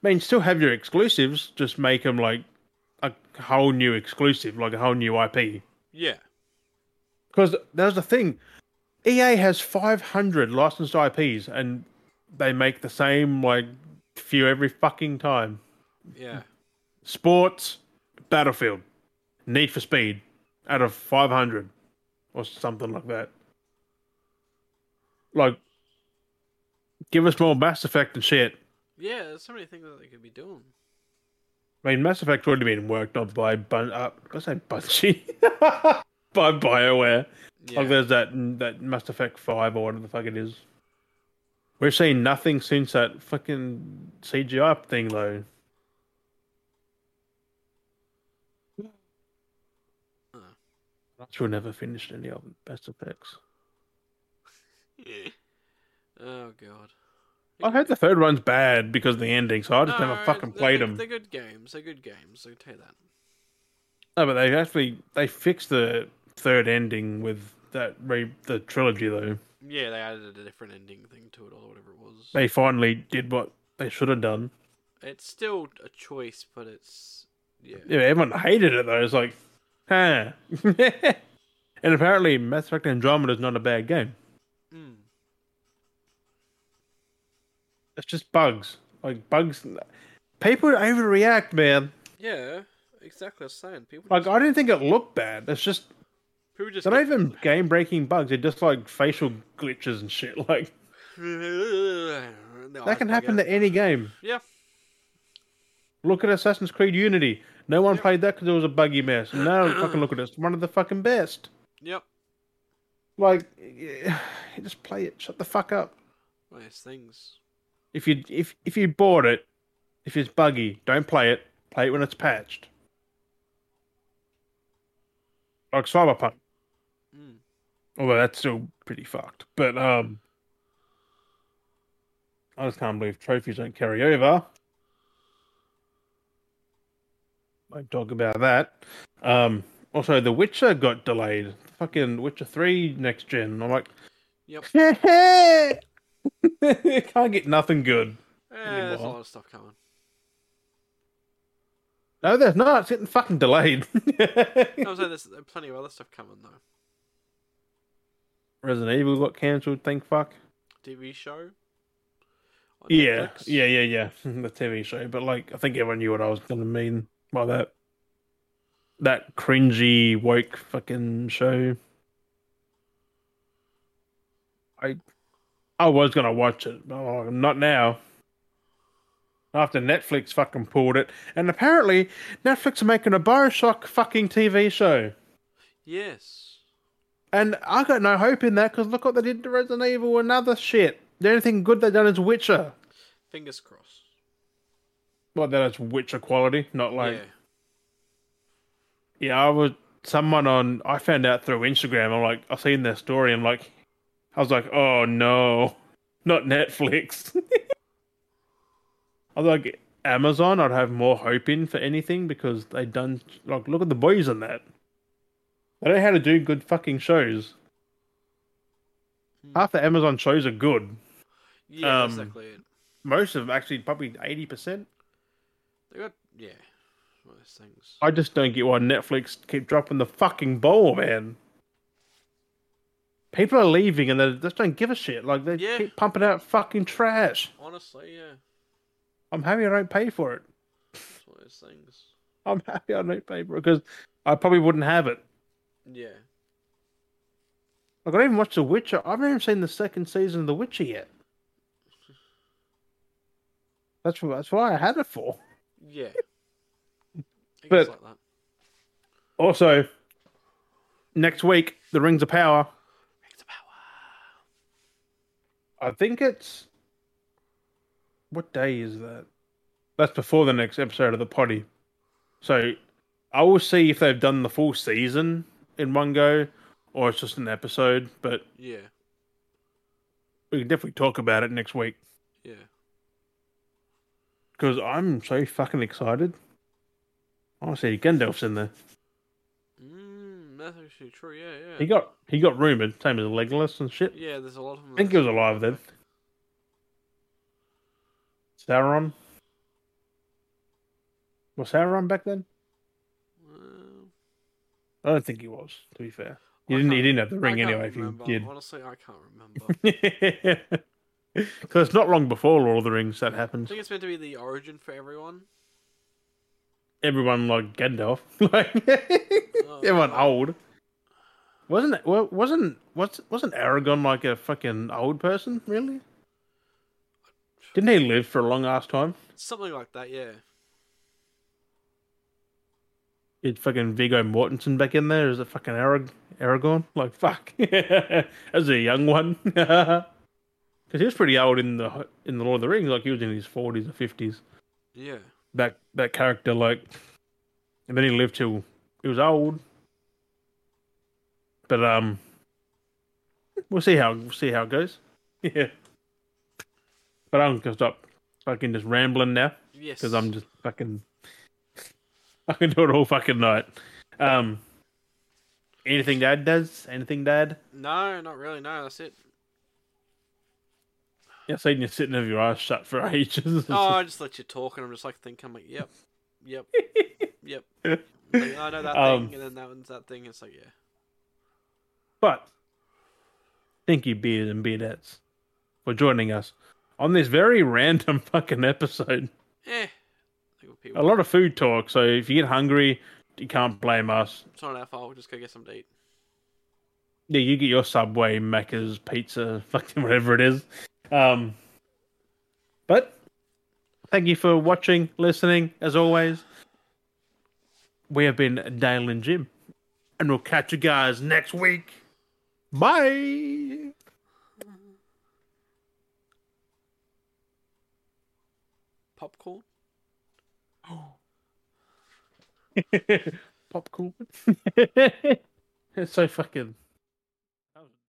D: I mean, still have your exclusives, just make them like a whole new exclusive, like a whole new IP.
B: Yeah.
D: Because there's the thing, EA has 500 licensed IPs, and they make the same like few every fucking time.
B: Yeah.
D: Sports, Battlefield, Need for Speed, out of 500, or something like that. Like, give us more Mass Effect and shit.
B: Yeah, there's so many things that they could be doing.
D: I mean, Mass Effect would have been worked on by Bun. Uh, I say Bungie, by Bioware.
B: Yeah.
D: Like there's that that Mass Effect Five or whatever the fuck it is. We've seen nothing since that fucking CGI thing though.
B: Huh.
D: She'll never finished any of Mass Effects.
B: oh god.
D: I heard the third one's bad because of the ending, so I just
B: No,
D: never fucking
B: they're
D: played
B: good-
D: them.
B: They're good games. They're good games. So take that.
D: No, but they actually they fixed the third ending with that re- the trilogy though.
B: Yeah, they added a different ending thing to it or whatever it was.
D: They finally did what they should have done.
B: It's still a choice, but it's yeah.
D: Yeah, everyone hated it though. It's like, huh. and apparently, Mass Effect Andromeda is not a bad game.
B: Mm.
D: It's just bugs. Like bugs. People overreact, man.
B: Yeah, exactly. I was saying people.
D: Like
B: just,
D: I didn't think it looked bad. It's just
B: people just
D: they're not even game breaking bugs. They're just like facial glitches and shit. Like
B: No, I
D: that can
B: don't
D: happen
B: get
D: to
B: it.
D: any game.
B: Yeah.
D: Look at Assassin's Creed Unity. No one played that because it was a buggy mess. Now fucking look at it. It's one of the fucking best.
B: Yep.
D: Like, just play it. Shut the fuck up.
B: Nice things.
D: If you if if you bought it, if it's buggy, don't play it. Play it when it's patched. Like Cyberpunk,
B: Mm.
D: although that's still pretty fucked. But um, I just can't believe trophies don't carry over. Won't talk about that. Um, also, The Witcher got delayed. Fucking Witcher Three next gen. I'm like,
B: Yep.
D: can't get nothing good.
B: Eh, there's a
D: Anymore.
B: lot of stuff coming.
D: No, there's not. It's getting fucking delayed.
B: I was saying there's uh, plenty of other stuff coming though.
D: Resident Evil got cancelled. Thank fuck.
B: TV show. On
D: Yeah,
B: Netflix.
D: yeah, yeah, yeah. the TV show, but like, I think everyone knew what I was gonna mean by that. That cringy woke fucking show. I, I was gonna watch it, but I'm like, not now. After Netflix fucking pulled it, and apparently Netflix are making a Bioshock fucking TV show.
B: Yes.
D: And I got no hope in that because look what they did to Resident Evil and other shit. The only thing good they've done is Witcher.
B: Fingers crossed.
D: Well, then it's Witcher quality, not like.
B: yeah.
D: Yeah, I was someone on I found out through Instagram. I'm like, I've seen their story. I'm like, I was like, oh no, not Netflix. I was like, Amazon. I'd have more hope in for anything because they done like look at the boys on that. They know how to do good fucking shows. Half the Amazon shows are good.
B: Yeah,
D: Um,
B: exactly. It.
D: Most of them, actually probably eighty percent.
B: They got yeah, one of those things.
D: I just don't get why Netflix keep dropping the fucking ball, man. People are leaving and they just don't give a shit. Like they
B: Yeah.
D: keep pumping out fucking trash.
B: Honestly, yeah,
D: I'm happy I don't pay for it.
B: it's one of those things.
D: I'm happy I don't pay for it because I probably wouldn't have it.
B: Yeah,
D: Like I don't even watch The Witcher. I haven't even seen the second season of The Witcher yet. That's wh- that's why I had it for.
B: yeah. I
D: But-
B: guess like that.
D: Also, next week, The Rings of Power.
B: Rings of power.
D: I think it's what day is that? That's before the next episode of the potty. So I will see if they've done the full season in one go or it's just an episode, but
B: Yeah,
D: we can definitely talk about it next week
B: yeah.
D: because I'm so fucking excited. I want to see Gandalf's in there.
B: Mm, that's actually true. Yeah,
D: He
B: yeah.
D: got he got rumored, same as Legolas and shit.
B: Yeah, there's a lot of them.
D: I think he was alive then. Sauron. Was Sauron back then?
B: Um,
D: I don't think he was. To be fair,
B: I
D: you didn't. You
B: can't-
D: didn't have the
B: I
D: ring
B: can't
D: anyway. If you
B: remember.
D: did,
B: Honestly, I can't remember.
D: because it's not long before Lord of the Rings that
B: I
D: happened.
B: think it's meant to be the origin for everyone.
D: Everyone like Gandalf, like
B: Oh,
D: everyone old. Wasn't it? wa- Wasn't was wasn't Aragon like a fucking old person? Really? Didn't he live for a long ass time?
B: Something like that, yeah.
D: Did fucking Vigo Mortensen back in there? Is it fucking Arag- Aragorn? Like fuck, as a young one, because he was pretty old in the in the Lord of the Rings. Like he was in his forties or fifties.
B: Yeah.
D: That that character, like, and then he lived till he was old. But um, we'll see how we'll see how it goes. Yeah. But I'm gonna stop fucking just rambling now
B: Yes.
D: because I'm just fucking. I can do it all fucking night. Um, anything Dad does, anything Dad.
B: No, not really. No, that's it.
D: I've seen you sitting with your eyes shut for ages.
B: Oh, I just let you talk, and I'm just like think I'm like, yep, yep, yep. Like, I know that
D: Um,
B: thing, and then that one's that thing. It's like, yeah,
D: But thank you, beard and beardettes, for joining us on this very random fucking episode.
B: eh. Like with people,
D: A lot of food talk, so if you get hungry, you can't blame us.
B: it's not our fault. We'll just go get something to eat.
D: Yeah, you get your Subway, Macca's, pizza, fucking whatever it is. Um, but thank you for watching, listening, as always. We have been Dale and Jim, and we'll catch you guys next week. Bye.
B: Popcorn.
D: popcorn. it's so fucking